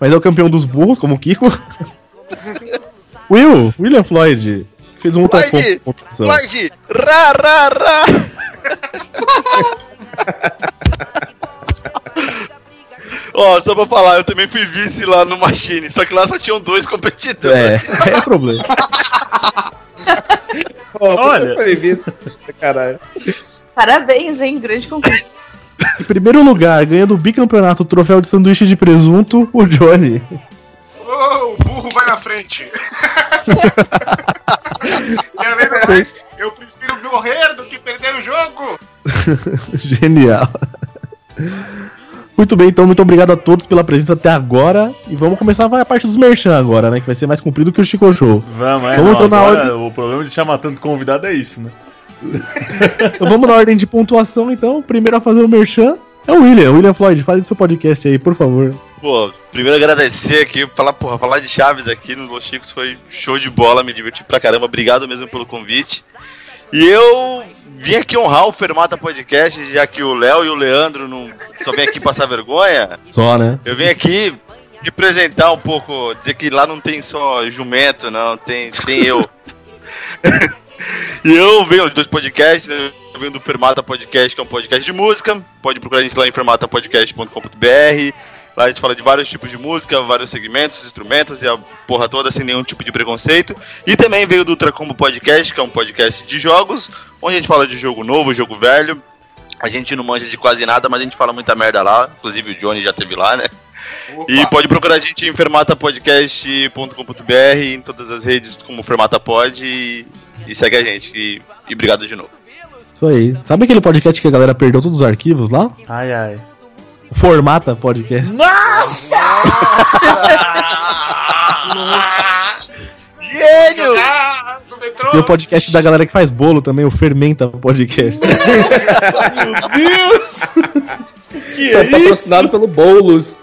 [SPEAKER 1] mas é o campeão dos burros, como o Kiko. Will, William Floyd, que fez um outra
[SPEAKER 5] Floyd!
[SPEAKER 1] competição.
[SPEAKER 5] Floyd! Ra, ra, ra! Ó, só pra falar, eu também fui vice lá no Machine, só que lá só tinham dois competidores.
[SPEAKER 1] É, é problema.
[SPEAKER 5] Olha.
[SPEAKER 6] Caralho.
[SPEAKER 4] Parabéns, hein? Grande conquista.
[SPEAKER 1] Em primeiro lugar, ganhando o bicampeonato o troféu de sanduíche de presunto, o Johnny.
[SPEAKER 9] Ô, o burro vai na frente. Quer ver verdade? Eu prefiro morrer do que perder o jogo.
[SPEAKER 1] Genial. Muito bem, então, muito obrigado a todos pela presença até agora. E vamos começar a parte dos merchan agora, né? Que vai ser mais comprido que o Chico Show.
[SPEAKER 2] Vamos, é,
[SPEAKER 1] Vamos
[SPEAKER 2] não,
[SPEAKER 1] então na
[SPEAKER 2] agora O problema de chamar tanto convidado é isso, né?
[SPEAKER 1] Então vamos na ordem de pontuação, então. O primeiro a fazer o merchan é o William. William Floyd, fale do seu podcast aí, por favor.
[SPEAKER 5] Pô, primeiro agradecer aqui, falar, porra, falar de Chaves aqui no Los Chicos foi show de bola, me diverti pra caramba, obrigado mesmo pelo convite. E eu vim aqui honrar o Fermata Podcast, já que o Léo e o Leandro não só vêm aqui passar vergonha.
[SPEAKER 1] Só, né?
[SPEAKER 5] Eu vim aqui representar um pouco, dizer que lá não tem só jumento, não, tem, tem eu. e eu venho os dois podcasts, né? eu venho do Fermata Podcast, que é um podcast de música. Pode procurar a gente lá em fermatapodcast.com.br. Lá a gente fala de vários tipos de música, vários segmentos, instrumentos e a porra toda sem nenhum tipo de preconceito. E também veio do Ultracombo Podcast, que é um podcast de jogos, onde a gente fala de jogo novo, jogo velho. A gente não manja de quase nada, mas a gente fala muita merda lá. Inclusive o Johnny já teve lá, né? E pode procurar a gente em fermatapodcast.com.br, em todas as redes como Fermata Pod e, e segue a gente. E, e obrigado de novo.
[SPEAKER 1] Isso aí. Sabe aquele podcast que a galera perdeu todos os arquivos lá?
[SPEAKER 2] Ai, ai.
[SPEAKER 1] Formata podcast.
[SPEAKER 2] Nossa!
[SPEAKER 5] Gênio!
[SPEAKER 1] Tem o podcast da galera que faz bolo também, o Fermenta Podcast.
[SPEAKER 2] Meu Deus!
[SPEAKER 6] Que é patrocinado pelo Boulos.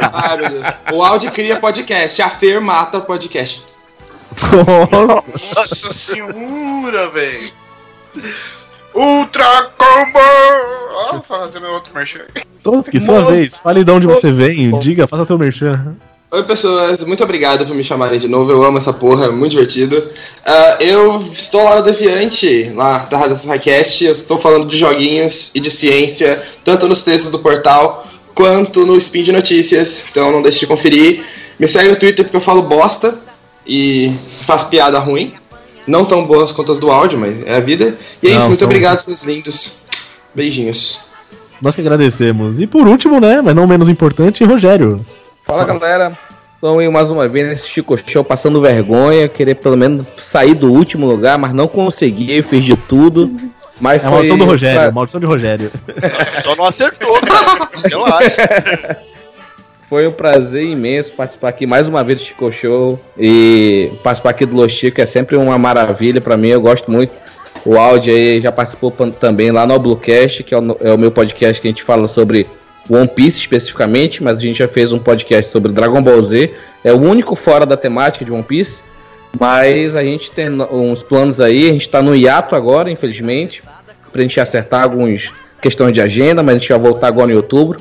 [SPEAKER 3] Ai, meu Deus. O áudio cria podcast, a Fer mata podcast.
[SPEAKER 9] Nossa senhora, velho. Ultra Combo! Ó, fazendo outro merchan.
[SPEAKER 1] Toski, sua
[SPEAKER 3] Nossa.
[SPEAKER 1] vez, fale de onde você vem, diga, faça seu merchan.
[SPEAKER 3] Oi, pessoas, muito obrigado por me chamarem de novo. Eu amo essa porra, é muito divertido. Ah, eu estou lá no Deviante, lá da Rádio Sacast. Eu estou falando de joguinhos e de ciência, tanto nos textos do portal quanto no Spin de Notícias. Então não deixe de conferir. Me segue no Twitter porque eu falo bosta e faço piada ruim. Não tão boas quanto as do áudio, mas é a vida. E é
[SPEAKER 1] Não,
[SPEAKER 3] isso, muito
[SPEAKER 1] são-
[SPEAKER 3] obrigado, seus lindos. Beijinhos.
[SPEAKER 1] Nós que agradecemos. E por último, né, mas não menos importante, Rogério.
[SPEAKER 6] Fala galera, estão aí Então, mais uma vez nesse Chico Show passando vergonha, querer pelo menos sair do último lugar, mas não consegui, fiz de tudo.
[SPEAKER 1] É a
[SPEAKER 6] Mas foi-
[SPEAKER 1] maldição do Rogério,
[SPEAKER 6] pra-
[SPEAKER 1] maldição de Rogério.
[SPEAKER 5] Só não acertou, cara. Eu acho.
[SPEAKER 6] Foi um prazer imenso participar aqui mais uma vez do Chico Show e participar aqui do Los Chico é sempre uma maravilha pra mim, eu gosto muito. O áudio aí já participou pan- também lá no Bluecast, que é o, no- é o meu podcast que a gente fala sobre One Piece especificamente, mas a gente já fez um podcast sobre Dragon Ball Z, é o único fora da temática de One Piece, mas a gente tem no- uns planos aí, a gente tá no hiato agora, infelizmente, pra gente acertar algumas questões de agenda, mas a gente vai voltar agora em outubro.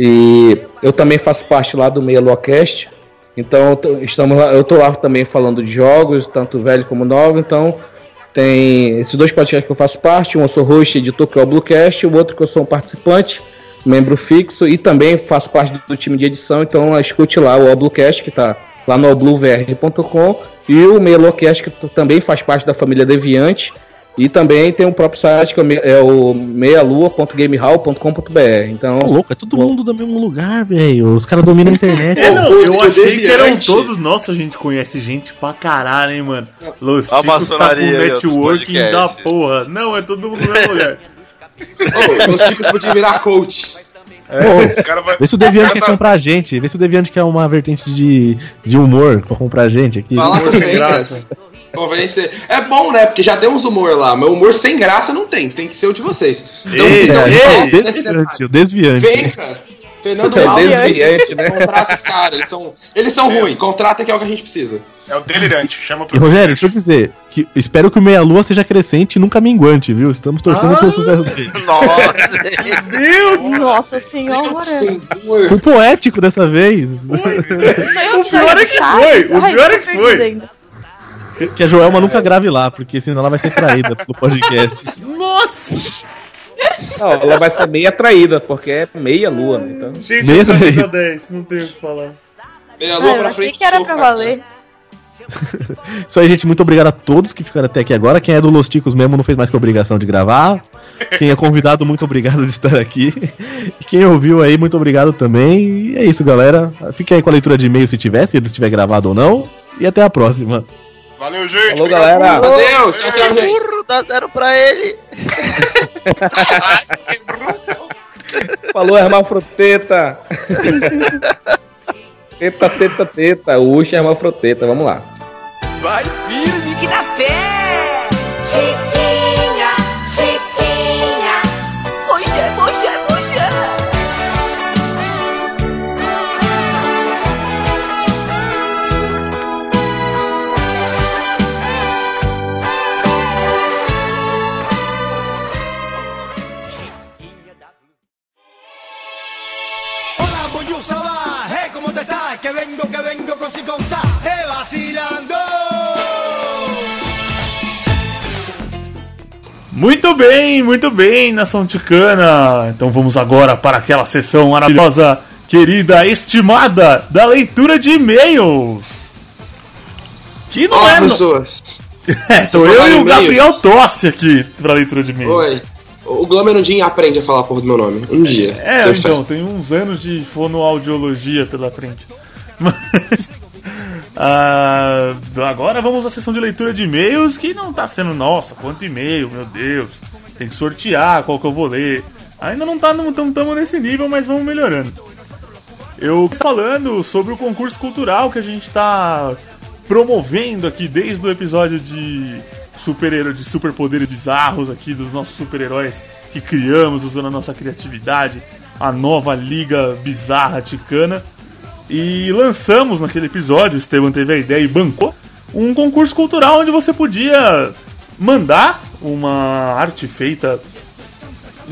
[SPEAKER 6] E eu também faço parte lá do Meia Luacast. Então eu tô- estamos lá, eu tô lá também falando de jogos, tanto velho como novo. Então tem esses dois podcasts que eu faço parte, um eu sou host e editor que é o Bluecast, o outro que eu sou um participante, membro fixo e também faço parte do, do time de edição, então escute lá o Bluecast que tá lá no bluevr.com e o Melocast que t- também faz parte da família Deviante. E também tem o próprio site que é o me- é o meialua.gamehall.com.br. Então,
[SPEAKER 1] louco, é todo mundo do mesmo lugar, velho. Os caras dominam a internet.
[SPEAKER 2] É, não,
[SPEAKER 1] Ô,
[SPEAKER 2] eu
[SPEAKER 1] ô,
[SPEAKER 2] achei que eram
[SPEAKER 1] deviante.
[SPEAKER 2] todos nossos, a gente conhece gente pra caralho, hein, mano. Los
[SPEAKER 1] A
[SPEAKER 2] Chicos tá com
[SPEAKER 1] maçonaria aí, ó, dos
[SPEAKER 2] networking da
[SPEAKER 1] podcasts.
[SPEAKER 2] porra. Não, é todo mundo no mesmo lugar.
[SPEAKER 3] Ô, Los Chicos podia virar coach.
[SPEAKER 1] Pô, Vê se o Deviante quer comprar a gente. Vê se o Deviante quer uma vertente de, de humor pra comprar a gente aqui.
[SPEAKER 3] Fala com sem
[SPEAKER 2] graça.
[SPEAKER 3] graça. Convencer. É bom, né? Porque já temos humor lá. Meu humor sem graça não tem. Tem que ser o de vocês. Então,
[SPEAKER 1] É,
[SPEAKER 3] então,
[SPEAKER 1] é,
[SPEAKER 3] então,
[SPEAKER 1] desviante, o desviante.
[SPEAKER 3] Vencas. Fernando
[SPEAKER 1] É o
[SPEAKER 3] Alves.
[SPEAKER 1] desviante,
[SPEAKER 6] né?
[SPEAKER 3] Contrata os caras. Eles são, eles são ruins. Contrata que é o que a gente precisa.
[SPEAKER 9] É o delirante. Chama
[SPEAKER 1] E, Rogério, deixa eu dizer, que espero que o Meia Lua seja crescente e nunca minguante, viu? Estamos torcendo pelo sucesso dele.
[SPEAKER 5] Nossa,
[SPEAKER 2] Deus!
[SPEAKER 4] Nossa senhora!
[SPEAKER 1] Fui poético dessa vez.
[SPEAKER 4] O
[SPEAKER 2] pior é que foi, o pior
[SPEAKER 4] tá
[SPEAKER 2] é que foi.
[SPEAKER 1] que a Joelma nunca grave lá, porque senão ela vai ser traída pelo podcast.
[SPEAKER 2] Nossa!
[SPEAKER 6] Não, ela vai ser meia traída, porque é meia lua, né? Então...
[SPEAKER 2] Gente, Meia camisa 10, não tem o que falar.
[SPEAKER 4] Ah, eu achei que era pra valer.
[SPEAKER 1] Isso aí, gente. Muito obrigado a todos que ficaram até aqui agora. Quem é do Los Ticos mesmo não fez mais que obrigação de gravar. Quem é convidado, muito obrigado de estar aqui. E quem ouviu aí, muito obrigado também. E é isso, galera. Fiquem aí com a leitura de e-mail se tiver, se ele estiver gravado ou não. E até a próxima.
[SPEAKER 9] Valeu, gente.
[SPEAKER 6] Falou, galera.
[SPEAKER 5] Valeu,
[SPEAKER 3] Ah, tchau, tchau, gente.
[SPEAKER 5] burro, dá zero pra ele.
[SPEAKER 6] Falou, hermafroteta. teta, teta, teta. Uxa, hermafroteta. Vamos lá.
[SPEAKER 21] Vai firme que dá pé!
[SPEAKER 16] Chiquinha, chiquinha.
[SPEAKER 21] Pois é, pois é, pois é!
[SPEAKER 22] Hola, voy usada, hey, ¿cómo te estás? Que vengo, que vengo con si con sa, eh, vacilando.
[SPEAKER 2] Muito bem, muito bem, nação ticana. Então vamos agora para aquela sessão maravilhosa, querida, estimada, da leitura de e-mails. Que não
[SPEAKER 3] Olá,
[SPEAKER 2] é. no-
[SPEAKER 3] pessoas.
[SPEAKER 2] É, tô eu
[SPEAKER 3] Vocês
[SPEAKER 2] e
[SPEAKER 3] mandaram
[SPEAKER 2] o Gabriel
[SPEAKER 3] e-mails?
[SPEAKER 2] Tosse aqui pra leitura de e-mails.
[SPEAKER 3] Oi. O Glomer um dia aprende a falar a porra do meu nome. Um dia.
[SPEAKER 2] É,
[SPEAKER 3] Tem
[SPEAKER 2] então, tem uns anos de fonoaudiologia pela frente. Mas. ah, agora vamos à sessão de leitura de e-mails, que não tá sendo, nossa, quanto e-mail, meu Deus. Tem que sortear qual que eu vou ler. Ainda não tá, não estamos nesse nível, mas vamos melhorando. Eu falando sobre o concurso cultural que a gente tá promovendo aqui desde o episódio de super de superpoderes bizarros aqui dos nossos super-heróis que criamos usando a nossa criatividade, a nova liga bizarra ticana. E lançamos naquele episódio, o Esteban teve a ideia e bancou um concurso cultural onde você podia mandar uma arte feita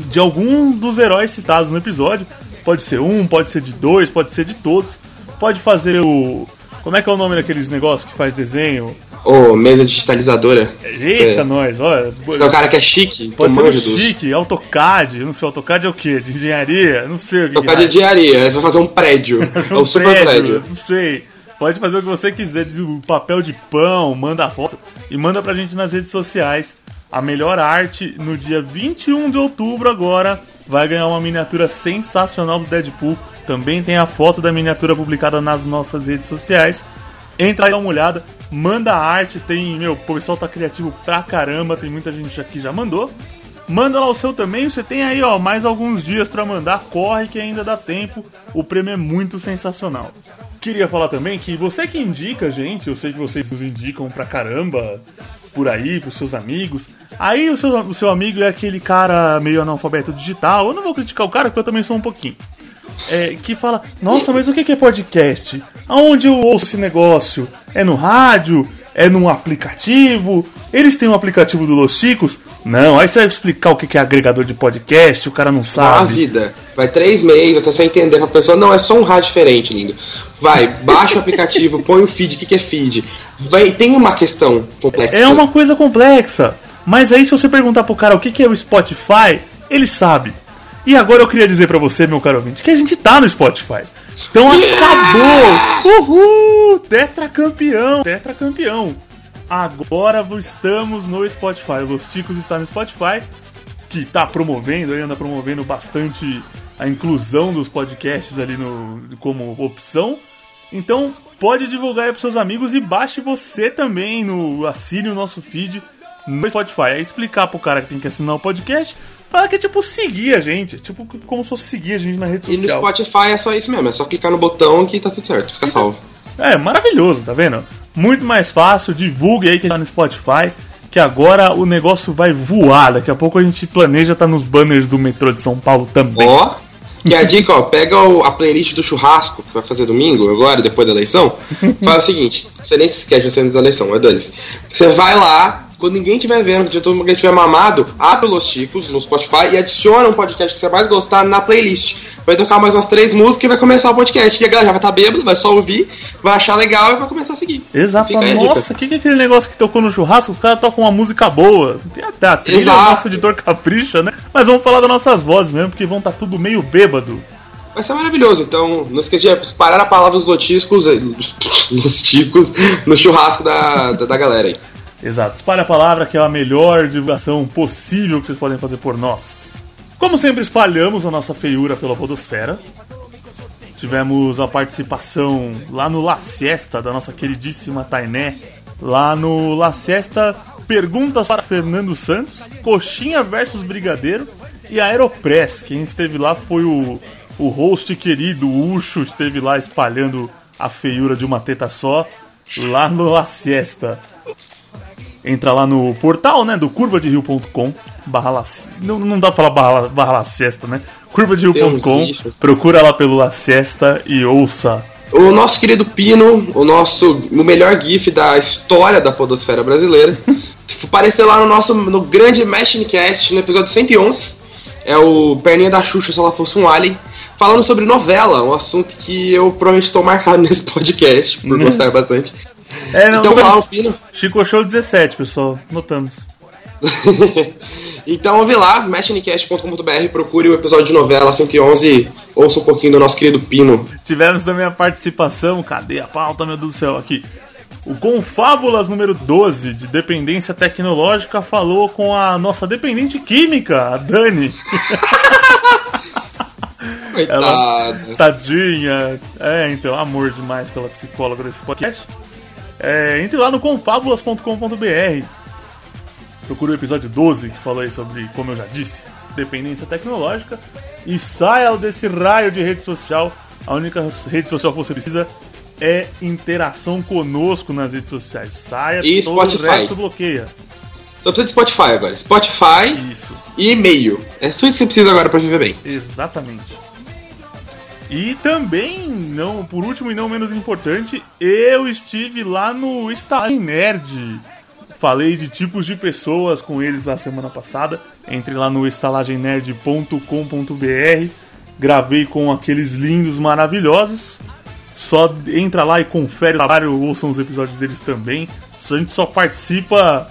[SPEAKER 2] de algum dos heróis citados no episódio. Pode ser um, pode ser de dois, pode ser de todos. Pode fazer o. Como é que é o nome daqueles negócios que faz desenho?
[SPEAKER 3] Ô, mesa digitalizadora.
[SPEAKER 2] então. Eita,
[SPEAKER 3] É.
[SPEAKER 2] nós, olha.
[SPEAKER 3] Você é o cara que é chique?
[SPEAKER 2] Pode ser
[SPEAKER 3] Então
[SPEAKER 2] o
[SPEAKER 3] manja dos-
[SPEAKER 2] chique, AutoCAD, não sei, AuTOCAD é o quê? De engenharia? Não sei o que.
[SPEAKER 3] Tocar de
[SPEAKER 2] que é.
[SPEAKER 3] diaria, é só fazer um prédio. É
[SPEAKER 2] Um
[SPEAKER 3] um super prédio.
[SPEAKER 2] Não sei. Pode fazer o que você quiser, de um papel de pão, manda a foto e manda pra gente nas redes sociais. A melhor arte no dia 21 de outubro agora vai ganhar uma miniatura sensacional do Deadpool. Também tem a foto da miniatura publicada nas nossas redes sociais. Entra aí, dá uma olhada, manda a arte, tem, meu, o pessoal tá criativo pra caramba, tem muita gente aqui já mandou. Manda lá o seu também, você tem aí, ó, mais alguns dias pra mandar, corre que ainda dá tempo. O prêmio é muito sensacional. Queria falar também que você que indica, gente, eu sei que vocês nos indicam pra caramba por aí, pros seus amigos. Aí o seu, o seu amigo é aquele cara meio analfabeto digital. Eu não vou criticar o cara, porque eu também sou um pouquinho. É, que fala, nossa, mas o que que é podcast? Aonde eu ouço esse negócio? É no rádio? É num aplicativo? Eles têm um aplicativo do Los Chicos? Não, aí você vai explicar o que que é agregador de podcast, o cara não
[SPEAKER 3] Dá uma
[SPEAKER 2] sabe.
[SPEAKER 3] Tá vida. Vai três meses até você entender pra pessoa. Não, é só um rádio diferente, lindo. Vai, baixa o aplicativo, põe o feed, o que, que é feed? Vai, tem uma questão complexa.
[SPEAKER 2] É uma coisa complexa. Mas aí, se você perguntar pro cara o que que é o Spotify, ele sabe. E agora eu queria dizer pra você, meu caro ouvinte, que a gente tá no Spotify. Então acabou! Uhul! Tetracampeão! Tetracampeão! Agora estamos no Spotify. Os Ticos está no Spotify, que tá promovendo, aí anda promovendo bastante a inclusão dos podcasts ali no, como opção. Então, pode divulgar aí pros seus amigos e baixe você também no. Assine o nosso feed no Spotify. É explicar pro cara que tem que assinar o podcast. Fala que é tipo seguir a gente. é Tipo, como se fosse seguir a gente na rede
[SPEAKER 3] E no
[SPEAKER 2] social.
[SPEAKER 3] Spotify é só isso mesmo, é só clicar no botão que tá tudo certo, fica salvo.
[SPEAKER 2] É, maravilhoso, tá vendo? Muito mais fácil, divulgue aí que tá no Spotify, que agora o negócio vai voar. Daqui a pouco a gente planeja tá nos banners do metrô de São Paulo também.
[SPEAKER 3] Ó, que é a dica, ó, pega o- a playlist do churrasco que vai fazer domingo, agora, depois da eleição. Faz o seguinte: você nem se esquece, você antes da eleição, é dane Você vai lá, Quando ninguém estiver vendo, quando todo mundo estiver mamado, abre os Chicos no Spotify e adiciona um podcast que você mais gostar na playlist. Vai tocar mais umas três músicas e vai começar o podcast. E a galera já vai estar bêbada, vai só ouvir, vai achar legal e vai começar a seguir.
[SPEAKER 2] Exato.
[SPEAKER 3] Fica aí a dica.
[SPEAKER 2] Nossa, o que, que é aquele negócio que tocou no churrasco? O cara toca uma música boa. Tem até a trilha,
[SPEAKER 3] Exato.
[SPEAKER 2] o nosso editor capricha, né? Mas vamos falar das nossas vozes mesmo, porque vão estar tudo meio bêbado.
[SPEAKER 3] Vai ser maravilhoso, então não esqueça de parar a palavra dos lotiscos, eh, nos ticos, no churrasco da, da, da galera aí.
[SPEAKER 2] Exato. Espalhe a palavra, que é a melhor divulgação possível que vocês podem fazer por nós. Como sempre, espalhamos a nossa feiura pela Podosfera. Tivemos a participação lá no La Siesta da nossa queridíssima Tainé. Lá no La Siesta, perguntas para Fernando Santos, Coxinha versus Brigadeiro e Aeropress. Quem esteve lá foi o, o host querido, o Ucho, esteve lá espalhando a feiura de uma teta só lá no La Siesta entra lá no portal, né, do curvaderio.com barra la... não, não dá pra falar barra, barra la cesta, né?
[SPEAKER 3] Tem
[SPEAKER 2] curvaderio.com
[SPEAKER 3] uns lixos.
[SPEAKER 2] procura lá pelo la cesta e ouça
[SPEAKER 3] O nosso querido Pino, o nosso o melhor GIF da história da Podosfera brasileira, apareceu lá no nosso no grande Machincast, no episódio 111. É o Perninha da Xuxa, se ela fosse um alien. Falando sobre novela, um assunto que eu provavelmente estou marcado nesse podcast, por gostar bastante.
[SPEAKER 2] É, não,
[SPEAKER 3] então,
[SPEAKER 2] não-
[SPEAKER 3] lá, o Pino,
[SPEAKER 2] Chico Show 17, pessoal, notamos.
[SPEAKER 3] Então ouve lá, mexenicast.com.br, procure o episódio de novela 111, ouça um pouquinho do nosso querido Pino.
[SPEAKER 2] Tivemos também a participação, cadê a pauta, meu Deus do céu, aqui. O Confábulas número 12 de dependência tecnológica falou com a nossa dependente química, a Dani. Ela, tadinha. É, então, amor demais pela psicóloga desse podcast. É, entre lá no confábulas.com.br. Procure o episódio 12 que falei sobre, como eu já disse, dependência tecnológica. E saia desse raio de rede social. A única rede social que você precisa é interação conosco nas redes sociais. Saia
[SPEAKER 3] E
[SPEAKER 2] todo
[SPEAKER 3] Spotify.
[SPEAKER 2] o resto bloqueia.
[SPEAKER 3] Só precisa de Spotify agora. Spotify
[SPEAKER 2] Isso.
[SPEAKER 3] e e-mail. É tudo isso que você precisa agora pra viver bem.
[SPEAKER 2] Exatamente. E também, não, por último e não menos importante, eu estive lá no Instagram Nerd. Falei de tipos de pessoas com eles na semana passada. Entre lá no estalagemnerd.com.br. Gravei com aqueles lindos maravilhosos. Só entra lá e confere o trabalho, ouçam os episódios deles também. Só- A gente só participa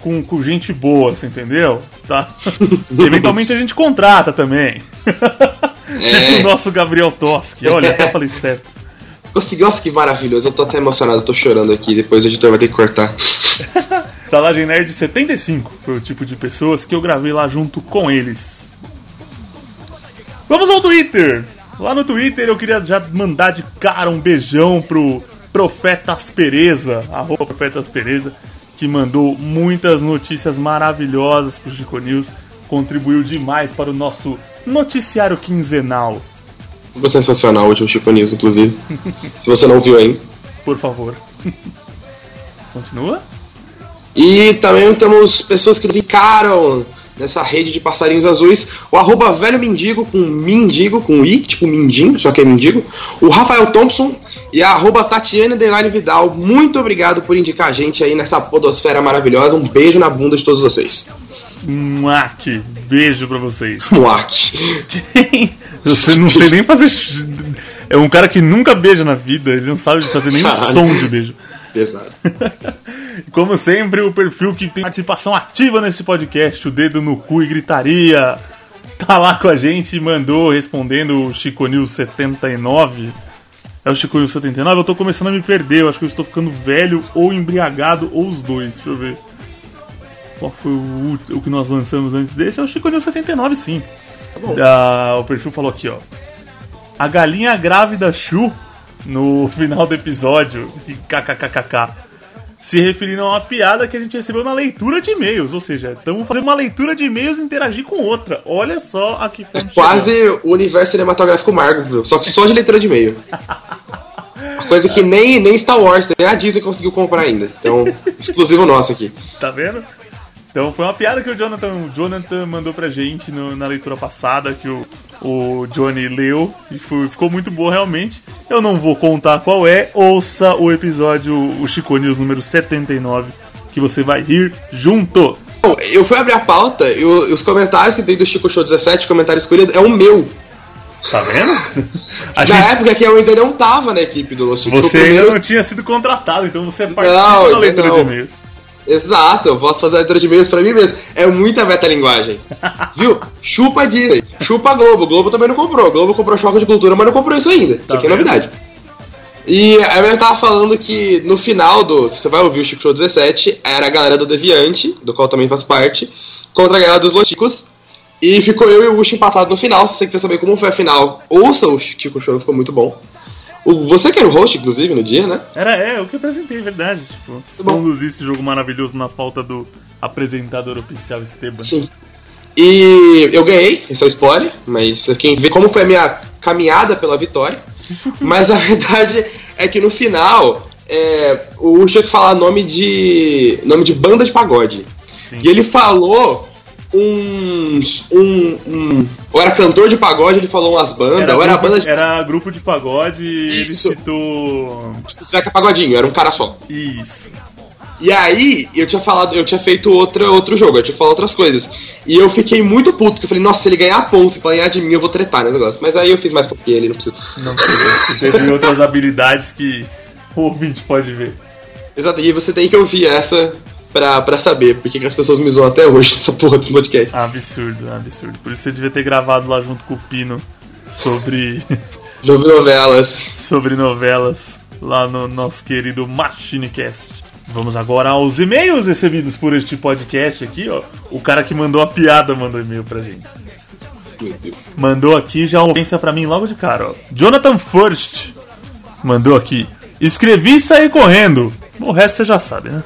[SPEAKER 2] com, com gente boa, você entendeu? Tá? Eventualmente a gente contrata também. Tipo o nosso Gabriel Toski. Olha, até falei certo.
[SPEAKER 3] Consegui, nossa, que maravilhoso. Eu tô até emocionado, eu tô chorando aqui. Depois o editor vai ter que cortar.
[SPEAKER 2] Estalagem Nerd 75 foi o tipo de pessoas que eu gravei lá junto com eles. Vamos ao Twitter! Lá no Twitter eu queria já mandar de cara um beijão pro Profeta Aspereza, arroba Profeta Aspereza, que mandou muitas notícias maravilhosas pro Chico News, contribuiu demais para o nosso noticiário quinzenal.
[SPEAKER 3] Ficou sensacional o último Chico News, inclusive. Se você não viu ainda.
[SPEAKER 2] Por favor. Continua?
[SPEAKER 3] E também temos pessoas que encaram nessa rede de passarinhos azuis. O arroba velho mendigo com mendigo, com i, tipo mindinho, só que é mendigo. O Rafael Thompson e a arroba Tatiana Deline Vidal. Muito obrigado por indicar a gente aí nessa podosfera maravilhosa. Um beijo na bunda de todos vocês.
[SPEAKER 2] Muac, beijo pra vocês.
[SPEAKER 3] Muac.
[SPEAKER 2] Eu sei- não sei nem fazer. x- É um cara que nunca beija na vida, ele não sabe fazer nenhum
[SPEAKER 3] Caralho.
[SPEAKER 2] som de beijo.
[SPEAKER 3] Pesado.
[SPEAKER 2] Como sempre, o perfil que tem participação ativa nesse podcast, o dedo no cu e gritaria, tá lá com a gente, mandou respondendo o Chico News 79. É o Chico News 79? Eu tô começando a me perder, eu acho que eu estou ficando velho ou embriagado ou os dois, deixa eu ver. Qual foi o, ult- o que nós lançamos antes desse? É o Chico News 79, sim.
[SPEAKER 3] Tá bom.
[SPEAKER 2] Ah, o perfil falou aqui, ó. A galinha grávida Chu no final do episódio. E kkkk. Se referindo a uma piada que a gente recebeu na leitura de e-mails. Ou seja, estamos fazendo uma leitura de e-mails e interagir com outra. Olha só aqui.
[SPEAKER 3] É quase o universo cinematográfico Marvel, só que só de leitura de e-mail. Coisa que nem, nem Star Wars, nem a Disney conseguiu comprar ainda. Então, exclusivo nosso aqui.
[SPEAKER 2] Tá vendo? Então foi uma piada que o Jonathan, o Jonathan mandou pra gente no- na leitura passada, que o, o Johnny leu, e foi- ficou muito boa realmente. Eu não vou contar qual é, ouça o episódio, o Chico News número 79, que você vai rir junto.
[SPEAKER 3] Bom, eu fui abrir a pauta e o- os comentários que tem do Chico Show 17, comentário escolhido, é o meu.
[SPEAKER 2] Tá vendo? A
[SPEAKER 3] Na
[SPEAKER 2] gente-
[SPEAKER 3] época que eu ainda não tava na equipe do Los Chicos.
[SPEAKER 2] Você
[SPEAKER 3] Foi o
[SPEAKER 2] ainda
[SPEAKER 3] primeiro-
[SPEAKER 2] não tinha sido contratado, então você
[SPEAKER 3] Não,
[SPEAKER 2] participa da
[SPEAKER 3] ainda
[SPEAKER 2] leitura
[SPEAKER 3] não.
[SPEAKER 2] de e-mails.
[SPEAKER 3] Exato, eu posso fazer a leitura de e-mails pra mim mesmo. É muita metalinguagem. Viu? Chupa Disney, chupa Globo. Globo também não comprou. Globo comprou choque de cultura, mas não comprou isso ainda. isso aqui é novidade. E a Evelyn tava falando que no final do. Se você vai ouvir o Chico Show 17, era a galera do Deviante, do qual eu também faço parte, contra a galera dos Loticos. E ficou eu e o Gusto empatado no final. Se você quiser saber como foi a final, ouça o Chico Show, ficou muito bom. O- você que era o host, inclusive, no dia, né?
[SPEAKER 2] Era, é, eu que apresentei, é verdade. Tipo, conduzir esse jogo maravilhoso na pauta do apresentador oficial Esteban.
[SPEAKER 3] Sim. E eu ganhei, esse é o spoiler, mas quem vê como foi a minha caminhada pela vitória. Mas a verdade é que no final é, o Chuck falar nome de. nome de banda de pagode. E ele falou uns. um. um ou era cantor de pagode, ele falou umas bandas,
[SPEAKER 2] Era,
[SPEAKER 3] ou era
[SPEAKER 2] grupo,
[SPEAKER 3] banda de.
[SPEAKER 2] era grupo de pagode e ele citou.
[SPEAKER 3] Zeca Pagodinho, era um cara só.
[SPEAKER 2] Isso.
[SPEAKER 3] E aí, eu tinha falado, eu tinha feito outra, outro jogo, eu tinha falado outras coisas. E eu fiquei muito puto, porque eu falei, nossa, se ele ganhar ponto e ganhar de mim, eu vou tretar no negócio. Mas aí eu fiz mais porque ele, não preciso.
[SPEAKER 2] Não Teve outras habilidades que o ouvinte pode ver.
[SPEAKER 3] Exato, e você tem que ouvir essa pra, pra saber porque que as pessoas me zoam até hoje nessa porra desse podcast.
[SPEAKER 2] Absurdo, absurdo. Por isso você devia ter gravado lá junto com o Pino sobre.
[SPEAKER 3] Sobre novelas.
[SPEAKER 2] Sobre novelas, lá no nosso querido MachineCast. Vamos agora aos e-mails recebidos por este podcast aqui, ó. O cara que mandou a piada mandou e-mail pra gente.
[SPEAKER 3] Meu Deus.
[SPEAKER 2] Mandou aqui já ofensa pra mim logo de cara, ó. Jonathan First mandou aqui. Escrevi e saí correndo. Bom, o resto você já sabe, né?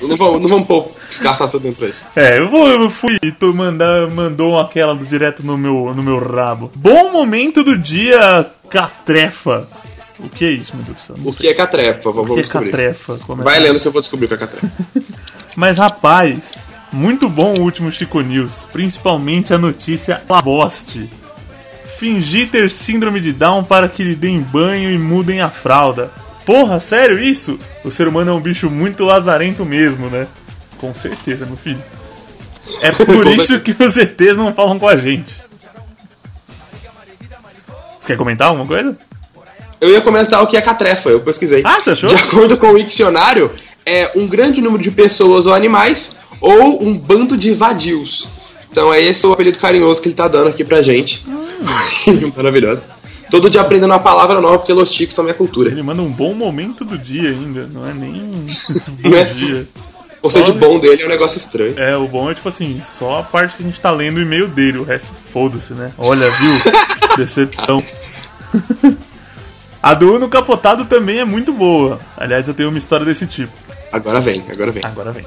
[SPEAKER 3] não vamos, não vamos pôr, gastar seu tempo pra isso.
[SPEAKER 2] É, eu, vou, eu fui e tu manda, mandou aquela do- direto no meu, no meu rabo. Bom momento do dia, catrefa. O que é isso, meu Deus do céu? Não
[SPEAKER 3] O
[SPEAKER 2] sei.
[SPEAKER 3] que é catrefa? Vamos
[SPEAKER 2] O que é
[SPEAKER 3] descobrir.
[SPEAKER 2] catrefa? Começa.
[SPEAKER 3] Vai lendo que eu vou descobrir o que é catrefa.
[SPEAKER 2] Mas rapaz, muito bom o último Chico News, principalmente a notícia Laboste. Fingir ter síndrome de Down para que lhe deem banho e mudem a fralda. Porra, sério isso? O ser humano é um bicho muito lazarento mesmo, né? Com certeza, meu filho. É por isso que os ETs não falam com a gente. Você quer comentar alguma coisa?
[SPEAKER 3] Eu ia comentar o que é catrefa, eu pesquisei.
[SPEAKER 2] Ah, você achou?
[SPEAKER 3] De acordo com o dicionário, é um grande número de pessoas ou animais ou um bando de vadios. Então é esse o apelido carinhoso que ele tá dando aqui pra gente. Hum. Maravilhoso. Todo dia aprendendo uma palavra nova, porque los chicos são minha cultura.
[SPEAKER 2] Ele manda um bom momento do dia ainda, não é nem um bom
[SPEAKER 3] Né?
[SPEAKER 2] dia.
[SPEAKER 3] Ou seja,
[SPEAKER 2] Só-
[SPEAKER 3] o bom dele é um negócio estranho.
[SPEAKER 2] É, o bom é tipo assim, só a parte que a gente tá lendo o e-mail dele, o resto foda-se, né? Olha, viu? Decepção. A do Uno Capotado também é muito boa. Aliás, eu tenho uma história desse tipo.
[SPEAKER 3] Agora vem, agora vem.
[SPEAKER 2] Agora vem.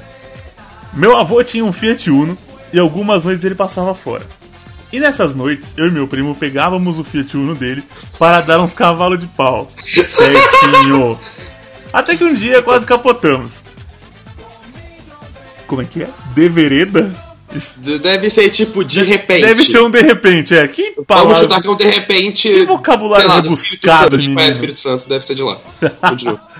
[SPEAKER 2] Meu avô tinha um Fiat Uno e algumas noites ele passava fora. E nessas noites, eu e meu primo pegávamos o Fiat Uno dele para dar uns cavalos de pau. Certinho. Até que um dia quase capotamos. Como é que é? De vereda?
[SPEAKER 3] D- Deve ser tipo de repente.
[SPEAKER 2] Deve ser um de repente, é. Que
[SPEAKER 3] Vamos
[SPEAKER 2] palavra.
[SPEAKER 3] chutar que é um de repente.
[SPEAKER 2] Que vocabulário
[SPEAKER 3] sei lá, do
[SPEAKER 2] rebuscado,
[SPEAKER 3] Espírito Santo, que conhece
[SPEAKER 2] menino.
[SPEAKER 3] Espírito Santo, deve ser de lá. Continua.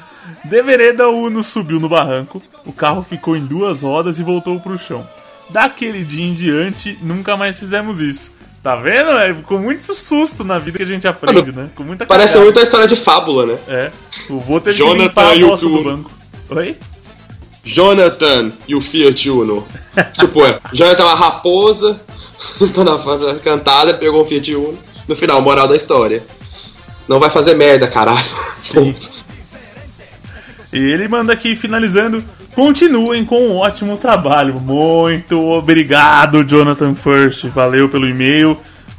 [SPEAKER 2] De vereda, o Uno subiu no barranco, o carro ficou em duas rodas e voltou pro chão. Daquele dia em diante, nunca mais fizemos isso. Tá vendo? É, com muito susto na vida que a gente aprende, né? Com muita
[SPEAKER 3] Parece
[SPEAKER 2] cagada.
[SPEAKER 3] muito a história de fábula, né?
[SPEAKER 2] É. O vô teve
[SPEAKER 3] Jonathan
[SPEAKER 2] que limpar a
[SPEAKER 3] e o
[SPEAKER 2] bosta do
[SPEAKER 3] Uno.
[SPEAKER 2] banco. Oi?
[SPEAKER 3] Jonathan e o Fiat Uno. tipo, é, Jonathan é uma raposa, tá na fase cantada, pegou o Fiat Uno. No final, moral da história. Não vai fazer merda, caralho. Ponto.
[SPEAKER 2] E ele manda aqui, finalizando. Continuem com um ótimo trabalho. Muito obrigado, Jonathan First. Valeu pelo e-mail.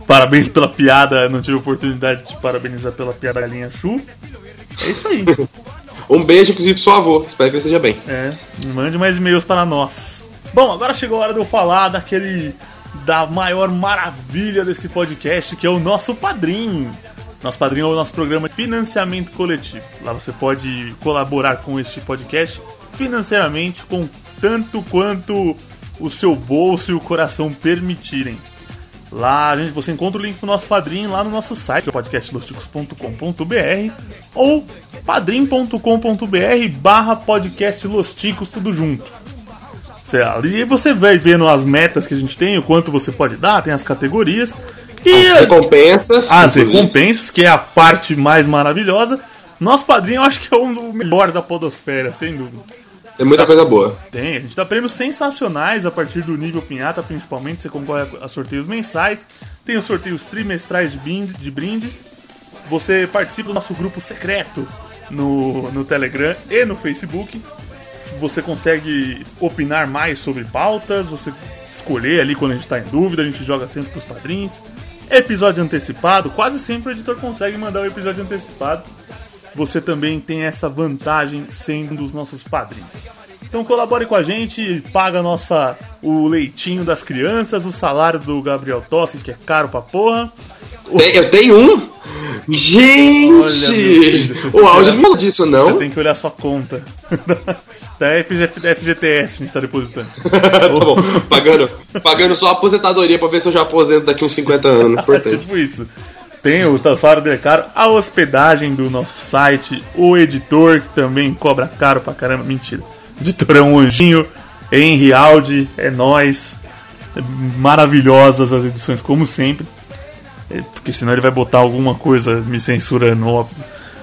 [SPEAKER 2] Parabéns pela piada. Não tive oportunidade de te parabenizar pela piada galinha Chu. É isso aí.
[SPEAKER 3] um beijo, inclusive, pro seu avô. Espero que ele esteja bem.
[SPEAKER 2] É, mande mais e-mails para nós. Bom, agora chegou a hora de eu falar daquele. da maior maravilha desse podcast, que é o nosso padrinho. Nosso padrinho é o nosso programa de financiamento coletivo. Lá você pode colaborar com este podcast financeiramente, com tanto quanto o seu bolso e o coração permitirem. Lá a gente, você encontra o link pro nosso padrinho lá no nosso site, é podcastlosticos.com.br ou padrim.com.br barra podcast Los Ticos, tudo junto. Você, ali você vai vendo as metas que a gente tem, o quanto você pode dar, tem as categorias. E
[SPEAKER 3] As recompensas.
[SPEAKER 2] As recompensas, que é a parte mais maravilhosa. Nosso padrinho eu acho que é um do melhor da podosfera, sem dúvida.
[SPEAKER 3] Tem muita coisa boa.
[SPEAKER 2] Tem, a gente dá prêmios sensacionais a partir do nível Pinhata, principalmente. Você concorre a a sorteios mensais, tem os sorteios trimestrais de, bin- de brindes. Você participa do nosso grupo secreto no, no Telegram e no Facebook. Você consegue opinar mais sobre pautas, você escolher ali quando a gente está em dúvida, a gente joga sempre pros padrinhos. Episódio antecipado, quase sempre o editor consegue mandar o episódio antecipado. Você também tem essa vantagem sendo um dos nossos padrinhos. Então colabore com a gente, paga a nossa o leitinho das crianças, o salário do Gabriel Tossi, que é caro pra porra.
[SPEAKER 3] Tem- eu tenho um? Gente!
[SPEAKER 2] Olha, meu filho, você tem
[SPEAKER 3] o
[SPEAKER 2] que
[SPEAKER 3] áudio
[SPEAKER 2] olhar-
[SPEAKER 3] não falou disso, não?
[SPEAKER 2] Você tem que olhar sua conta. Tá, é da FG da FGTS que a gente tá depositando.
[SPEAKER 3] tá bom, pagando, pagando só a aposentadoria pra ver se eu já aposento daqui uns 50 anos. Importante.
[SPEAKER 2] tipo isso. Tem o salário dele é caro, a hospedagem do nosso site, o editor que também cobra caro pra caramba. Mentira. O editor é um anjinho, Henry Aldi, é nós. É Maravilhosas as edições, como sempre. É, Porque senão ele vai botar alguma coisa me censurando, óbvio.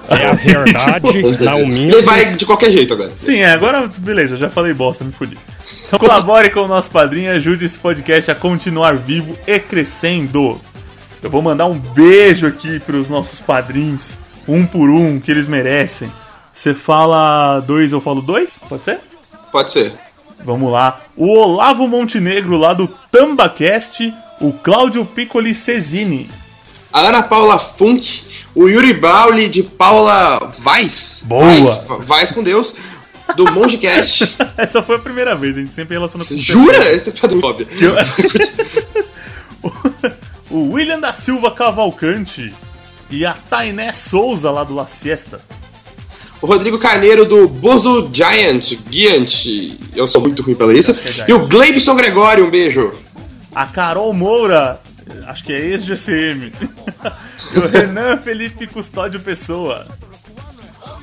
[SPEAKER 2] É a
[SPEAKER 3] Ele vai de qualquer jeito agora.
[SPEAKER 2] Sim, é, agora beleza, já falei bosta, me fudi. Então colabore com o nosso padrinho, ajude esse podcast a continuar vivo e crescendo. Eu vou mandar um beijo aqui para os nossos padrinhos, um por um, que eles merecem. Você fala dois, eu falo dois? Pode ser?
[SPEAKER 3] Pode ser.
[SPEAKER 2] Vamos lá. O Olavo Montenegro, lá do Tambacast, o Cláudio Piccoli Cesini.
[SPEAKER 3] A Ana Paula Funk, o Yuri Bauli de Paula Vaz.
[SPEAKER 2] Boa.
[SPEAKER 3] Vaz, Vaz com Deus. Do Mongecast.
[SPEAKER 2] Essa foi a primeira vez, a gente sempre relaciona com
[SPEAKER 3] Jura? Esse é do Bob.
[SPEAKER 2] o William da Silva Cavalcante e a Tainé Souza lá do La Siesta.
[SPEAKER 3] O Rodrigo Carneiro do Bozo Giant. Giant. Eu sou muito ruim pela isso.
[SPEAKER 2] Acho que é Giant.
[SPEAKER 3] E o Gleibson Gregório, um beijo.
[SPEAKER 2] A Carol Moura, acho que é ex-GCM. e o Renan Felipe Custódio Pessoa.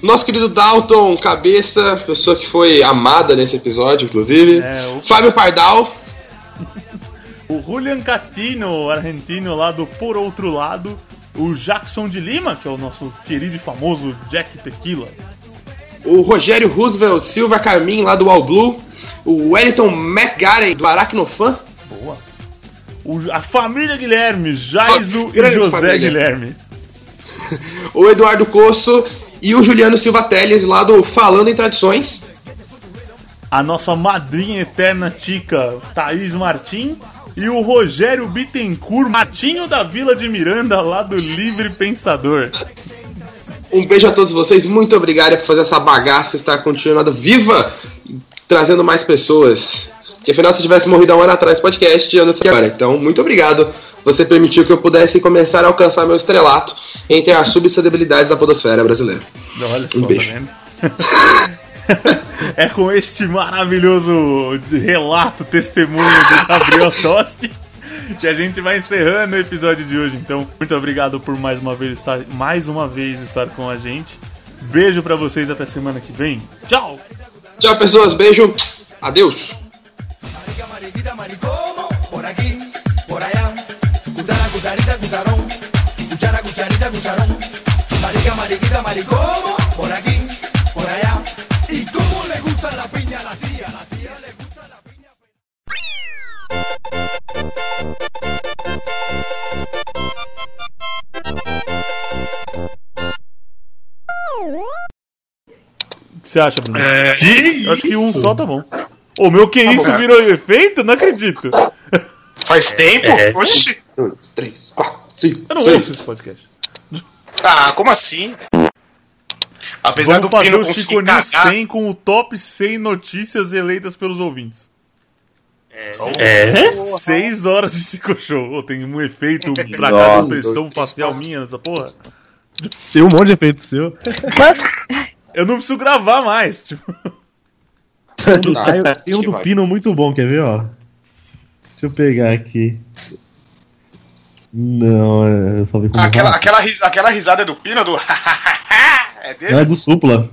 [SPEAKER 3] Nosso querido Dalton Cabeça, pessoa que foi amada nesse episódio, inclusive.
[SPEAKER 2] É,
[SPEAKER 3] Fábio Pardal.
[SPEAKER 2] O Julian Catino, argentino lá do Por Outro Lado. O Jackson de Lima, que é o nosso querido e famoso Jack Tequila.
[SPEAKER 3] O Rogério Roosevelt Silva Carmin, lá do All Blue. O Wellington McGarren, do Aracnofan.
[SPEAKER 2] Boa. O- a família Guilherme, Jaiso e
[SPEAKER 3] grande
[SPEAKER 2] José
[SPEAKER 3] família.
[SPEAKER 2] Guilherme.
[SPEAKER 3] o Eduardo Coço e o Juliano Silva Teles lá do Falando em Tradições.
[SPEAKER 2] a nossa madrinha eterna tica, Thaís Martim, e o Rogério Bittencourt, Matinho da Vila de Miranda, lá do Livre Pensador.
[SPEAKER 3] Um beijo a todos vocês, muito obrigado por fazer essa bagaça estar continuada viva, trazendo mais pessoas. Porque afinal, se tivesse morrido há um ano atrás do podcast, eu não sei agora. Então, muito obrigado. Você permitiu que eu pudesse começar a alcançar meu estrelato entre as subsidiabilidades da podosfera brasileira.
[SPEAKER 2] Olha
[SPEAKER 3] Um
[SPEAKER 2] só,
[SPEAKER 3] beijo.
[SPEAKER 2] tá vendo? é com este maravilhoso relato, testemunho do Gabriel Toski que a gente vai encerrando o episódio de hoje. Então, muito obrigado por mais uma vez estar, mais uma vez estar com a gente. Beijo pra vocês até semana que vem. Tchau!
[SPEAKER 3] Tchau, pessoas. Beijo. Adeus.
[SPEAKER 22] Por aquí, por allá, cuchara, cucharita, cucharón, cuchara, cucharita, cucharón, marica, mariquita, maricomo, por aquí, por allá. ¿Y cómo le gusta la piña a la tía? La tía le gusta la piña.
[SPEAKER 2] você acha, Bruno? É, Eu acho que um só tá bom. Ô, meu, que
[SPEAKER 9] Tá
[SPEAKER 2] isso
[SPEAKER 9] bom.
[SPEAKER 2] virou efeito? Não acredito.
[SPEAKER 9] Faz tempo?
[SPEAKER 2] É.
[SPEAKER 9] Oxi.
[SPEAKER 3] Um, dois, três, quatro, cinco.
[SPEAKER 2] Eu não ouço esse podcast.
[SPEAKER 9] Ah, como assim? Apesar
[SPEAKER 2] Vamos
[SPEAKER 9] do
[SPEAKER 2] fazer
[SPEAKER 9] Pino
[SPEAKER 2] o
[SPEAKER 9] conseguir
[SPEAKER 2] Chico News
[SPEAKER 9] cagar-
[SPEAKER 2] 100 com o top 100 notícias eleitas pelos ouvintes.
[SPEAKER 9] É?
[SPEAKER 2] Seis horas de Chico Show. Ô, tem um efeito pra cada
[SPEAKER 1] Nossa.
[SPEAKER 2] expressão facial minha nessa porra.
[SPEAKER 1] Tem um monte de efeito seu.
[SPEAKER 2] Eu não preciso gravar mais. Tipo,
[SPEAKER 1] Ah, eu- tem um do Pino muito bom, quer ver, ó? Deixa eu pegar aqui. Não, é, eu só vi como.
[SPEAKER 5] Aquela, aquela, ris- aquela risada do Pina do. é dele?
[SPEAKER 1] Não, é do Supla.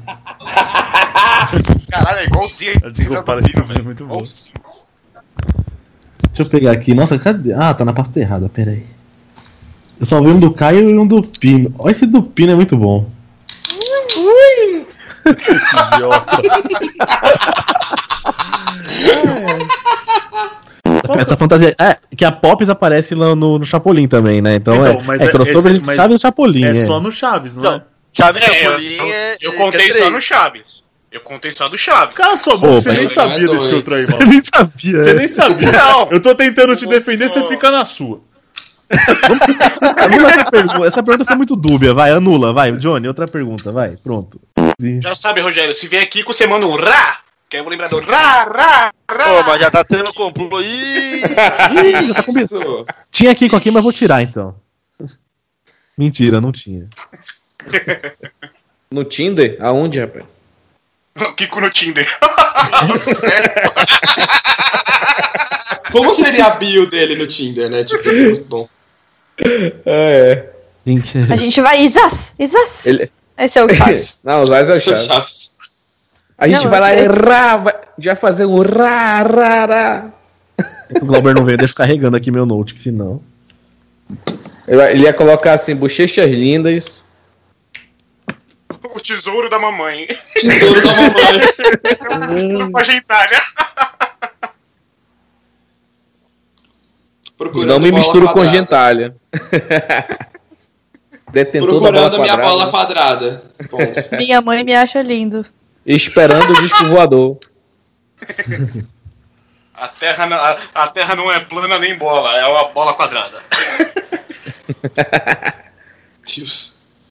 [SPEAKER 5] Caralho, é igualzinho.
[SPEAKER 2] Desculpa, parece que é muito bom.
[SPEAKER 1] Deixa eu pegar aqui. Nossa, cadê? Ah, tá na pasta errada, pera aí. Eu só vi um do Caio e um do Pino. Olha esse do Pino, é muito bom.
[SPEAKER 23] Ui!
[SPEAKER 1] Essa fantasia. É, que a Pops aparece lá no, no Chapolin também, né? Então, é, é, crossover entre Chaves e Chapolin.
[SPEAKER 2] É,
[SPEAKER 1] é.
[SPEAKER 2] só no Chaves, não é?
[SPEAKER 24] Chaves
[SPEAKER 5] é, eu, eu, eu contei só no Chaves. Eu contei só do Chaves.
[SPEAKER 2] Cara, só bom que você
[SPEAKER 1] é
[SPEAKER 2] nem sabia desse outro aí, mano.
[SPEAKER 1] sabia.
[SPEAKER 2] Você nem sabia.
[SPEAKER 5] Não.
[SPEAKER 2] Eu tô tentando te defender, você fica na sua.
[SPEAKER 1] Anula essa, pergunta. essa pergunta foi muito dúbia, vai, anula, vai. Johnny, outra pergunta, vai, pronto.
[SPEAKER 5] Já sabe, Rogério, se vier aqui, você manda um rá. Que
[SPEAKER 8] é
[SPEAKER 5] aí eu vou lembrar do rá, rá, rá.
[SPEAKER 24] Pô, mas já tá tendo complô. Ih!
[SPEAKER 1] Ih, já tá começando. Tinha aqui com aqui, mas vou tirar então. Mentira, não tinha.
[SPEAKER 6] No Tinder? Aonde, rapaz?
[SPEAKER 5] Kiko no Tinder.
[SPEAKER 3] Como seria a bio dele no Tinder, né? Tipo, isso é muito bom.
[SPEAKER 6] É.
[SPEAKER 8] A gente vai, Isas, Isas.
[SPEAKER 6] Ele...
[SPEAKER 8] Esse é o Chaves.
[SPEAKER 6] Não, os Lais é o Chaves. A gente
[SPEAKER 8] Não,
[SPEAKER 6] vai lá
[SPEAKER 8] eu
[SPEAKER 6] e
[SPEAKER 8] sei.
[SPEAKER 6] rá, vai- a gente vai fazer um rá, rá, rá.
[SPEAKER 1] O Glauber não veio, deixa eu carregando aqui meu note, que senão.
[SPEAKER 6] Ele vai- Ele ia colocar assim, bochechas lindas.
[SPEAKER 5] O tesouro da mamãe.
[SPEAKER 3] Tesouro da
[SPEAKER 2] Hum.
[SPEAKER 5] mamãe. pra ajeitar, né?
[SPEAKER 3] Procurando
[SPEAKER 6] não me
[SPEAKER 3] bola
[SPEAKER 6] misturo com
[SPEAKER 3] quadrada.
[SPEAKER 6] gentalha. Detentor da bola
[SPEAKER 3] Procurando a
[SPEAKER 6] quadrada.
[SPEAKER 3] minha bola quadrada. né? Ponto.
[SPEAKER 8] Minha mãe me acha lindo.
[SPEAKER 6] Esperando o disco voador.
[SPEAKER 5] A terra, não- a, a terra não é plana nem bola, é uma bola quadrada.
[SPEAKER 3] Deus.